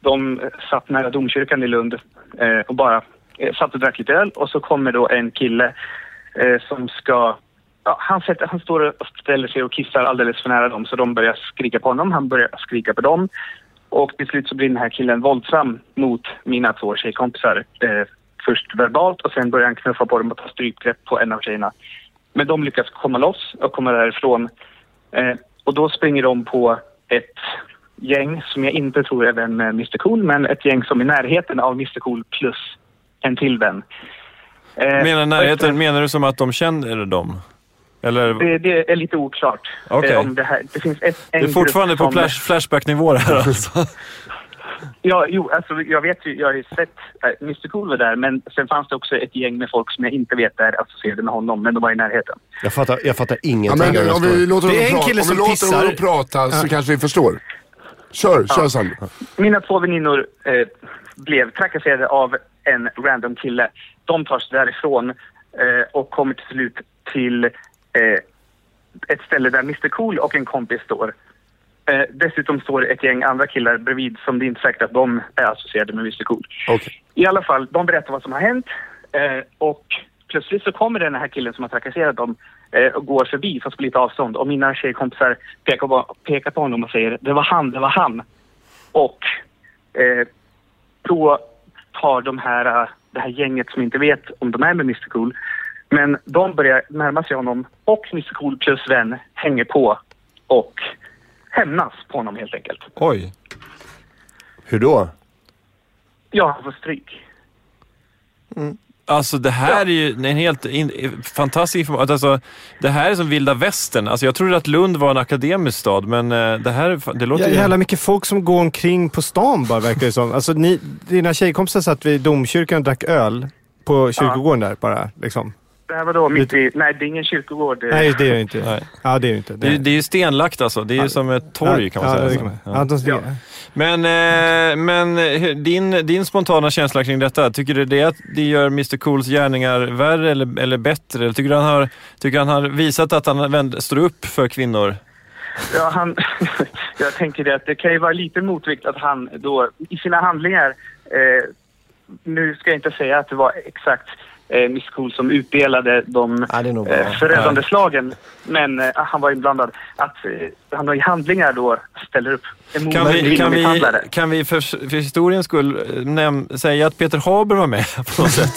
J: de satt nära domkyrkan i Lund eh, och bara eh, satt och drack lite öl och så kommer då en kille eh, som ska Ja, han, sätter, han står och ställer sig och kissar alldeles för nära dem så de börjar skrika på honom. Han börjar skrika på dem. Och till slut så blir den här killen våldsam mot mina två tjejkompisar. Eh, först verbalt och sen börjar han knuffa på dem och ta strypgrepp på en av tjejerna. Men de lyckas komma loss och komma därifrån. Eh, och då springer de på ett gäng som jag inte tror är vän med Mr Cool men ett gäng som är i närheten av Mr Cool plus en till vän. Eh,
B: Menar,
J: och efter-
B: närheten, menar du som att de känner dem? Eller?
J: det, det är lite oklart.
B: Okej.
J: eh, om det, här. det finns ett, en
B: Det är fortfarande
J: grupp som-
B: på flash, Flashback-nivå det här alltså.
J: Ja, jo, alltså, jag vet ju, jag har ju sett eh, Mr Cool var där, men sen fanns det också ett gäng med folk som jag inte vet är associerade med honom, men de var i närheten.
A: Jag fattar, jag fattar
C: Ja,
A: ingenting av den
C: men,
A: här
C: om vi
A: storyn.
C: låter
E: Det är
C: honom
E: en
C: prata, om
E: kille
C: vi
E: som
C: låter
E: pissar.
C: honom prata så kanske vi förstår. Kör, kör Sandro.
J: Mina två väninnor eh, blev trakasserade av en random kille. De tar sig därifrån eh, och kommer till slut till eh, ett ställe där Mr Cool och en kompis står. Eh, dessutom står ett gäng andra killar bredvid som det inte är säkert att de är associerade med Mr Cool. I alla fall, de berättar vad som har hänt eh, och plötsligt så kommer den här killen som har trakasserat dem eh, och går förbi fast på lite avstånd och mina tjejkompisar pekar på, pekar på honom och säger det var han, det var han. Och eh, då tar de här, eh, det här gänget som inte vet om de är med Mr Cool, men de börjar närma sig honom och Mr Cool plus vän hänger på och hämnas på honom helt enkelt.
B: Oj.
A: Hur då?
J: Ja, han får stryk.
B: Alltså det här är ju en helt in, fantastisk information. Alltså, det här är som vilda västern. Alltså, jag trodde att Lund var en akademisk stad, men eh, det här är fan- det låter
E: Ja,
B: ju...
E: jävla mycket folk som går omkring på stan bara verkar det som. Alltså, ni, dina tjejkompisar satt vid domkyrkan och drack öl på kyrkogården där bara. Liksom.
J: Det här var då mitt i, nej det är ingen kyrkogård. eh,
E: Nej, det är det inte.
B: Nej.
E: Ja, det är det inte.
B: Det, är- det är ju stenlagt alltså. Det är ju som ett torg kan man
E: ja, det
B: säga.
E: kan man.
B: Ja.
E: Ja, de-
J: Ja.
B: Men, eh, men eh, din, din spontana känsla kring detta, tycker du det, att det gör Mr Cools gärningar värre eller, eller bättre? Eller Tycker du han har, tycker han har visat att han vänd, står upp för kvinnor?
J: Ja, han, jag tänker det att det kan ju vara lite motvikt att han då i sina handlingar, eh, nu ska jag inte säga att det var exakt eh, Miss Cool som utdelade de
I: Ja, det är nog bra.
J: eh, förödande slagen, men eh, han var inblandad, att eh, han då i handlingar då ställer upp emot
B: Kan vi, kan vi,
J: kvinnor-misshandlare.
B: kan vi för, för historiens skull eh, näm- säga att Peter Haber var med på något sätt?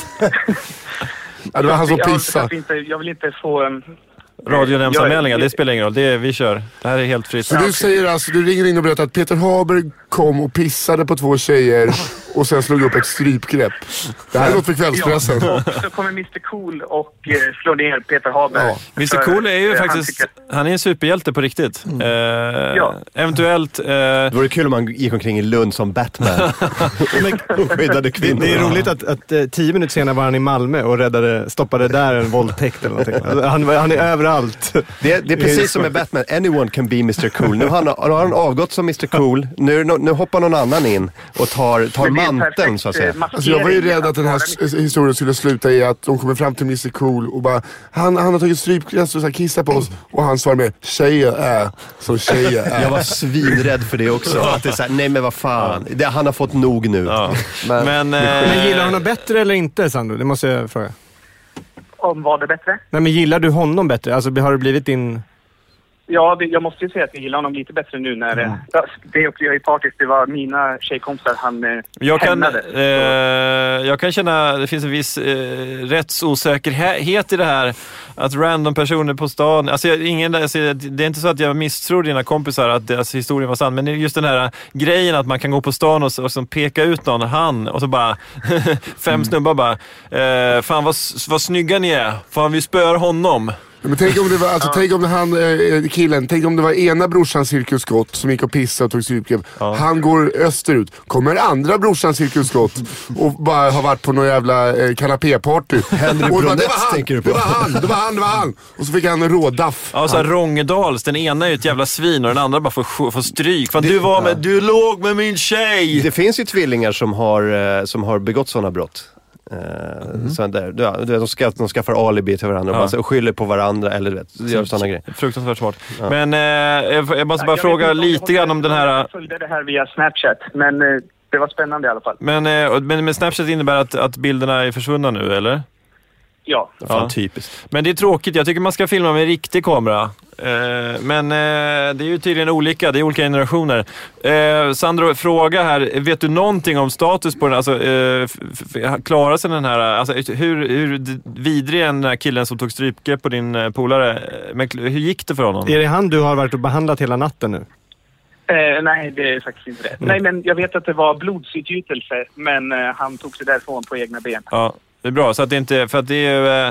C: Ja, det var han som
J: Jag,
C: pissade.
J: jag, inte, jag vill inte få... eh, em,
B: Radionämndsanmälningar,
J: Jag-
B: det spelar ingen roll. Det, är- vi kör. Det här är helt fritt.
C: Så du säger alltså, du ringer in och berättar att Peter Haber kom och pissade på två tjejer och sen slog upp ett strypgrepp. Det här låter för kvällspressen.
J: och så kommer Mr Cool och eh, slår ner Peter Haber.
C: Ja.
B: Mr
J: För,
B: Cool är ju
J: eh, han
B: faktiskt...
J: tycker-
B: Han är en superhjälte på riktigt. Eh, Eventuellt... eh,
A: Det vore kul om man gick omkring i Lund som Batman och skyddade
E: Det,
A: kvinnor.
E: det är roligt att, att eh, tio minuter senare var han i Malmö och räddade, stoppade där en våldtäkt eller någonting. Alltså, Han, var- han är överallt. allt.
A: Det, det är precis som med Batman, anyone can be Mr Cool. Nu har han, nu har han avgått som Mr Cool, nu, är det no- nu hoppar någon annan in och tar, tar
J: Men det är en
A: manteln
J: perfekt,
A: så att säga.
J: eh, maskering
C: Alltså jag var ju rädd
J: genom
C: att den här
J: valen.
C: s- historien skulle sluta i att de kommer fram till Mr Cool och bara Han, han har tagit strypglass och så här kissar på oss och han svarar med tjejer är som tjejer
A: Jag
C: är.
A: var svinrädd för det också. Att det är så här, nej men vad fan, det, han har fått nog nu.
B: Ja.
I: Men-
B: Men, eh,
E: Men gillar honom bättre eller inte, Sandro? Det måste jag fråga.
J: Om vad är bättre?
E: Nej, men gillar du honom bättre? Alltså, har det blivit din...
J: Ja, det, jag måste ju säga att jag gillar honom lite bättre nu när...
B: Mm.
J: eh, ja, Det är också, jag är partisk, det var mina tjejkompisar han eh,
B: Jag kan,
J: hämnade.
B: eh, jag kan känna det finns en viss eh, rättsosäkerhet i det här. Att random personer på stan... Alltså jag, ingen, alltså jag- det är inte så att jag misstror dina kompisar att deras historia var sann, men det är just den här grejen att man kan gå på stan och, s- och liksom peka ut någon, han, och så bara... fem snubbar bara. Eh, fan vad, s- vad snygga ni är. Fan vi spöar honom.
C: Men tänk om det var, alltså, tänk om det han, eh, killen, tänk om det var ena brorsans Cirkus Scott som gick och pissade och tog strypgrepp. Han går österut, kommer andra brorsan Cirkus Scott och bara har varit på någon jävla eh, kanapéparty.
A: Henry
C: Och bara,
A: Brunett
C: "Det var han,
A: tänker du på."
C: Det var han, det var han, det var han. Och så fick han en rådaff.
B: Ja, så här Rångedals. Den ena är ju ett jävla svin och den andra bara får, sj- får stryk. Fan, du, var med, du låg med min tjej!
A: Det finns ju tvillingar som har, eh, som har begått sådana brott. Eh, så där, du, vet, de, ska, de skaffar alibi till varandra
B: Mhm.
A: och,
B: Ja.
A: bara, så- och skyller på varandra eller du vet, gör sådana grejer.
B: Fruktansvärt smart. Men eh, jag jag måste bara
J: Jag
B: fråga
J: vet inte om
B: lite
J: jag
B: grann om den här...
J: Jag följde det här via Snapchat, men eh, det var spännande i alla fall.
B: Men, eh, och- men, men Snapchat innebär att, att bilderna är försvunna nu, eller?
J: Ja.
A: Fan
B: Ja.
A: typiskt.
B: Men det är tråkigt. Jag tycker man ska filma med en riktig kamera. Eh, men eh, det är ju tydligen olika. Det är olika generationer. Eh, Sandro, fråga här. Vet du någonting om status på den? Alltså, eh, f- f- klarar sig den här... Alltså, hur, hur d- vidrig är den här killen som tog strypgrepp på din eh, polare? Eh, Men kl- hur gick det för honom?
E: Är det han du har varit och behandlat hela natten nu?
J: Eh, nej, det är faktiskt inte det.
B: Mm.
J: Nej, men jag vet att det var blodsutgjutelse, men eh, han tog sig därifrån på egna ben.
B: Ja, det är bra. Så att det inte, för att det, är, ju,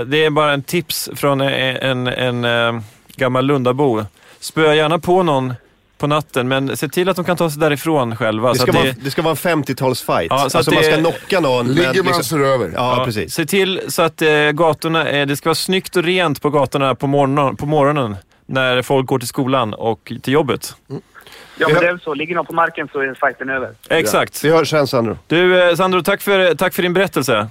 B: eh, det är bara en tips från eh, en, en, eh, gammal Lundabo. Spöa gärna på någon på natten, men se till att de kan ta sig därifrån själva.
A: Det
B: så
A: ska,
B: att
A: vara,
B: det-
A: det ska vara en 50-talsfight.
B: Ja, så att
A: alltså man
B: det-
A: ska knocka någon. men
C: Ligger man
A: liksom-
C: så är det över.
A: Ja,
B: Ja,
A: precis.
B: Se till så att eh, gatorna, eh, det ska vara snyggt och rent på gatorna på, morgon, på morgonen när folk går till skolan och till jobbet.
J: Ja, men det är väl så. Ligger någon på marken så är fighten över.
B: Exakt.
A: Vi hörs sen Sandro.
B: Du, eh, Sandro, tack för, tack för din berättelse.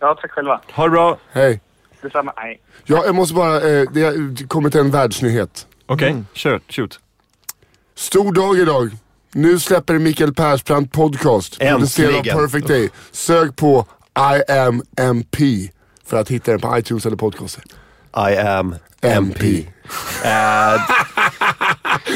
J: Ja, tack själva.
B: Ha det bra.
C: Hej.
J: Detsamma. Nej.
C: Ja, jag måste bara, eh, det har kommit en världsnyhet.
B: Okej, kör. Mm. Shoot.
C: Stor dag idag. Nu släpper Mikael Persbrandt podcast. Producerad av
A: Äntligen.
C: Perfect Day. Sök på I am MP för att hitta den på iTunes eller podcaster.
A: I am
C: MP.
A: MP.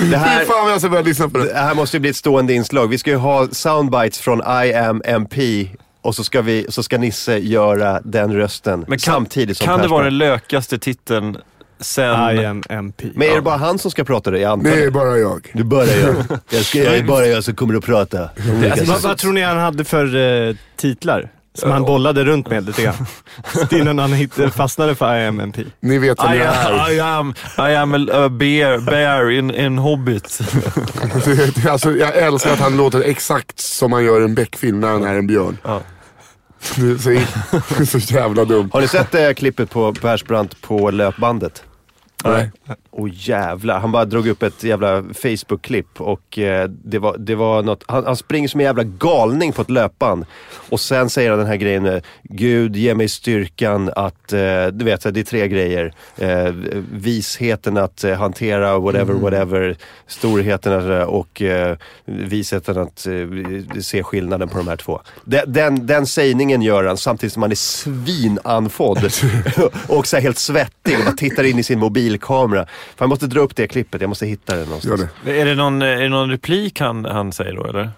A: Det
C: Fy
A: här,
C: fan vad jag ska börja lyssna på det.
A: det här måste ju bli ett stående inslag. Vi ska ju ha soundbites från I am MP och så ska, vi, så ska Nisse göra den rösten
B: Men kan,
A: samtidigt som
B: Kan det
A: Persbrandt.
B: vara den lökaste titeln sen...
E: I am MP.
A: Men är det bara han som ska prata det? Jag antar
C: Det är
A: det.
C: bara jag.
A: Du börjar jag. Jag, ska, jag är bara jag som kommer att prata. om olika
E: Alltså, Vad,
A: saker.
E: vad tror ni han hade för eh, titlar? Som
B: Eh,
E: han bollade runt
B: oh.
E: med lite grann. Innan han hitt- fastnade för I am MP.
C: Ni vet vem
B: I
C: jag är.
B: am, I am, I am a, a bear, bear in, in Hobbit.
C: Det är alltså, jag älskar att han låter exakt som man gör i en Beck-film när han är en björn.
B: Ja.
C: Det är så, det är så jävla dumt.
A: Har ni sett eh, klippet på Persbrandt på löpbandet?
C: Nej.
A: Åh jävlar, han bara drog upp ett jävla Facebook-klipp och eh, det var, det var något, han, han springer som en jävla galning på ett löpband. Och sen säger han den här grejen, eh, Gud ge mig styrkan att, eh, du vet så här, det är tre grejer. Eh, visheten att eh, hantera whatever,
C: Mm.
A: whatever. Storheten att, eh, och eh, visheten att eh, se skillnaden på de här två. Den, den, den sägningen gör han samtidigt som han är svinanfådd och så här helt svettig och bara tittar in i sin mobilkamera. Fan, jag måste dra upp det klippet, jag måste hitta det
C: Gör
A: någonstans.
C: det.
B: är, det någon, eh, är det någon replik han, han säger då, eller?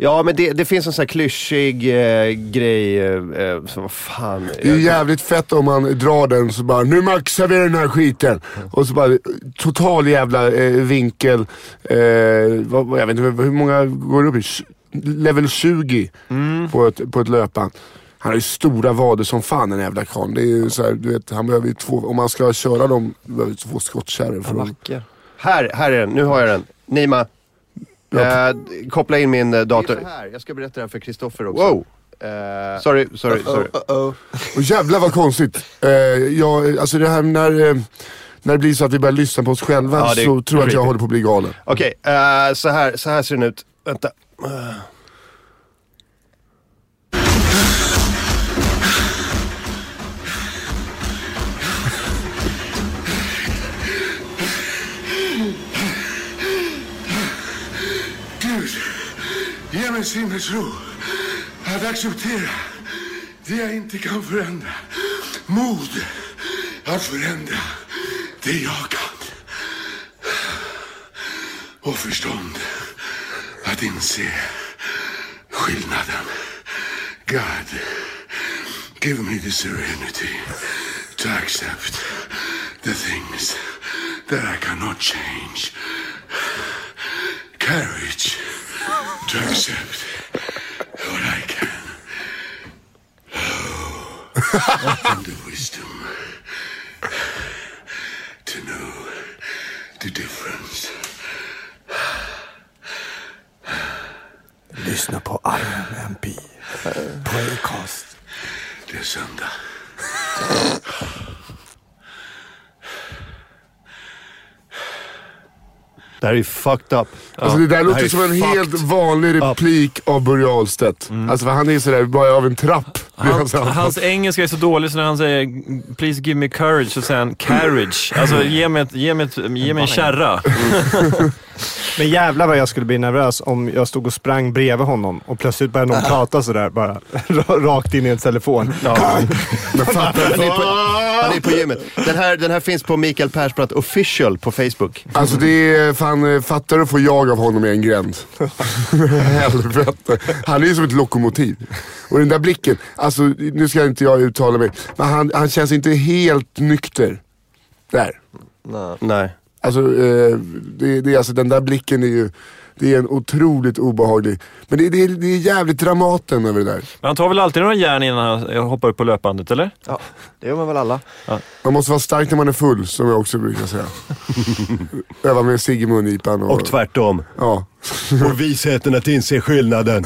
A: Ja, men det, det finns en sån här klyschig eh, grej, eh, eh, som vad fan.
C: Det är ju jävligt fett om man drar den så bara nu maxar vi den här skiten. Och så bara total jävla eh, vinkel. Eh, vad, vad- jag vet inte hur många går upp i? Tj- Level 20
A: Mm.
C: på, ett, på ett löpband. Han har ju stora vader som fan den jävla karln. Det är ju så här, du vet, han behöver ju två, om man ska köra dem, behöver ju två skottkärror för att...
A: Här, här är den, nu har jag den. Nima, eh, koppla in min eh, dator. Jag ska berätta det här för Kristoffer också. Wow. Eh, sorry, sorry, sorry.
I: Uh-oh.
C: Och jävlar vad konstigt. Eh, jag, alltså det här när, eh, när det blir så att vi börjar lyssna på oss själva
A: Ja, det är
C: så tror jag att jag
A: creepy.
C: håller på att bli galen.
A: Okej, eh, så, här, så här ser den ut. Vänta. Eh.
K: Gud, ge mig sinnesro att acceptera det jag inte kan förändra. Mod att förändra det jag kan. Och förstånd att inse skillnaden. God, give me the serenity to accept the things that I cannot change. Courage to accept what I can. Oh, and the wisdom to know the difference.
E: Lyssna på Iron MP på Acast.
K: Det är söndag.
A: Det här är ju fucked up.
C: Alltså det där
A: här
C: låter
A: är
C: som en
A: fucked. Mm.
C: helt vanlig replik av Börje Ahlstedt. Alltså för han är sådär, bara av en trapp. alltså-
B: Han, hans engelska är så dålig så när han säger “Please give me courage” så säger han “carriage”. Alltså ge mig, ett, ge mig, ett, ge mig en kärra.
E: Men jävlar vad jag skulle bli nervös om jag stod och sprang bredvid honom och plötsligt började någon prata sådär bara. Rakt in i en telefon.
C: Men fattar
A: Han
C: du?
A: är, på, han är på gymmet. Den här, den här finns på Mikael Persbrandt official på Facebook.
C: Alltså det är fan, eh, fattar du att få jag av honom i en gränd? Helvete. Han är ju som ett lokomotiv. Och den där blicken, alltså nu ska inte jag uttala mig, men han, han känns inte helt nykter. Där.
A: Nej.
C: Alltså, eh, det, det, är alltså den där blicken är ju, det är en otroligt obehaglig, men det, det, är- det är jävligt Dramaten över det där.
B: Men han tar väl alltid några järn innan han hoppar upp på löpbandet, eller?
I: Ja, det gör man väl alla.
C: Man måste vara stark när man är full, som jag också brukar säga. Öva med en cigg i mungipan. Och,
A: Och tvärtom.
C: ja.
A: Och visheten att inse skillnaden.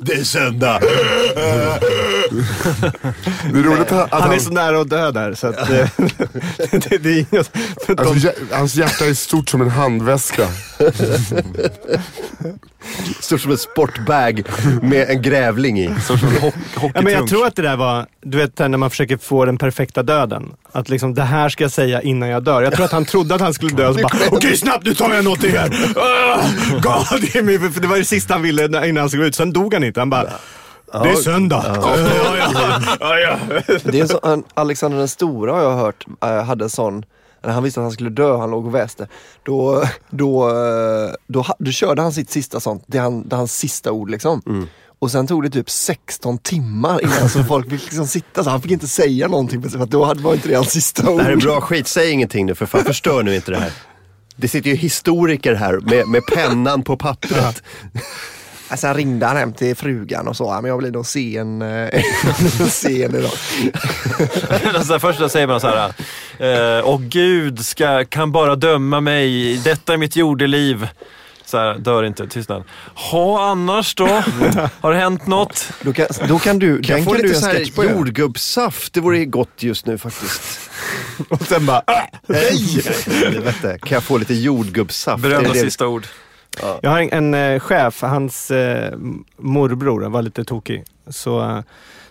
A: Det är söndag.
C: Det är roligt att, att
E: Han är så nära att dö där så att, eh, det, det är inget... för de-
C: Alltså, hjär- hans hjärta är stort som en handväska.
A: Stort som en sportbag med en grävling i.
B: Som en hock-
E: Ja, men jag
B: hockeytrunk.
E: tror att det där var, du vet när man försöker få den perfekta döden. Att liksom, det här ska jag säga innan jag dör. Jag tror att han trodde att han skulle dö och så bara, okej snabbt nu tar jag något till här. Ah, God, det, är min, för det var det sista han ville när- innan han skulle ut. Sen dog han inte. Han bara, det är söndag. Ja, ja, ja, ja.
I: Det är så, en- Alexander den stora har jag hört eh, hade en sån, när han visste att han skulle dö, han låg och väste. Då, då, eh, då, ha- då körde han sitt sista sånt, det är han, det är hans sista ord liksom.
A: Mm.
I: Och sen tog det typ 16 timmar innan så folk fick liksom sitta så han fick inte säga någonting för att då hade- var inte det hans sista ord.
A: Det här är bra skit, säg ingenting nu för fan. Förstör nu inte det här. Det sitter ju historiker här med, med pennan på pappret.
I: Ja, Sen ringde han hem till frugan och sa, "Ja, men jag blir nog sen, eh, sen idag.
B: alltså, först då säger man så här. eh, Åh gud, ska, kan bara döma mig. Detta är mitt jordeliv. Så här, dör inte, tystnad. Ha annars då? Har det hänt något?
I: Då kan, då kan du, den
A: Kan jag få
I: kan du
A: lite
I: en
A: så här
I: sketch på göra.
A: jordgubbssaft? Det vore gott just nu faktiskt.
E: Och sen bara, ah.
A: Nej! Helvete. Kan jag få lite jordgubbssaft? Är
B: Berömda
A: det det-
B: sista ord.
E: Jag har en, en eh, chef, hans eh, m- morbror var lite tokig. Så eh,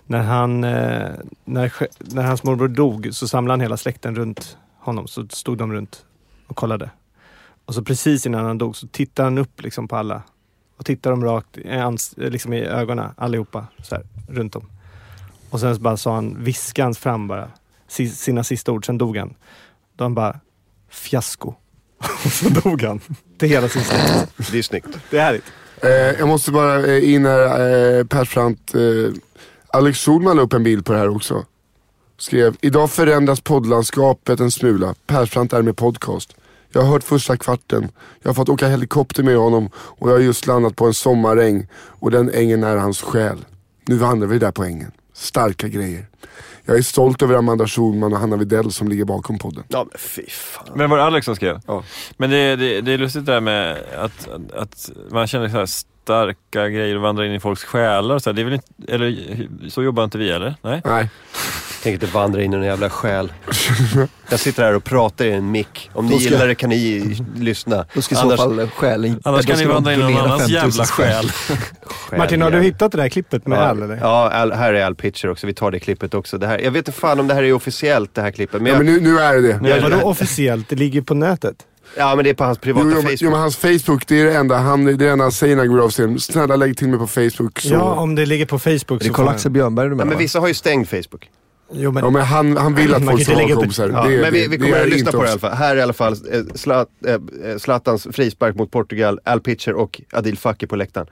E: när, han, eh, när, che- när hans morbror dog så samlade han hela släkten runt honom. Så stod de runt och kollade. Och så precis innan han dog så tittade han upp liksom på alla. Och tittade dem rakt i, ans- eh, liksom i ögonen, allihopa. Så här, runt om. Och sen så bara sa han, viskans fram bara, si- sina sista ord. Sen dog han. Då han bara, fiasko. Och så dog han. Till hela sin släkt.
A: Det är snyggt.
E: Det är härligt.
C: Eh, jag måste bara eh, in här, eh, Persbrandt. Eh, Alex Solman la upp en bild på det här också. Skrev, idag förändras poddlandskapet en smula. Persbrandt är med podcast. Jag har hört första kvarten. Jag har fått åka helikopter med honom och jag har just landat på en sommaräng. Och den ängen är hans själ. Nu vandrar vi där på ängen. Starka grejer. Jag är stolt över Amanda Schulman och Hanna Widell som ligger bakom podden.
A: Ja, men fy fan.
B: Men var det Alex som skrev?
C: Ja.
B: Men det, det, det är lustigt det där med att, att, att man känner så här starka grejer och vandrar in i folks själar. och Så här. Det är väl inte, eller, så jobbar inte vi eller? Nej?
C: Nej.
A: Tänk inte vandra in i någon jävla själ. Jag sitter här och pratar i en mick. Om ni
I: Då ska-
A: gillar det kan ni i- lyssna.
I: Då ska i så fall skälen...
B: Annars kan ni vandra in i någon annans jävla själ.
A: Själ,
E: Martin, har du
A: jävlar.
E: hittat det där klippet med
A: ja,
E: Al eller?
A: Ja, Al, här är all pitcher också. Vi tar det klippet också. Det här, jag vet inte fan om det här är officiellt det här klippet. Men
C: Ja, men
A: jag,
C: nu, nu är det det.
A: jag-
E: Vadå officiellt? Det ligger ju på nätet.
A: ja, men det är på hans privata
C: Jo, jo, men-
A: Facebook.
C: jo, men hans Facebook, det är det enda han, det är det enda han säger när han går av scenen. Snälla lägg till mig på Facebook. Så.
E: Ja, om det ligger på Facebook
I: Det är
E: så får
I: Karl-Axel
E: man...
I: Björnberg du
A: ja,
I: menar?
A: men
I: va?
A: vissa har ju stängd Facebook.
E: Jo, men...
C: Ja, men han, han vill att
E: Man kan inte
C: folk ska vara
E: lägga upp ett-
C: kompisar.
A: Ja,
C: Det-
A: men vi,
C: det-
A: vi
C: det
A: kommer
C: är
A: att lyssna
C: inte
A: på det i
C: oss.
A: alla fall. Här är i alla fall eh, Zlat- eh, eh, Zlatans frispark mot Portugal, Al Pitcher och Adil Fakir på läktaren.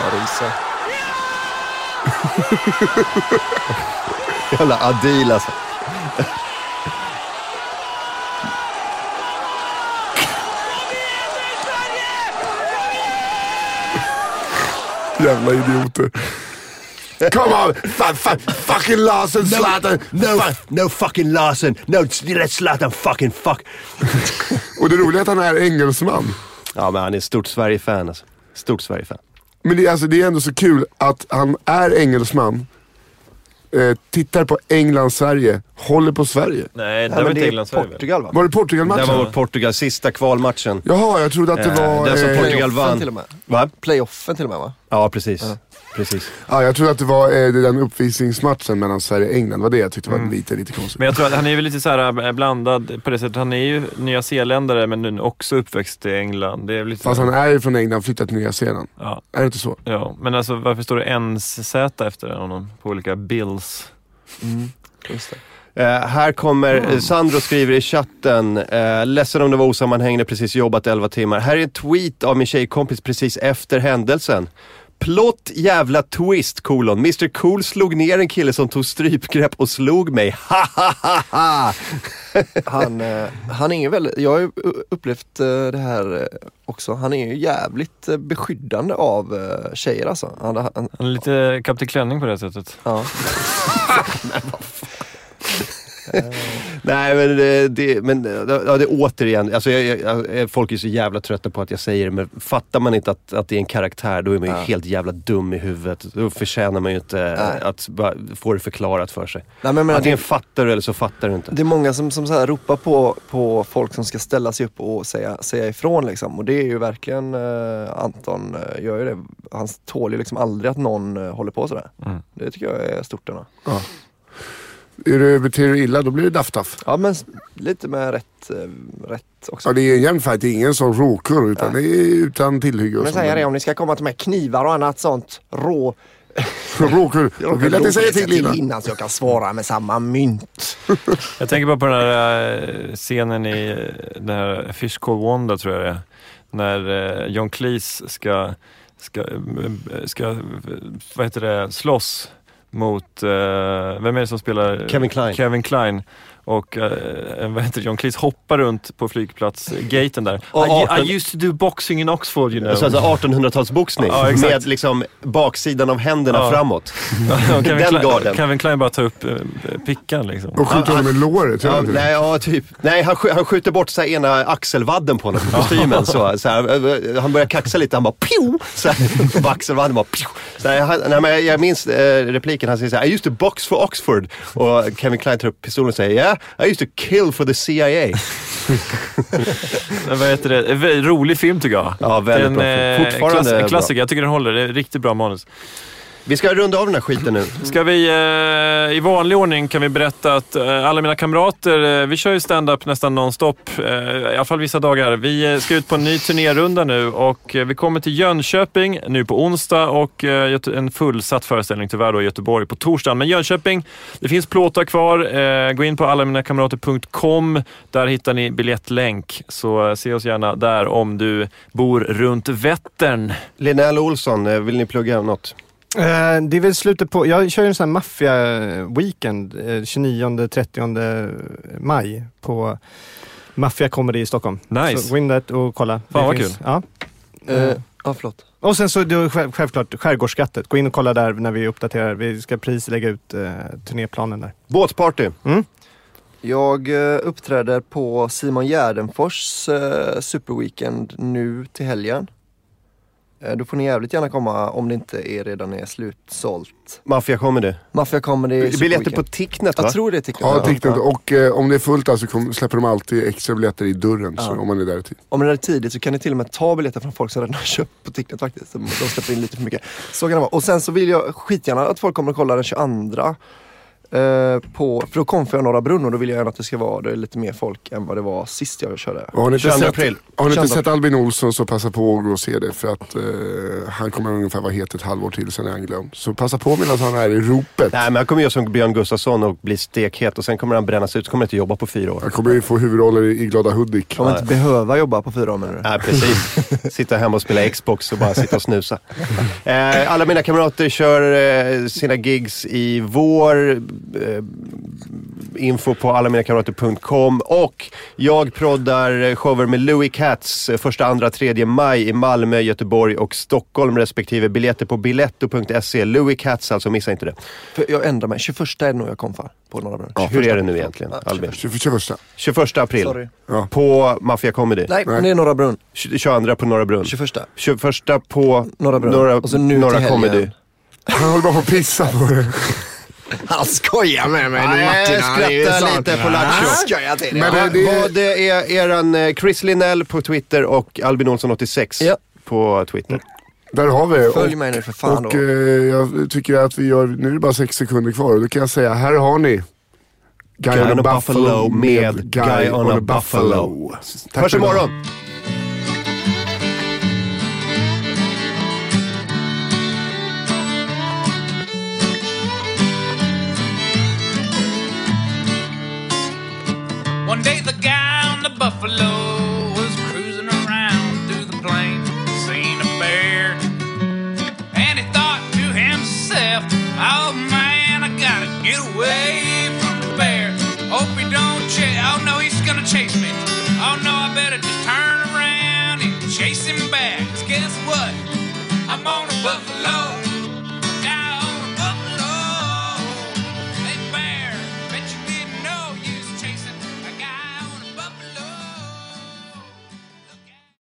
I: Ja, rysa.
A: Jävla Adil alltså.
C: Jävla idioter. Come on! Fa, fa, fucking Larsen, Zlatan! fa-
A: no fucking Larsen. No, let Zlatan fucking fuck.
C: Och det roliga är att han är engelsman.
A: Ja, men han är ett stort Sverige-fan alltså. Stort Sverige-fan.
C: Men det, är- alltså, det är ändå så kul att han är engelsman, eh, tittar på England-Sverige, håller på Sverige.
B: Nej, det var inte England Sverige väl?
A: Portugal va?
C: Var det
A: Det var
C: Portugal-matchen?
A: vår Portugals sista kvalmatchen.
C: Jaha, jag trodde att det
A: Eh,
C: var...
A: den som
C: Eh,
A: Portugal vann.
I: till och med.
A: Va?
I: Playoffen till och med va?
A: Ja, precis. Precis.
C: ja, jag trodde att det var eh, den uppvisningsmatchen mellan Sverige och England. Det var det jag tyckte var lite, lite konstigt.
B: Mm. Men jag tror att han är väl lite så här eh, blandad på det sättet. Han är ju nyzeeländare men nu också uppväxt i England. Det är väl lite så här-
C: Fast han är ju från England, flyttat till Nya Zeeland.
B: ja,
C: Är det inte så?
B: ja, men alltså varför står det ens Z efter honom på olika bills?
I: Just det.
A: Eh, här kommer, eh, Sandro skriver i chatten, eh, ledsen om det var osammanhängande, precis jobbat 11 timmar. Här är en tweet av min tjejkompis precis efter händelsen. Plott jävla twist kolon. Mr Cool slog ner en kille som tog strypgrepp och slog mig. Ha ha ha ha!
I: Han, eh, han är ju väldigt, jag har ju u- upplevt eh, det här eh, också, han är ju jävligt eh, beskyddande av eh, tjejer alltså. Han, han,
B: Han är lite Kapten Klänning på det sättet.
I: ja.
A: Nej men, eh, det, men eh, ja, det är återigen, alltså, jag, jag, jag, folk är så jävla trötta på att jag säger det men fattar man inte att, att det är en karaktär då är man ju helt jävla dum i huvudet. Då förtjänar man ju inte eh,
I: Nej.
A: att bara få det förklarat för sig.
I: Nej, men, men,
A: Antingen
I: det,
A: fattar du eller så fattar du inte.
I: det är många som, som så här ropar på, på folk som ska ställa sig upp och säga, säga ifrån liksom. Och det är ju verkligen, eh, Anton eh, gör ju det. Han tål ju liksom aldrig att någon eh, håller på sådär. Det tycker jag är stort ändå.
C: Är du, beter du dig illa, då blir det daff-daff.
I: Ja men s- lite med rätt, eh, rätt också.
C: Ja, det är en jämn fight. Det är ingen sån råkurr, utan det är utan tillhygge. och
I: Men
C: sånt.
I: säger det om ni ska komma till med knivar och annat sånt rå...
C: Råkurr. Jag vill att ni säger till innan.
I: innan så jag kan svara med samma mynt.
B: Jag tänker bara på den här eh, scenen i eh, den här Fish Called Wanda, tror jag det är. När eh, John Cleese ska, ska, eh, ska eh, vad heter det, slåss mot, eh, vem är det som spelar?
A: Kevin Kline.
B: Kevin Klein. Och eh, vad heter det, John Cleese hoppar runt på flygplatsgaten där.
A: Och
B: I,
A: 18
B: I used to do boxing in Oxford you know.
A: Alltså, alltså 1800-talsboxning
B: Ja, exakt.
A: med liksom baksidan av händerna
B: Ja.
A: framåt.
B: Och Kevin,
A: den
B: Klein,
A: garden.
B: Kevin Klein bara tar upp eh, pickan liksom.
C: Och skjuter honom i låret.
A: Ja,
C: Ja,
A: nej, ja, typ. nej han, sk- han skjuter bort så här ena axelvadden på honom, på kostymen. Så, så här, eh, han börjar kaxa lite, han bara pio! Så här, på axelvadden bara pio! Så här, han, nej, men jag minns eh, repliken, han säger så här, I used to box for Oxford. Och Kevin Klein tar upp pistolen och säger, yeah, I used to kill for the CIA.
B: Men vad heter det? En väldigt rolig film tycker jag.
A: Ja, väldigt
B: den, eh,
A: bra film. Fortfarande
B: klass-
A: bra.
B: klassiker. Jag tycker den håller. Det är riktigt bra manus.
A: Vi ska runda av den här skiten nu.
B: Ska vi, eh, i vanlig ordning kan vi berätta att eh, alla mina kamrater, eh, vi kör ju stand-up nästan nonstop, eh, i alla fall vissa dagar. Vi eh, ska ut på en ny turnérunda nu och eh, vi kommer till Jönköping nu på onsdag och eh, Göte- en fullsatt föreställning tyvärr då i Göteborg på torsdagen. Men Jönköping, det finns plåtar kvar. Eh, gå in på allaminakamrater.com. Där hittar ni biljettlänk. Så eh, se oss gärna där om du bor runt Vättern.
A: Linnell Olsson, eh, vill ni plugga något?
E: Eh, det är väl slutet på... Jag kör ju en sån här maffia-weekend eh, 29-30 maj på Mafia Comedy i Stockholm.
B: Nice.
E: Så gå in där och kolla.
B: Fan,
E: Det
B: vad
E: finns-
B: kul.
E: Ja.
C: Mm.
I: Eh, ja, förlåt.
E: Och sen så då, själv- självklart Skärgårdsskattet. Gå in och kolla där när vi uppdaterar. Vi ska precis lägga ut eh, turnéplanen där.
A: Båtparty.
C: Mm.
I: Jag eh, uppträder på Simon Gärdenfors eh, superweekend nu till helgen. Eh, då får ni jävligt gärna komma om det inte är redan är slutsålt.
A: Mafia Comedy.
I: Maffia Comedy
A: Biljetter på
I: superweekend.
A: Ticknet va?
I: Jag tror det är Ticknet.
C: Ja, Ticknet. Och eh, om det är fullt där så kom, släpper de alltid extra biljetter i dörren så,
I: Ja.
C: om man är där i tid.
I: Om det är tidigt så kan ni till och med ta biljetter från folk som redan har köpt på Ticknet faktiskt. De de släpper in lite för mycket. Så kan det vara. Och sen så vill jag skitgärna att folk kommer och kollar den 22. Eh, på, för då konfar jag Norra Brunn och då vill jag gärna att det ska vara det är lite mer folk än vad det var sist jag körde.
C: Och har ni inte,
A: 22
C: sett,
A: april.
C: Har ni
I: 22
C: inte sett Albin Olsson så passa på att gå och se det för att eh, han kommer ungefär vara het ett halvår till sen är han glömd. Så passa på medan han är i ropet.
A: Nej, men han kommer göra som Björn Gustafsson och bli stekhet och sen kommer han brännas ut så kommer han inte jobba på fyra år.
C: Han kommer ju få huvudroller i i Glada Hudik.
I: Kommer inte behöva jobba på fyra år menar du?
A: Nej, precis. Sitta hemma och spela Xbox och bara sitta och snusa. Eh, alla mina kamrater kör eh, sina gigs i vår. Eh, info på allaminakamrater.com och jag proddar eh, shower med Louis Katz eh, första, andra, tredje maj i Malmö, Göteborg och Stockholm respektive. Biljetter på biletto.se. Louis Katz alltså, missa inte det.
I: För jag ändrar mig. 21 är det nog jag konfar på Norra Brunn.
A: Hur är det nu egentligen, Albin?
C: 21.
A: 21 april.
I: Sorry.
C: Ja.
A: På Mafia Comedy.
I: Nej, men det är Norra Brunn.
A: 22 på Norra Brunn.
I: 21.
A: 21 på
I: Norra Brunn.
A: Norra,
I: Och så nu till
A: Norra
I: helgen.
A: Comedy.
C: Han håller bara på att pissa på det.
I: Han skojar med mig
A: skrattar lite på Lattjo.
I: Skojar till
C: Men
I: dig.
C: det, det,
A: Vad det är eran eh, Chris Linnell på Twitter och Albin Olsson 86
I: Ja.
A: på
C: Mm.
A: Twitter.
C: där har vi det. Och-
I: Följ mig nu för fan
C: Och
I: då.
C: eh, jag tycker att vi gör, nu är det bara sex sekunder kvar och då kan jag säga, här har ni Guy, on a Buffalo, med Guy on a Buffalo. Tack
A: Hörs
C: för idag.
A: imorgon.
D: One day the guy on the buffalo was cruising around through the plains, seen a bear. And he thought to himself, oh man, I gotta get away from the bear. Hope he Oh,